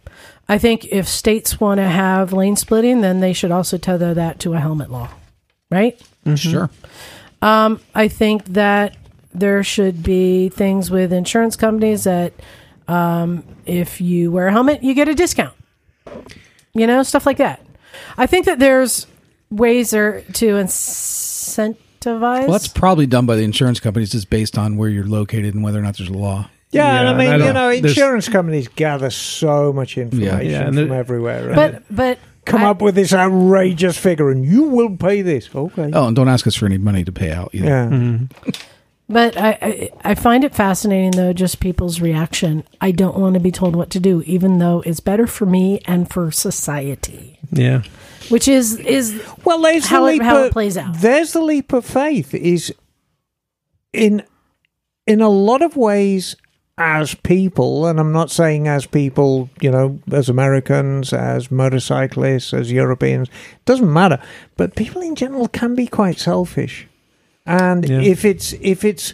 I think if states want to have lane splitting, then they should also tether that to a helmet law, right? Um, sure. I think that there should be things with insurance companies that um, if you wear a helmet, you get a discount. You know, stuff like that. I think that there's ways there to incentivize. Well, that's probably done by the insurance companies, just based on where you're located and whether or not there's a law. Yeah, and I Yeah, mean, I you don't- know, there's- insurance companies gather so much information Yeah, and from there- everywhere. and but but come I- up with this outrageous figure, and you will pay this. Okay. Oh, and don't ask us for any money to pay out either. Yeah. Mm-hmm. But I, I I find it fascinating though just people's reaction. I don't want to be told what to do, even though it's better for me and for society. Yeah, Which is is Well, there's How the it- leap how it of, plays out. There's the leap of faith is in in a lot of ways as people, and I'm not saying as people, you know, as Americans, as motorcyclists, as Europeans, doesn't matter. But people in general can be quite selfish, and Yeah. if it's if it's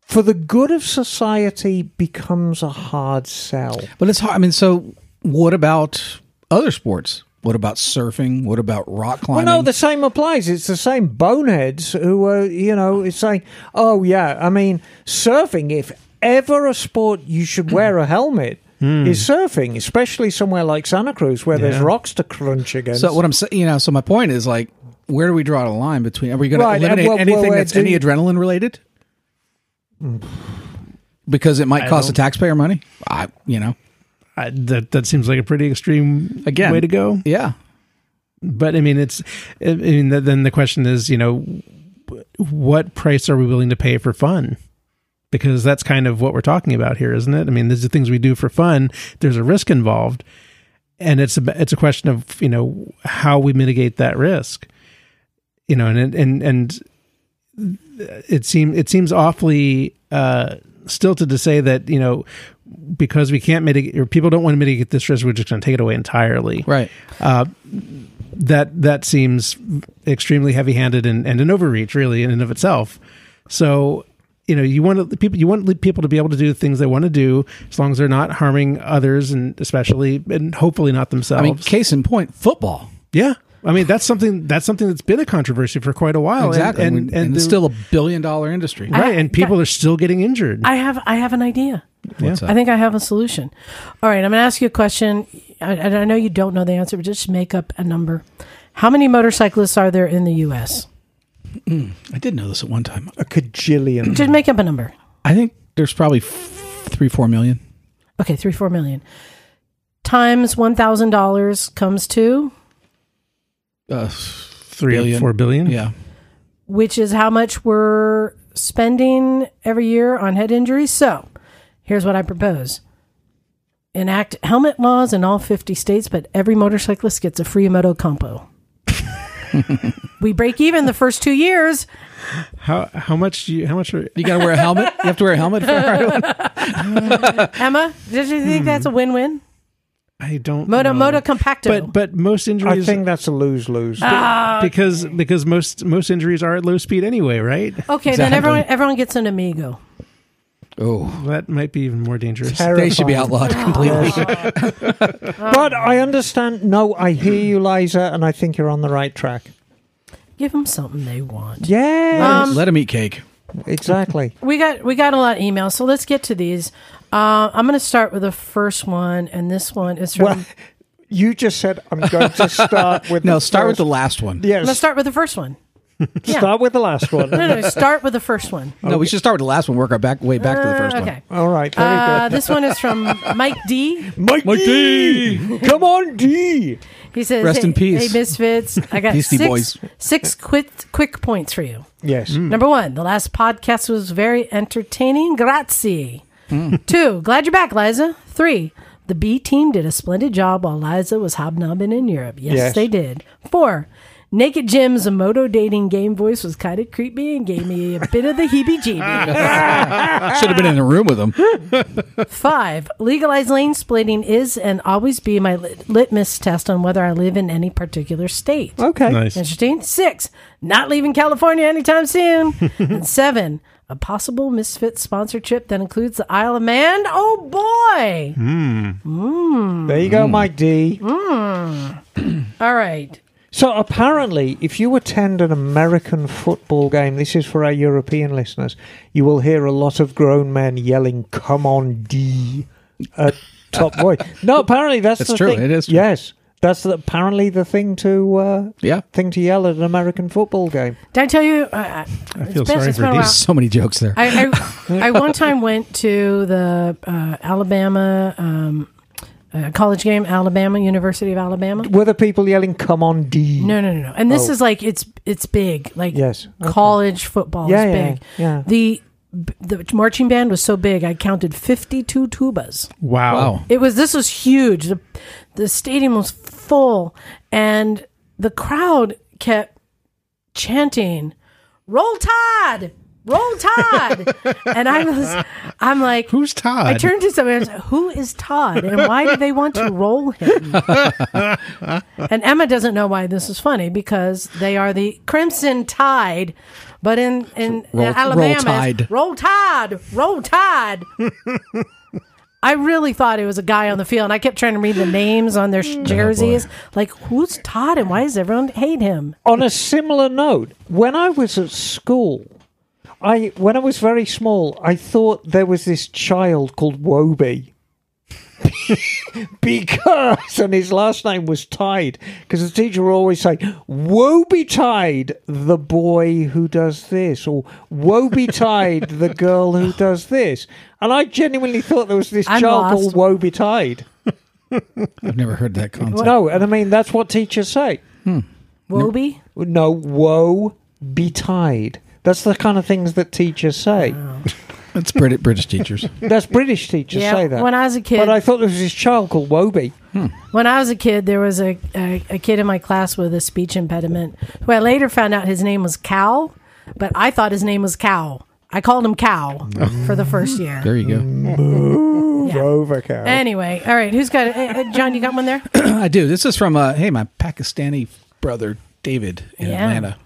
for the good of society, becomes a hard sell. But it's hard. I mean, so what about other sports? What about surfing? What about rock climbing? Well, Oh, no, the same applies. It's the same boneheads who are, you know, it's saying, oh, yeah, I mean, surfing, if ever a sport you should wear a helmet, Hmm. is surfing, especially somewhere like Santa Cruz where there's Yeah. rocks to crunch against. so what I'm saying, you know, so my point is like, where do we draw the line between? Are we going Right, and to eliminate well, well, anything uh, that's do- any adrenaline related? Because it might I cost the don't- taxpayer money. I, you know, I, that that seems like a pretty extreme Again. way to go. yeah. But I mean, it's I mean th- then the question is you know what price are we willing to pay for fun? Because that's kind of what we're talking about here, isn't it? I mean, these are things we do for fun. There's a risk involved, and it's a it's a question of you know how we mitigate that risk. You know, and it- and and it seems it seems awfully uh, stilted to say that you know because we can't mitigate or people don't want to mitigate this risk, we're just going to take it away entirely Right. that that seems extremely heavy-handed and, and an overreach really in and of itself so you know you want to, people you want people to be able to do things they want to do as long as they're not harming others and especially and hopefully not I themselves mean, case in point, football. yeah i mean that's something that's something that's been a controversy for quite a Oh, while Exactly. and, And, and, and it's the- still a billion dollar industry. right I- and people are still getting injured I have I have an idea. What's I that? think I have a solution. All right, I'm going to ask you a question. I, and I know you don't know the answer, but just make up a number. How many motorcyclists are there in the U.S.? I did know this at one time. a cajillion. Just make up a number. I think there's probably f- three, four million. Okay, three four million times one thousand dollars comes to Uh, three billion. four billion yeah. which is how much we're spending every year on head injuries. So here's what I propose enact helmet laws in all 50 states, but every motorcyclist gets a free moto compo. we break even the first two years. how how much do you how much are You got to wear a helmet. You have to wear a helmet for everyone. Emma, did you think that's a win win? i don't Moto, know. moto compacto. but but most I injuries think that's a lose lose. Uh-huh. because because most most injuries are at low speed anyway, right? okay, then Exactly. everyone everyone gets an Amigo. Oh. That might be even more dangerous. They should be outlawed Oh, completely. But I understand. No, I hear you, Liza, and I think you're on the right track. Give them something they want. Yeah. Um, Let them eat cake. Uh, exactly. we got we got a lot of emails, so let's get to these. Uh, I'm going to start with the first one, and this one is from. well, you just said I'm going to start with No, start with the first- last one. yes. let's start with the first one. Yeah. Start with the last one. No, no, start with the first one. No, we should start with the last one. Work our back way back to the first Uh, one. okay. All right, very Uh, good. this one is from Mike D. Mike, D, come on, D. He says, Rest hey, in peace. Hey, misfits. I got Beastie six, Boys." six quick quick points for you. Yes, Number one, the last podcast was very entertaining. Grazie. Hmm. Two, glad you're back, Liza. Three, the B team did a splendid job while Liza was hobnobbing in Europe. Yes, Yes. they did. Four, Naked Jim's moto dating game voice was kind of creepy and gave me a bit of the heebie jeebies. Should have been in the room with them. Five, legalized lane splitting is and always be my lit- litmus test on whether I live in any particular state. okay. Nice. Interesting. Six, not leaving California anytime soon. and seven, a possible misfit sponsorship that includes the Isle of Man. Oh boy! Hmm? There you go, Mike D. All right. Mm. So apparently, if you attend an American football game, this is for our European listeners, you will hear a lot of grown men yelling "Come on, D!" at top voice. No, apparently that's It's the true, Thing. it is true. Yes, that's the, apparently the thing to uh, Yeah. thing to yell at an American football game. Did I tell you? Uh, I feel sorry for these. So many jokes there. I, I, I one time went to the uh, Alabama um, uh, college game, Alabama University of Alabama. Were the people yelling "Come on, D!" No, no, no, no. And this Oh. is like it's it's big. Like Yes, okay. college football Yeah, is yeah, big. yeah. The the marching band was so big. I counted fifty two tubas. Wow. wow. It was this was huge. The the stadium was full and the crowd kept chanting, "Roll Tide! Roll Tide!" and I was I'm like Who's Todd? I turned to somebody and I said, Who is Todd and why do they want to roll him? and Emma doesn't know why this is funny because they are the Crimson Tide, but in, in Roll- Alabama, Roll it's Tide. roll Tide, roll Tide. I really thought it was a guy on the field. and I kept trying to read the names on their sh- jerseys. like, who's Todd and why does everyone hate him? on a similar note, when I was at school, I when I was very small, I thought there was this child called Woby. because and his last name was Tide, because the teacher would always say, Woe betide the boy who does this, or Woe betide the girl who does this. And I genuinely thought there was this I'm child lost. called Woe betide. I've never heard that concept. No, and I mean that's what teachers say. Woby? No, woe betide. That's the kind of things that teachers say. It's British, British teachers. That's British teachers Yeah, say that. when I was a kid- But I thought there was this child called Woby. When I was a kid, there was a, a, a kid in my class with a speech impediment who I later found out his name was Cal, but I thought his name was Cow. I called him Cow for the first year. There you Mm. go. Yeah. Anyway, all right, who's got it? Hey, hey, John, you got one there? I do. This is from, uh, hey, my Pakistani brother, David, in Yeah. Atlanta.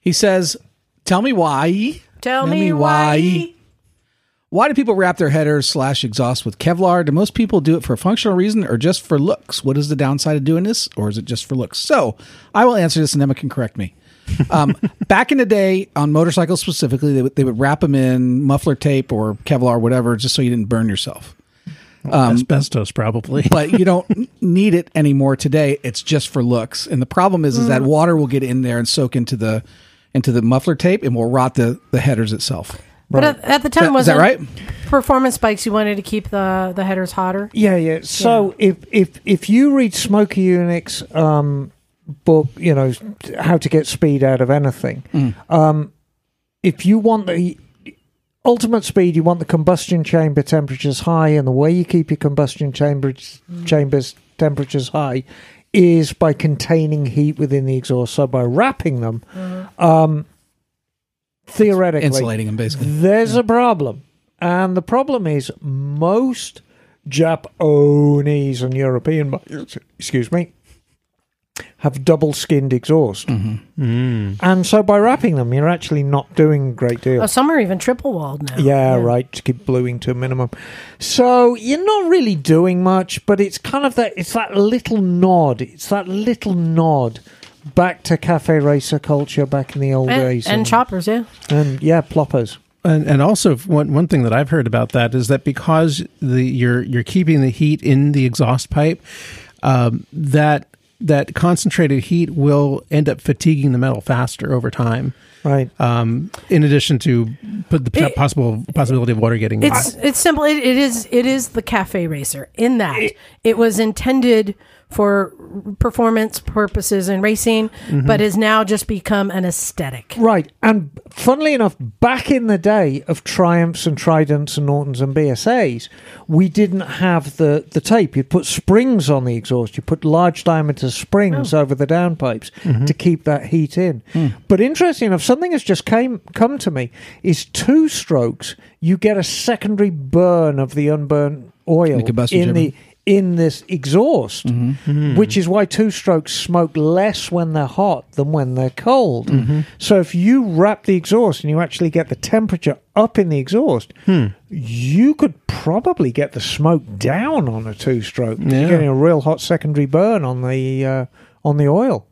He says, Tell me why. Tell me why. Why do people wrap their headers slash exhaust with Kevlar? Do most people do it for a functional reason or just for looks? What is the downside of doing this, or is it just for looks? So I will answer this, and Emma can correct me. Um, back in the day, on motorcycles specifically, they would, they would wrap them in muffler tape or Kevlar, whatever, just so you didn't burn yourself. Um, Asbestos, probably. But you don't n- need it anymore today. It's just for looks, and the problem is, is that water will get in there and soak into the into the muffler tape, and will rot the the headers itself. But at, at the time, Is that wasn't right? Performance bikes, you wanted to keep the, the headers hotter. Yeah, yeah. So if if if you read Smokey Eunuch's um, book, you know how to get speed out of anything. Um, if you want the ultimate speed, you want the combustion chamber temperatures high, and the way you keep your combustion chambers chambers temperatures high is by containing heat within the exhaust. So by wrapping them, um, theoretically, Insulating them, basically. there's a problem. And the problem is most Japanese and European bikes, excuse me, have double skinned exhaust. Mm-hmm. And so by wrapping them, you're actually not doing a great deal. Oh, some are even triple walled now. Yeah, right. To keep bluing to a minimum. So you're not really doing much, but it's kind of that. It's that little nod. It's that little nod back to cafe racer culture back in the old and, days. and choppers, yeah. and, yeah, ploppers. And, and also f- one one thing that I've heard about that is that because the you're you're keeping the heat in the exhaust pipe, um, that that concentrated heat will end up fatiguing the metal faster over time. Right. Um, in addition to put the It- possible possibility of water getting in. It's it's simple. It, it is it is the cafe racer in that it was intended for performance purposes and racing, Mm-hmm. but has now just become an aesthetic. Right. And funnily enough, back in the day of Triumphs and Tridents and Nortons and BSAs, we didn't have the, the tape. You'd put springs on the exhaust, you put large diameter springs over the downpipes to keep that heat in. But interesting enough, something has just came come to me is two strokes, you get a secondary burn of the unburned oil The combustion in the chamber. in this exhaust, which is why two strokes smoke less when they're hot than when they're cold. So if you wrap the exhaust and you actually get the temperature up in the exhaust, you could probably get the smoke down on a two stroke. You're Yeah. getting a real hot secondary burn on the uh, on the oil.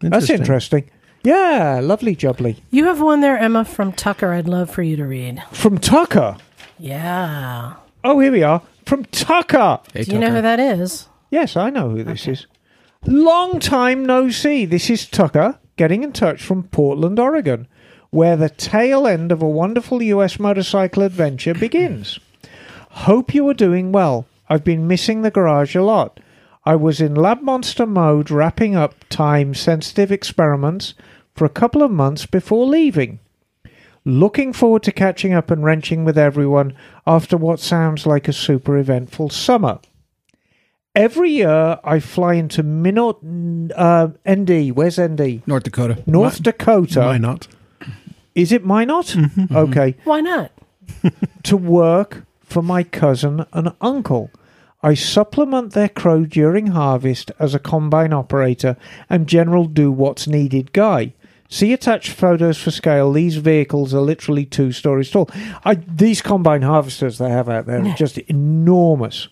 That's interesting. Yeah, lovely jubbly. You have one there, Emma, from Tucker. I'd love for you to read. From Tucker. Yeah. Oh, here we are. From Tucker. Hey, Do you know Tucker. who that is? Yes, I know who this is. Long time no see. This is Tucker getting in touch from Portland, Oregon, where the tail end of a wonderful US motorcycle adventure begins. Hope you are doing well. I've been missing the garage a lot. I was in Lab Monster mode wrapping up time sensitive experiments for a couple of months before leaving. Looking forward to catching up and wrenching with everyone after what sounds like a super eventful summer. Every year I fly into Minot, uh, ND. Where's ND? North Dakota. North Dakota. Why not? Is it Minot? Okay. Why not? To work for my cousin and uncle. I supplement their crow during harvest as a combine operator and general do what's needed guy. See attached photos for scale. These vehicles are literally two stories tall. I, these combine harvesters they have out there are just enormous.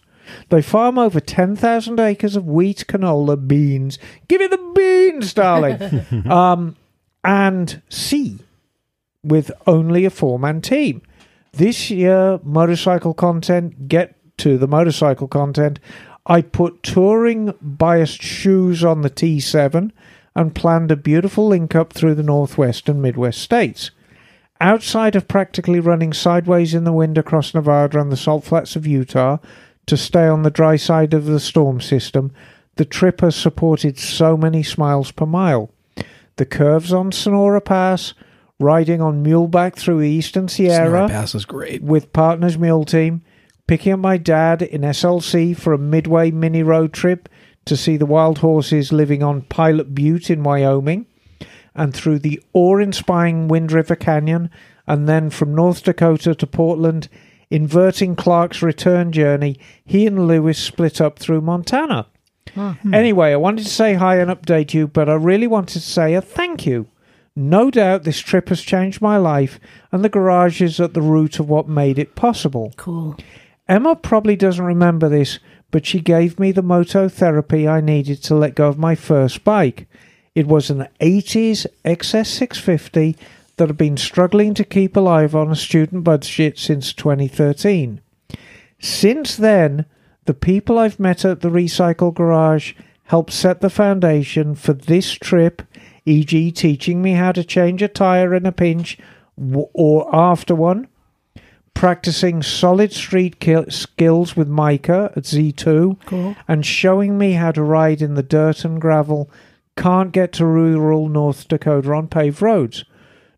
They farm over 10,000 acres of wheat, canola, beans. Give me the beans, darling! um, and sea with only a four man team. This year, motorcycle content, get to the motorcycle content. I put touring biased shoes on the T7 and planned a beautiful link up through the Northwest and Midwest states. Outside of practically running sideways in the wind across Nevada and the salt flats of Utah to stay on the dry side of the storm system, the trip has supported so many smiles per mile the curves on Sonora Pass, riding on muleback through eastern Sierra Sonora Pass is great. with Partners Mule Team, picking up my dad in SLC for a midway mini road trip to see the wild horses living on Pilot Butte in Wyoming, and through the awe inspiring Wind River Canyon, and then from North Dakota to Portland. Inverting Clark's return journey, he and Lewis split up through Montana. Anyway, I wanted to say hi and update you, but I really wanted to say a thank you. No doubt this trip has changed my life, and the garage is at the root of what made it possible. Cool. Emma probably doesn't remember this, but she gave me the moto therapy I needed to let go of my first bike. It was an 80s XS650 that had been struggling to keep alive on a student budget since 2013. Since then, the people I've met at the Recycle Garage helped set the foundation for this trip, e.g., teaching me how to change a tyre in a pinch w- or after one, practicing solid street ki- skills with Micah at Z2, Cool. and showing me how to ride in the dirt and gravel. Can't get to rural North Dakota on paved roads.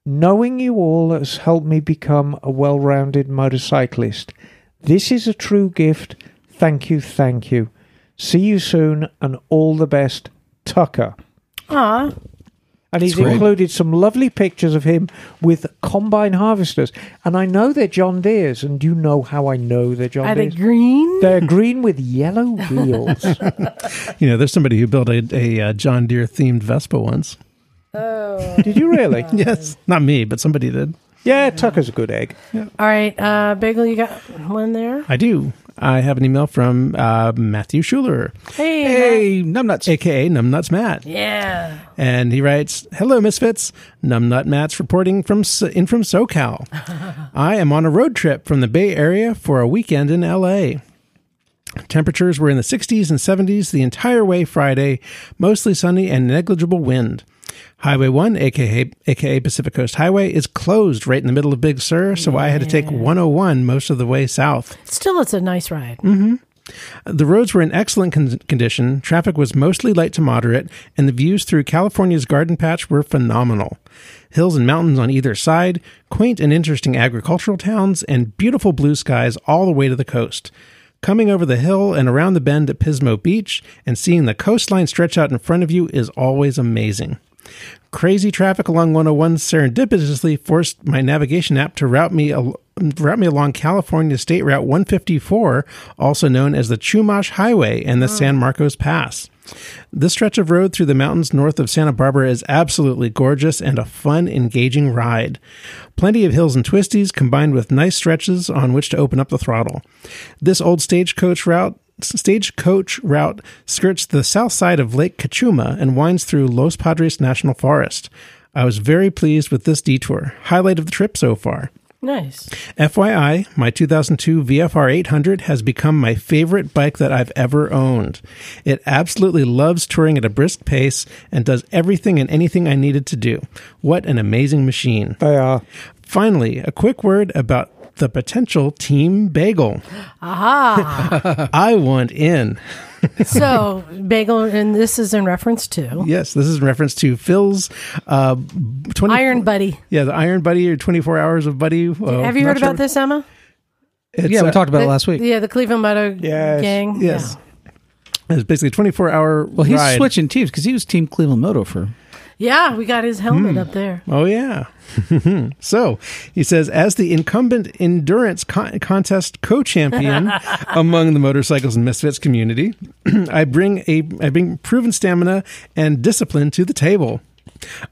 Knowing you all has helped me become a well rounded motorcyclist. This is a true gift. Thank you, thank you. See you soon and all the best, Tucker. Aw. And he's That's great. included some lovely pictures of him with combine harvesters. And I know they're John Deere's, and you know how I know they're John Are they Deere's. green? They're green with yellow wheels. You know, there's somebody who built a, a uh, John Deere themed Vespa once. Did you really? Yes, not me, but somebody did. Yeah, Tucker's a good egg. All right, uh, Bagel, you got one there? I do. I have an email from uh, Matthew Schuler, Hey. Hey, numbnuts. aka Numbnuts Matt. Yeah. And he writes, "Hello, misfits. Numbnut Matt's reporting from S- in from SoCal. I am on a road trip from the Bay Area for a weekend in LA. Temperatures were in the 60s and 70s the entire way Friday, mostly sunny and negligible wind. Highway 1, aka, aka Pacific Coast Highway, is closed right in the middle of Big Sur, so I had to take 101 most of the way south. Still, it's a nice ride. Mm. The roads were in excellent con- condition, traffic was mostly light to moderate, and the views through California's garden patch were phenomenal. Hills and mountains on either side, quaint and interesting agricultural towns, and beautiful blue skies all the way to the coast. Coming over the hill and around the bend at Pismo Beach and seeing the coastline stretch out in front of you is always amazing. Crazy traffic along 101 serendipitously forced my navigation app to route me al- route me along California State Route 154, also known as the Chumash Highway and the San Marcos Pass. This stretch of road through the mountains north of Santa Barbara is absolutely gorgeous and a fun, engaging ride. Plenty of hills and twisties combined with nice stretches on which to open up the throttle. This old stagecoach route stagecoach route skirts the south side of Lake Cachuma and winds through Los Padres National Forest. I was very pleased with this detour, highlight of the trip so far. Nice. FYI, my 2002 VFR 800 has become my favorite bike that I've ever owned. It absolutely loves touring at a brisk pace and does everything and anything I needed to do. What an amazing machine. They are. Finally, a quick word about the potential team bagel. Aha. I want in. so, bagel, and this is in reference to Yes, this is in reference to Phil's uh, 20, Iron Buddy. Yeah, the Iron Buddy or 24 Hours of Buddy. Well, Have you Oh, not heard sure. about this, Emma? It's, Yeah, we uh, talked about it last week. Yeah, the Cleveland Moto Yes. gang. Yes. It's basically a 24 hour. Well, he's ride. switching teams because he was Team Cleveland Moto for. Yeah, Yeah, we got his helmet up there. Oh, yeah. so he says, as the incumbent endurance con- contest co champion among the motorcycles and misfits community, I bring, a, I bring proven stamina and discipline to the table.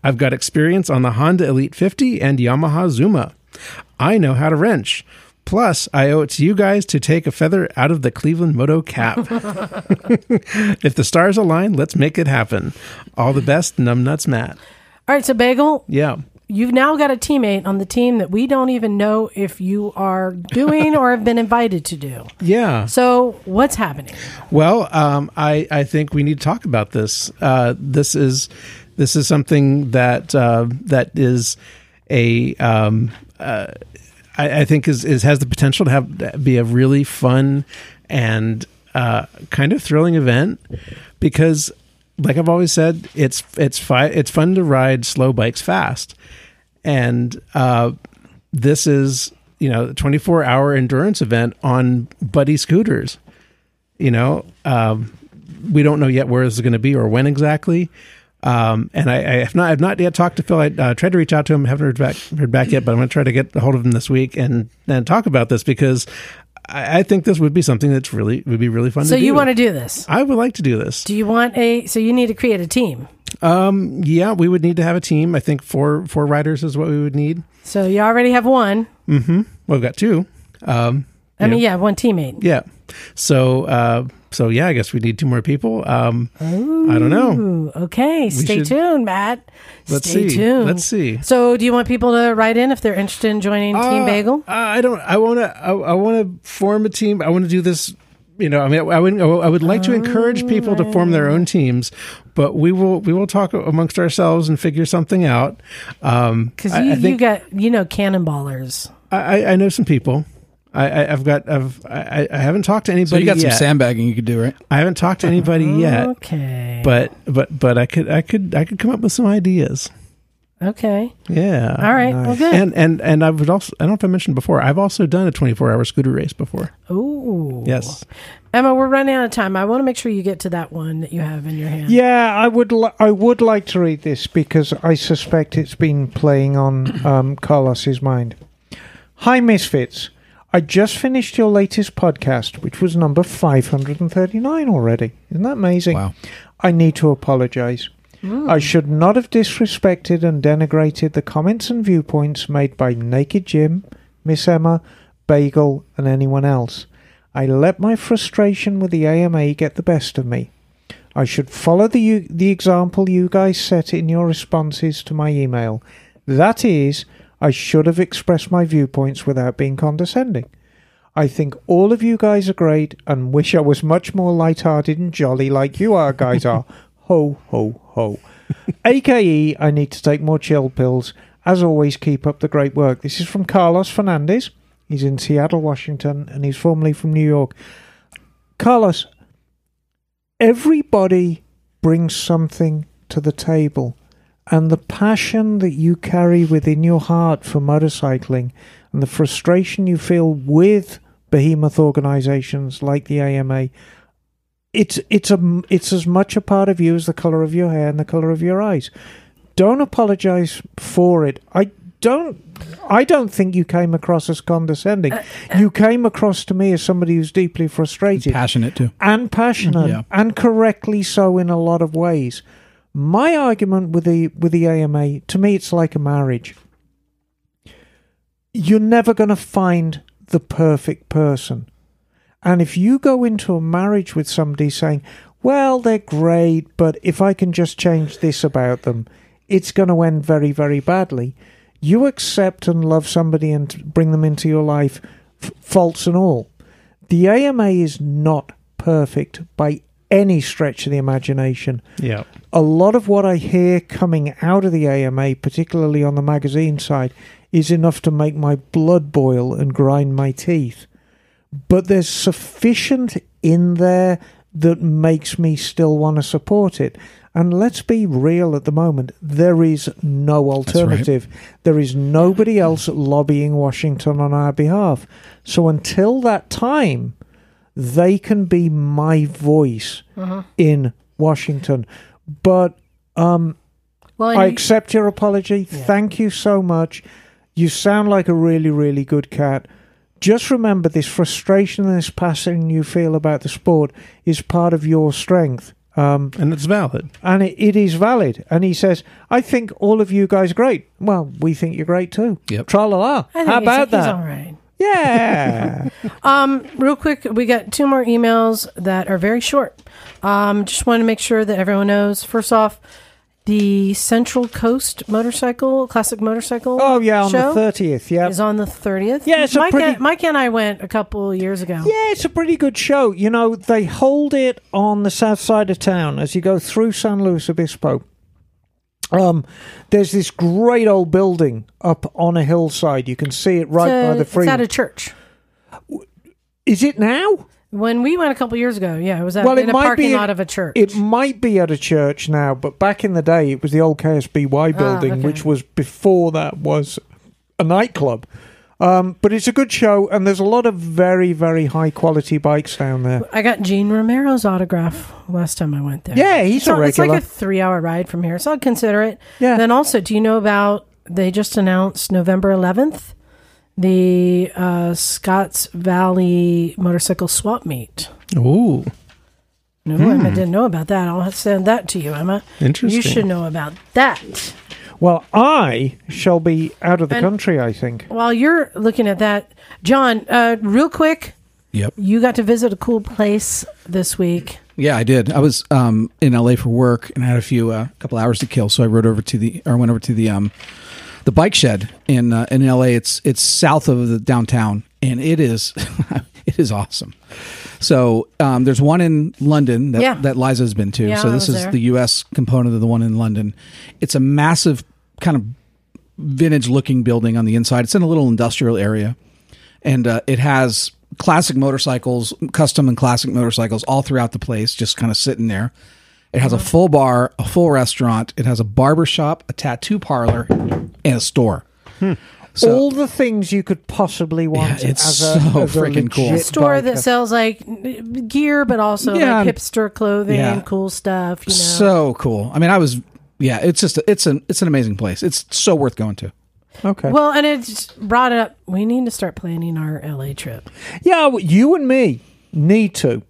I've got experience on the Honda Elite 50 and Yamaha Zuma. I know how to wrench. Plus, I owe it to you guys to take a feather out of the Cleveland Moto cap. if the stars align, let's make it happen. All the best, numbnuts Matt. All right, so, bagel, Yeah. you've now got a teammate on the team that we don't even know if you are doing or have been invited to do. Yeah. So, what's happening? Well, um, I I think we need to talk about this. Uh, this is this is something that uh, that is a um, uh, I, I think is, is has the potential to have be a really fun and uh, kind of thrilling event because, like I've always said, it's it's fi- it's fun to ride slow bikes fast, and uh, this is you know 24 hour endurance event on buddy scooters you know um, we don't know yet where this is going to be or when exactly um, and I, I have not I've not yet talked to Phil. I uh, tried to reach out to him. Haven't heard back heard back yet. But I'm going to try to get a hold of him this week and and talk about this because I, I think this would be something that's really would be really fun. So, to do. you want to do this? I would like to do this. Do you want a? So, you need to create a team. Um, yeah, we would need to have a team. I think four four riders is what we would need. Mm-hmm. So, you already have one. Well, we've got two. Um, I mean, yeah, one teammate. Yeah. So uh so yeah, I guess we need two more people. Um I don't know. Ooh, okay. Stay should- tuned, Matt. Let's Stay see. tuned. Let's see. So, do you want people to write in if they're interested in joining Team Uh, Bagel? I don't I want to I, I want to form a team. I want to do this you know, I mean, I would, I would Oh, like to encourage people to form their own teams, but we will, we will talk amongst ourselves and figure something out. Um, Because I- you, I you think- got you know cannonballers. I, I- I know some people. I, I, I've got, I've, I, I- I haven't talked to anybody So you got yet. some sandbagging you could do, right? I haven't talked to anybody yet, Okay. but, but, but I could, I could, I could come up with some ideas. okay. Yeah. Oh, All right. Well, good. and and and I would also I don't know if I mentioned before I've also done a 24 hour scooter race before. Ooh. Yes, Emma, we're running out of time. I want to make sure you get to that one that you have in your hand. Yeah, I would. Li- I would like to read this because I suspect it's been playing on um, Carlos's mind. Hi, misfits. I just finished your latest podcast, which was number 539 already. Isn't that amazing? Wow. I need to apologize. I should not have disrespected and denigrated the comments and viewpoints made by Naked Jim, Miss Emma, Bagel, and anyone else. I let my frustration with the AMA get the best of me. I should follow the you, the example you guys set in your responses to my email. That is, I should have expressed my viewpoints without being condescending. I think all of you guys are great and wish I was much more light-hearted and jolly like you are guys are. ho ho ho. AKE, I need to take more chill pills. As always, keep up the great work. This is from Carlos Fernandez. He's in Seattle, Washington, and he's formerly from New York. Carlos, everybody brings something to the table. And the passion that you carry within your heart for motorcycling and the frustration you feel with behemoth organizations like the AMA, it's, it's, a, it's as much a part of you as the color of your hair and the color of your eyes. Don't apologize for it. I don't I don't think you came across as condescending. You came across to me as somebody who's deeply frustrated Passionate too. and passionate Yeah. and correctly so in a lot of ways. My argument with the with the AMA, to me it's like a marriage. You're never going to find the perfect person. And if you go into a marriage with somebody saying, "Well, they're great, but if I can just change this about them, it's going to end very very badly." You accept and love somebody and bring them into your life, f- faults and all. The AMA is not perfect by any stretch of the imagination. Yeah. A lot of what I hear coming out of the AMA, particularly on the magazine side, is enough to make my blood boil and grind my teeth. But there's sufficient in there that makes me still want to support it. And let's be real at the moment, there is no right. alternative. There is nobody else lobbying Washington on our behalf. So until that time, they can be my voice in Washington. But Well, I and you- accept your apology. Thank you so much. You sound like a really, really good cat. Just remember this frustration and this passion you feel about the sport is part of your strength. Um, And it's valid. and it, it is valid. And he says, I think all of you guys are great. Well, we think you're great too. Yep. Tra la la. I think How he's- about He's that? all right. Yeah. Um, real quick, we got two more emails that are very short. Um, just want to make sure that everyone knows. First off, the Central Coast Motorcycle Classic Motorcycle. oh, yeah, on show the 30th. Yeah. is on the thirtieth. Yeah, it's a Mike, pretty- and, Mike and I went a couple years ago. Yeah, it's a pretty good show. You know, they hold it on the south side of town as you go through San Luis Obispo. Um, there's this great old building up on a hillside. You can see it right So by the It's at freeway. a church. Is it now? When we went a couple years ago, yeah, it was at, Well, it in a might be parking in- lot of a church. It might be at a church now, but back in the day, it was the old KSBY building, Ah, okay. which was before that was a nightclub. Um, but it's a good show, and there's a lot of very, very high quality bikes down there. I got Gene Romero's autograph last time I went there. Yeah, he's it's not- a It's regular. like a three-hour ride from here, so I'd consider it. Yeah. Then also, do you know about? They just announced November 11th, the uh, Scotts Valley Motorcycle Swap Meet. Ooh, No, Hmm. Emma didn't know about that. I'll send that to you, Emma. Interesting. You should know about that. Well, I shall be out of the And- country, I think. While you're looking at that, John, uh, real quick, Yep. you got to visit a cool place this week. Yeah, I did. I was um, in LA for work and I had a few uh, couple hours to kill, so I rode over to the or went over to the um, the bike shed in uh, in LA. It's it's south of the downtown, and it is it is awesome. So um, there's one in London that Yeah. that Liza's been to. Yeah, so I this was is there. the U.S. component of the one in London. It's a massive kind of vintage looking building on the inside. It's in a little industrial area, and uh, it has classic motorcycles, custom and classic motorcycles all throughout the place, just kind of sitting there. It has a Mm-hmm. full bar, a full restaurant. It has a barber shop, a tattoo parlor, and a store. So- All the things you could possibly want. Yeah, it's as a, so as a freaking cool. legit store that biker. sells like n- gear, but also Yeah. like hipster clothing, Yeah. cool stuff. You know, So cool. I mean, I was yeah. It's just a, it's an it's an amazing place. It's so worth going to. Okay. well, and it's brought up. We need to start planning our LA trip. yeah, well, you and me need to.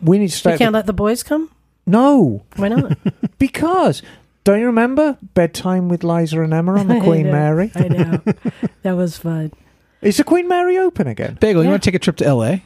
We need to stay. We Mm-hmm. at the- can't let the boys come. no, Why not? because don't you remember bedtime with Liza and Emma on the Queen I know. Mary? I know that was fun. Is the Queen Mary open again? Bagel, you Yeah. want to take a trip to L.A.?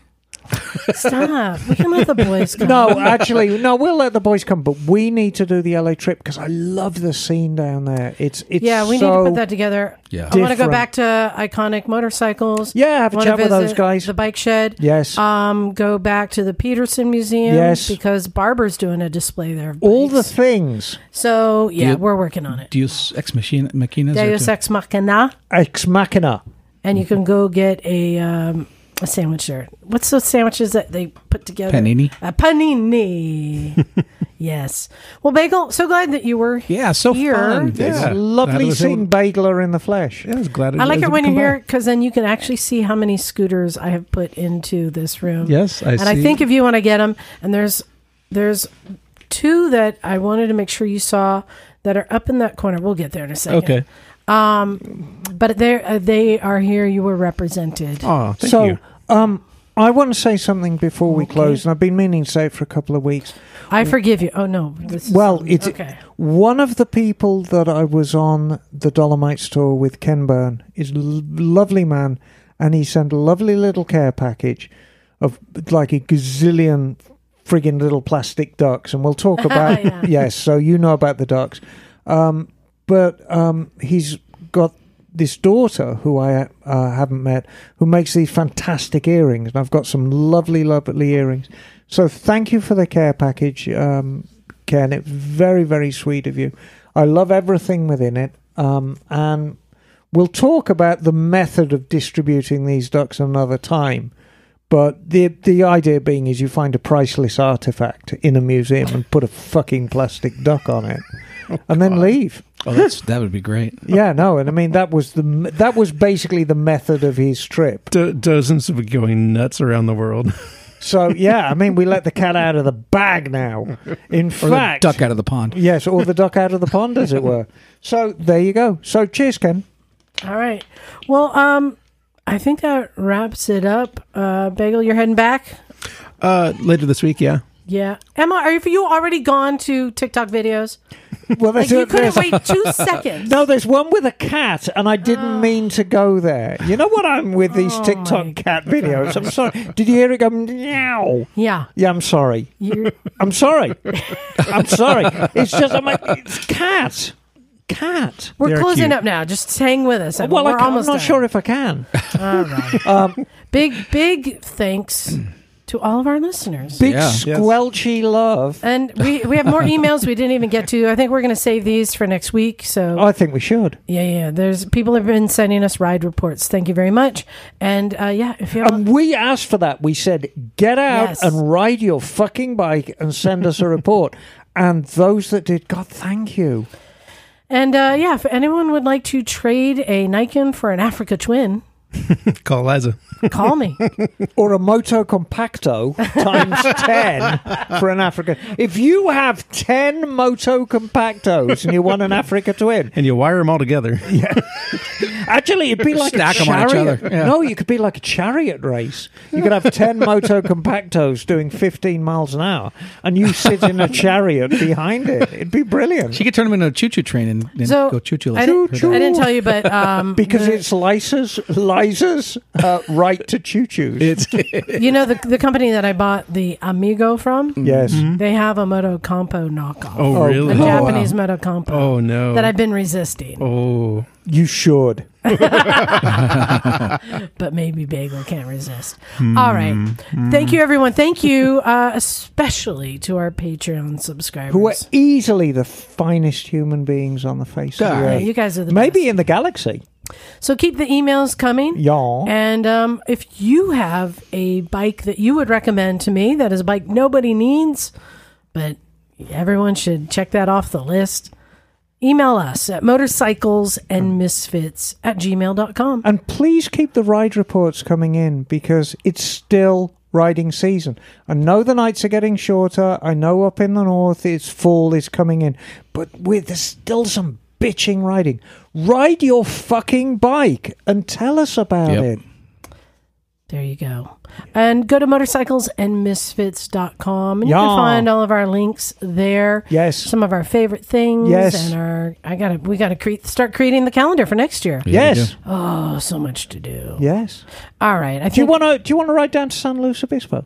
Stop. We can let the boys come. No, actually, no. We'll let the boys come, but we need to do the LA trip because I love the scene down there. It's it's Yeah, we so, need to put that together. Yeah. I want to go Different. back to iconic motorcycles. Yeah, have a Wanna chat with those visit guys. The bike shed. Yes. Um, go back to the Peterson Museum. Yes. Because Barber's doing a display there. of all the bikes. things so yeah, You- we're working on it. Deus ex machina. machina is that Deus too? ex machina, ex machina. and you can go get a um, a sandwich there. What's those sandwiches that they put together? Panini? A panini. yes. Well, Bagel, so glad that you were. Yeah, so Here. fun. Yeah. It's Yeah. That lovely was seeing it. Bagler in the flesh. Yeah, I was glad. I like was it when come you're by. here because then you can actually see how many scooters I have put into this room. Yes, I and see. I think if you want to get them, and there's there's two that I wanted to make sure you saw that are up in that corner. We'll get there in a second. okay. but they uh, they are here. You were represented. Oh, thank so, you. um, I want to say something before we Okay. close, and I've been meaning to say it for a couple of weeks. I forgive you. Oh no, this is Well, it's okay. one of the people that I was on the Dolomites tour with, Ken Byrne, is a l- lovely man, and he sent a lovely little care package of like a gazillion friggin' little plastic ducks, and we'll talk about Yeah. yes. So you know about the ducks, um, but um, he's got this daughter who I uh, haven't met, who makes these fantastic earrings, and I've got some lovely, lovely earrings. So thank you for the care package, um, Ken. It's very, very sweet of you. I love everything within it, um, and we'll talk about the method of distributing these ducks another time. But the the idea being is you find a priceless artifact in a museum and put a fucking plastic duck on it, and then leave. Oh, that's, that would be great. Yeah, no, and I mean that was the that was basically the method of his trip. Do- dozens of going nuts around the world. So yeah, I mean we let the cat out of the bag now. In Or the fact, duck out of the pond. yes, or the duck out of the pond, as it were. So there you go. So cheers, Ken. All right. Well, um, I think that wraps it up. Uh, Bagel, you're heading back. Uh, later this week, yeah. Yeah, Emma, are you- you already gone to TikTok videos? Well, Like there's, you couldn't there's- wait two seconds. no, there's one with a cat, and I didn't mean to go there. You know what I'm with these Oh, my TikTok cat videos. I'm sorry. Did you hear it go meow? Yeah, Yeah, I'm sorry. you're, I'm sorry. I'm sorry. It's just I'm like it's cat, cat. we're They're closing cute. up now. Just hang with us. Emma. Well, I we're ca- I'm almost not done. sure if Um, I can. Big, big thanks to all of our listeners. Big Yeah. Yes. squelchy love. And we, we have more emails we didn't even get to. I think we're going to save these for next week. So I think we should. yeah, yeah. There's people have been sending us ride reports. Thank you very much. And uh, yeah, if you have, And we asked for that. We said, get out Yes. and ride your fucking bike and send us a report. And those that did, God, thank you. and uh, yeah, if anyone would like to trade a Nikon for an Africa Twin, Call Eliza. call me. Or a Moto Compacto times 10 for an Africa. If you have 10 Moto Compactos and you want an Africa twin, And you wire them all together. Actually, it'd be like Stack a 'em on chariot. each other, yeah. No, you could be like a chariot race. You could have ten moto compactos doing fifteen miles an hour, and you sit in a chariot behind it. It'd be brilliant She could turn them into a choo choo train and, and So go choo choo. I, Choo didn't, choo. I didn't tell you, but um, because the- it's Liza's Liza's uh, right to choo choos. It's you know the the company that I bought the Amigo from, Yes, they have a Moto Compo knockoff, Oh, Mm-hmm. Oh, a really? wow. Japanese Moto Compo Oh, no. that I've been resisting. oh. you should. but maybe bagel can't resist. All right. Thank you, everyone. Thank you, uh, especially to our Patreon subscribers. Who are easily the finest human beings on the face of the Yeah, Yeah, earth. you guys are the Maybe best. in the galaxy. So keep the emails coming. Yeah. And um, if you have a bike that you would recommend to me, that is a bike nobody needs, but everyone should check that off the list, email us at motorcycles and misfits at gmail.com. And please keep the ride reports coming in because it's still riding season. I know the nights are getting shorter. I know up in the north it's fall is coming in, but with there's still some bitching riding. Ride your fucking bike and tell us about Yep. it. There you go. And go to motorcyclesandmisfits.com and you Yeah. can find all of our links there. Yes. Some of our favorite things Yes. and our I got to we got to cre- start creating the calendar for next year. Yes. Oh, so much to do. Yes. All right. I think Do you want to? Do you want to ride down to San Luis Obispo?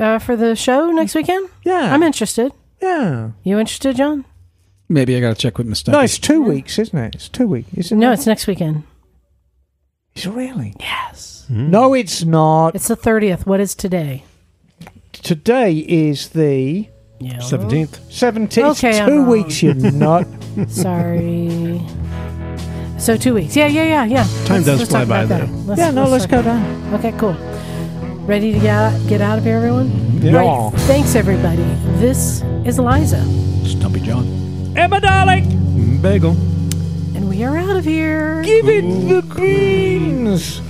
uh, for the show next weekend? Yeah. I'm interested. Yeah. You interested, John? Maybe I got to check with Miss. No, Duffy. it's two weeks, isn't it? It's two weeks, isn't No, it? it's next weekend. It's really. Hmm. Yes. No, it's not. It's the 30th. What is today? Today is the Yeah. Seventeenth. 17th. It's Okay, I'm two wrong. weeks, you nut. Sorry. So two weeks. Yeah, yeah, yeah, yeah. Time does fly talk by, about that. though. Let's- yeah, no, let's talk go down. Okay, cool. Ready to get out, get out of here, everyone? Yeah. Yeah. Right. Thanks, everybody. This is Eliza, Stumpy John. Emma, darling, Bagel. and we are out of here. give it the beans.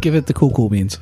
Give it the cool cool beans.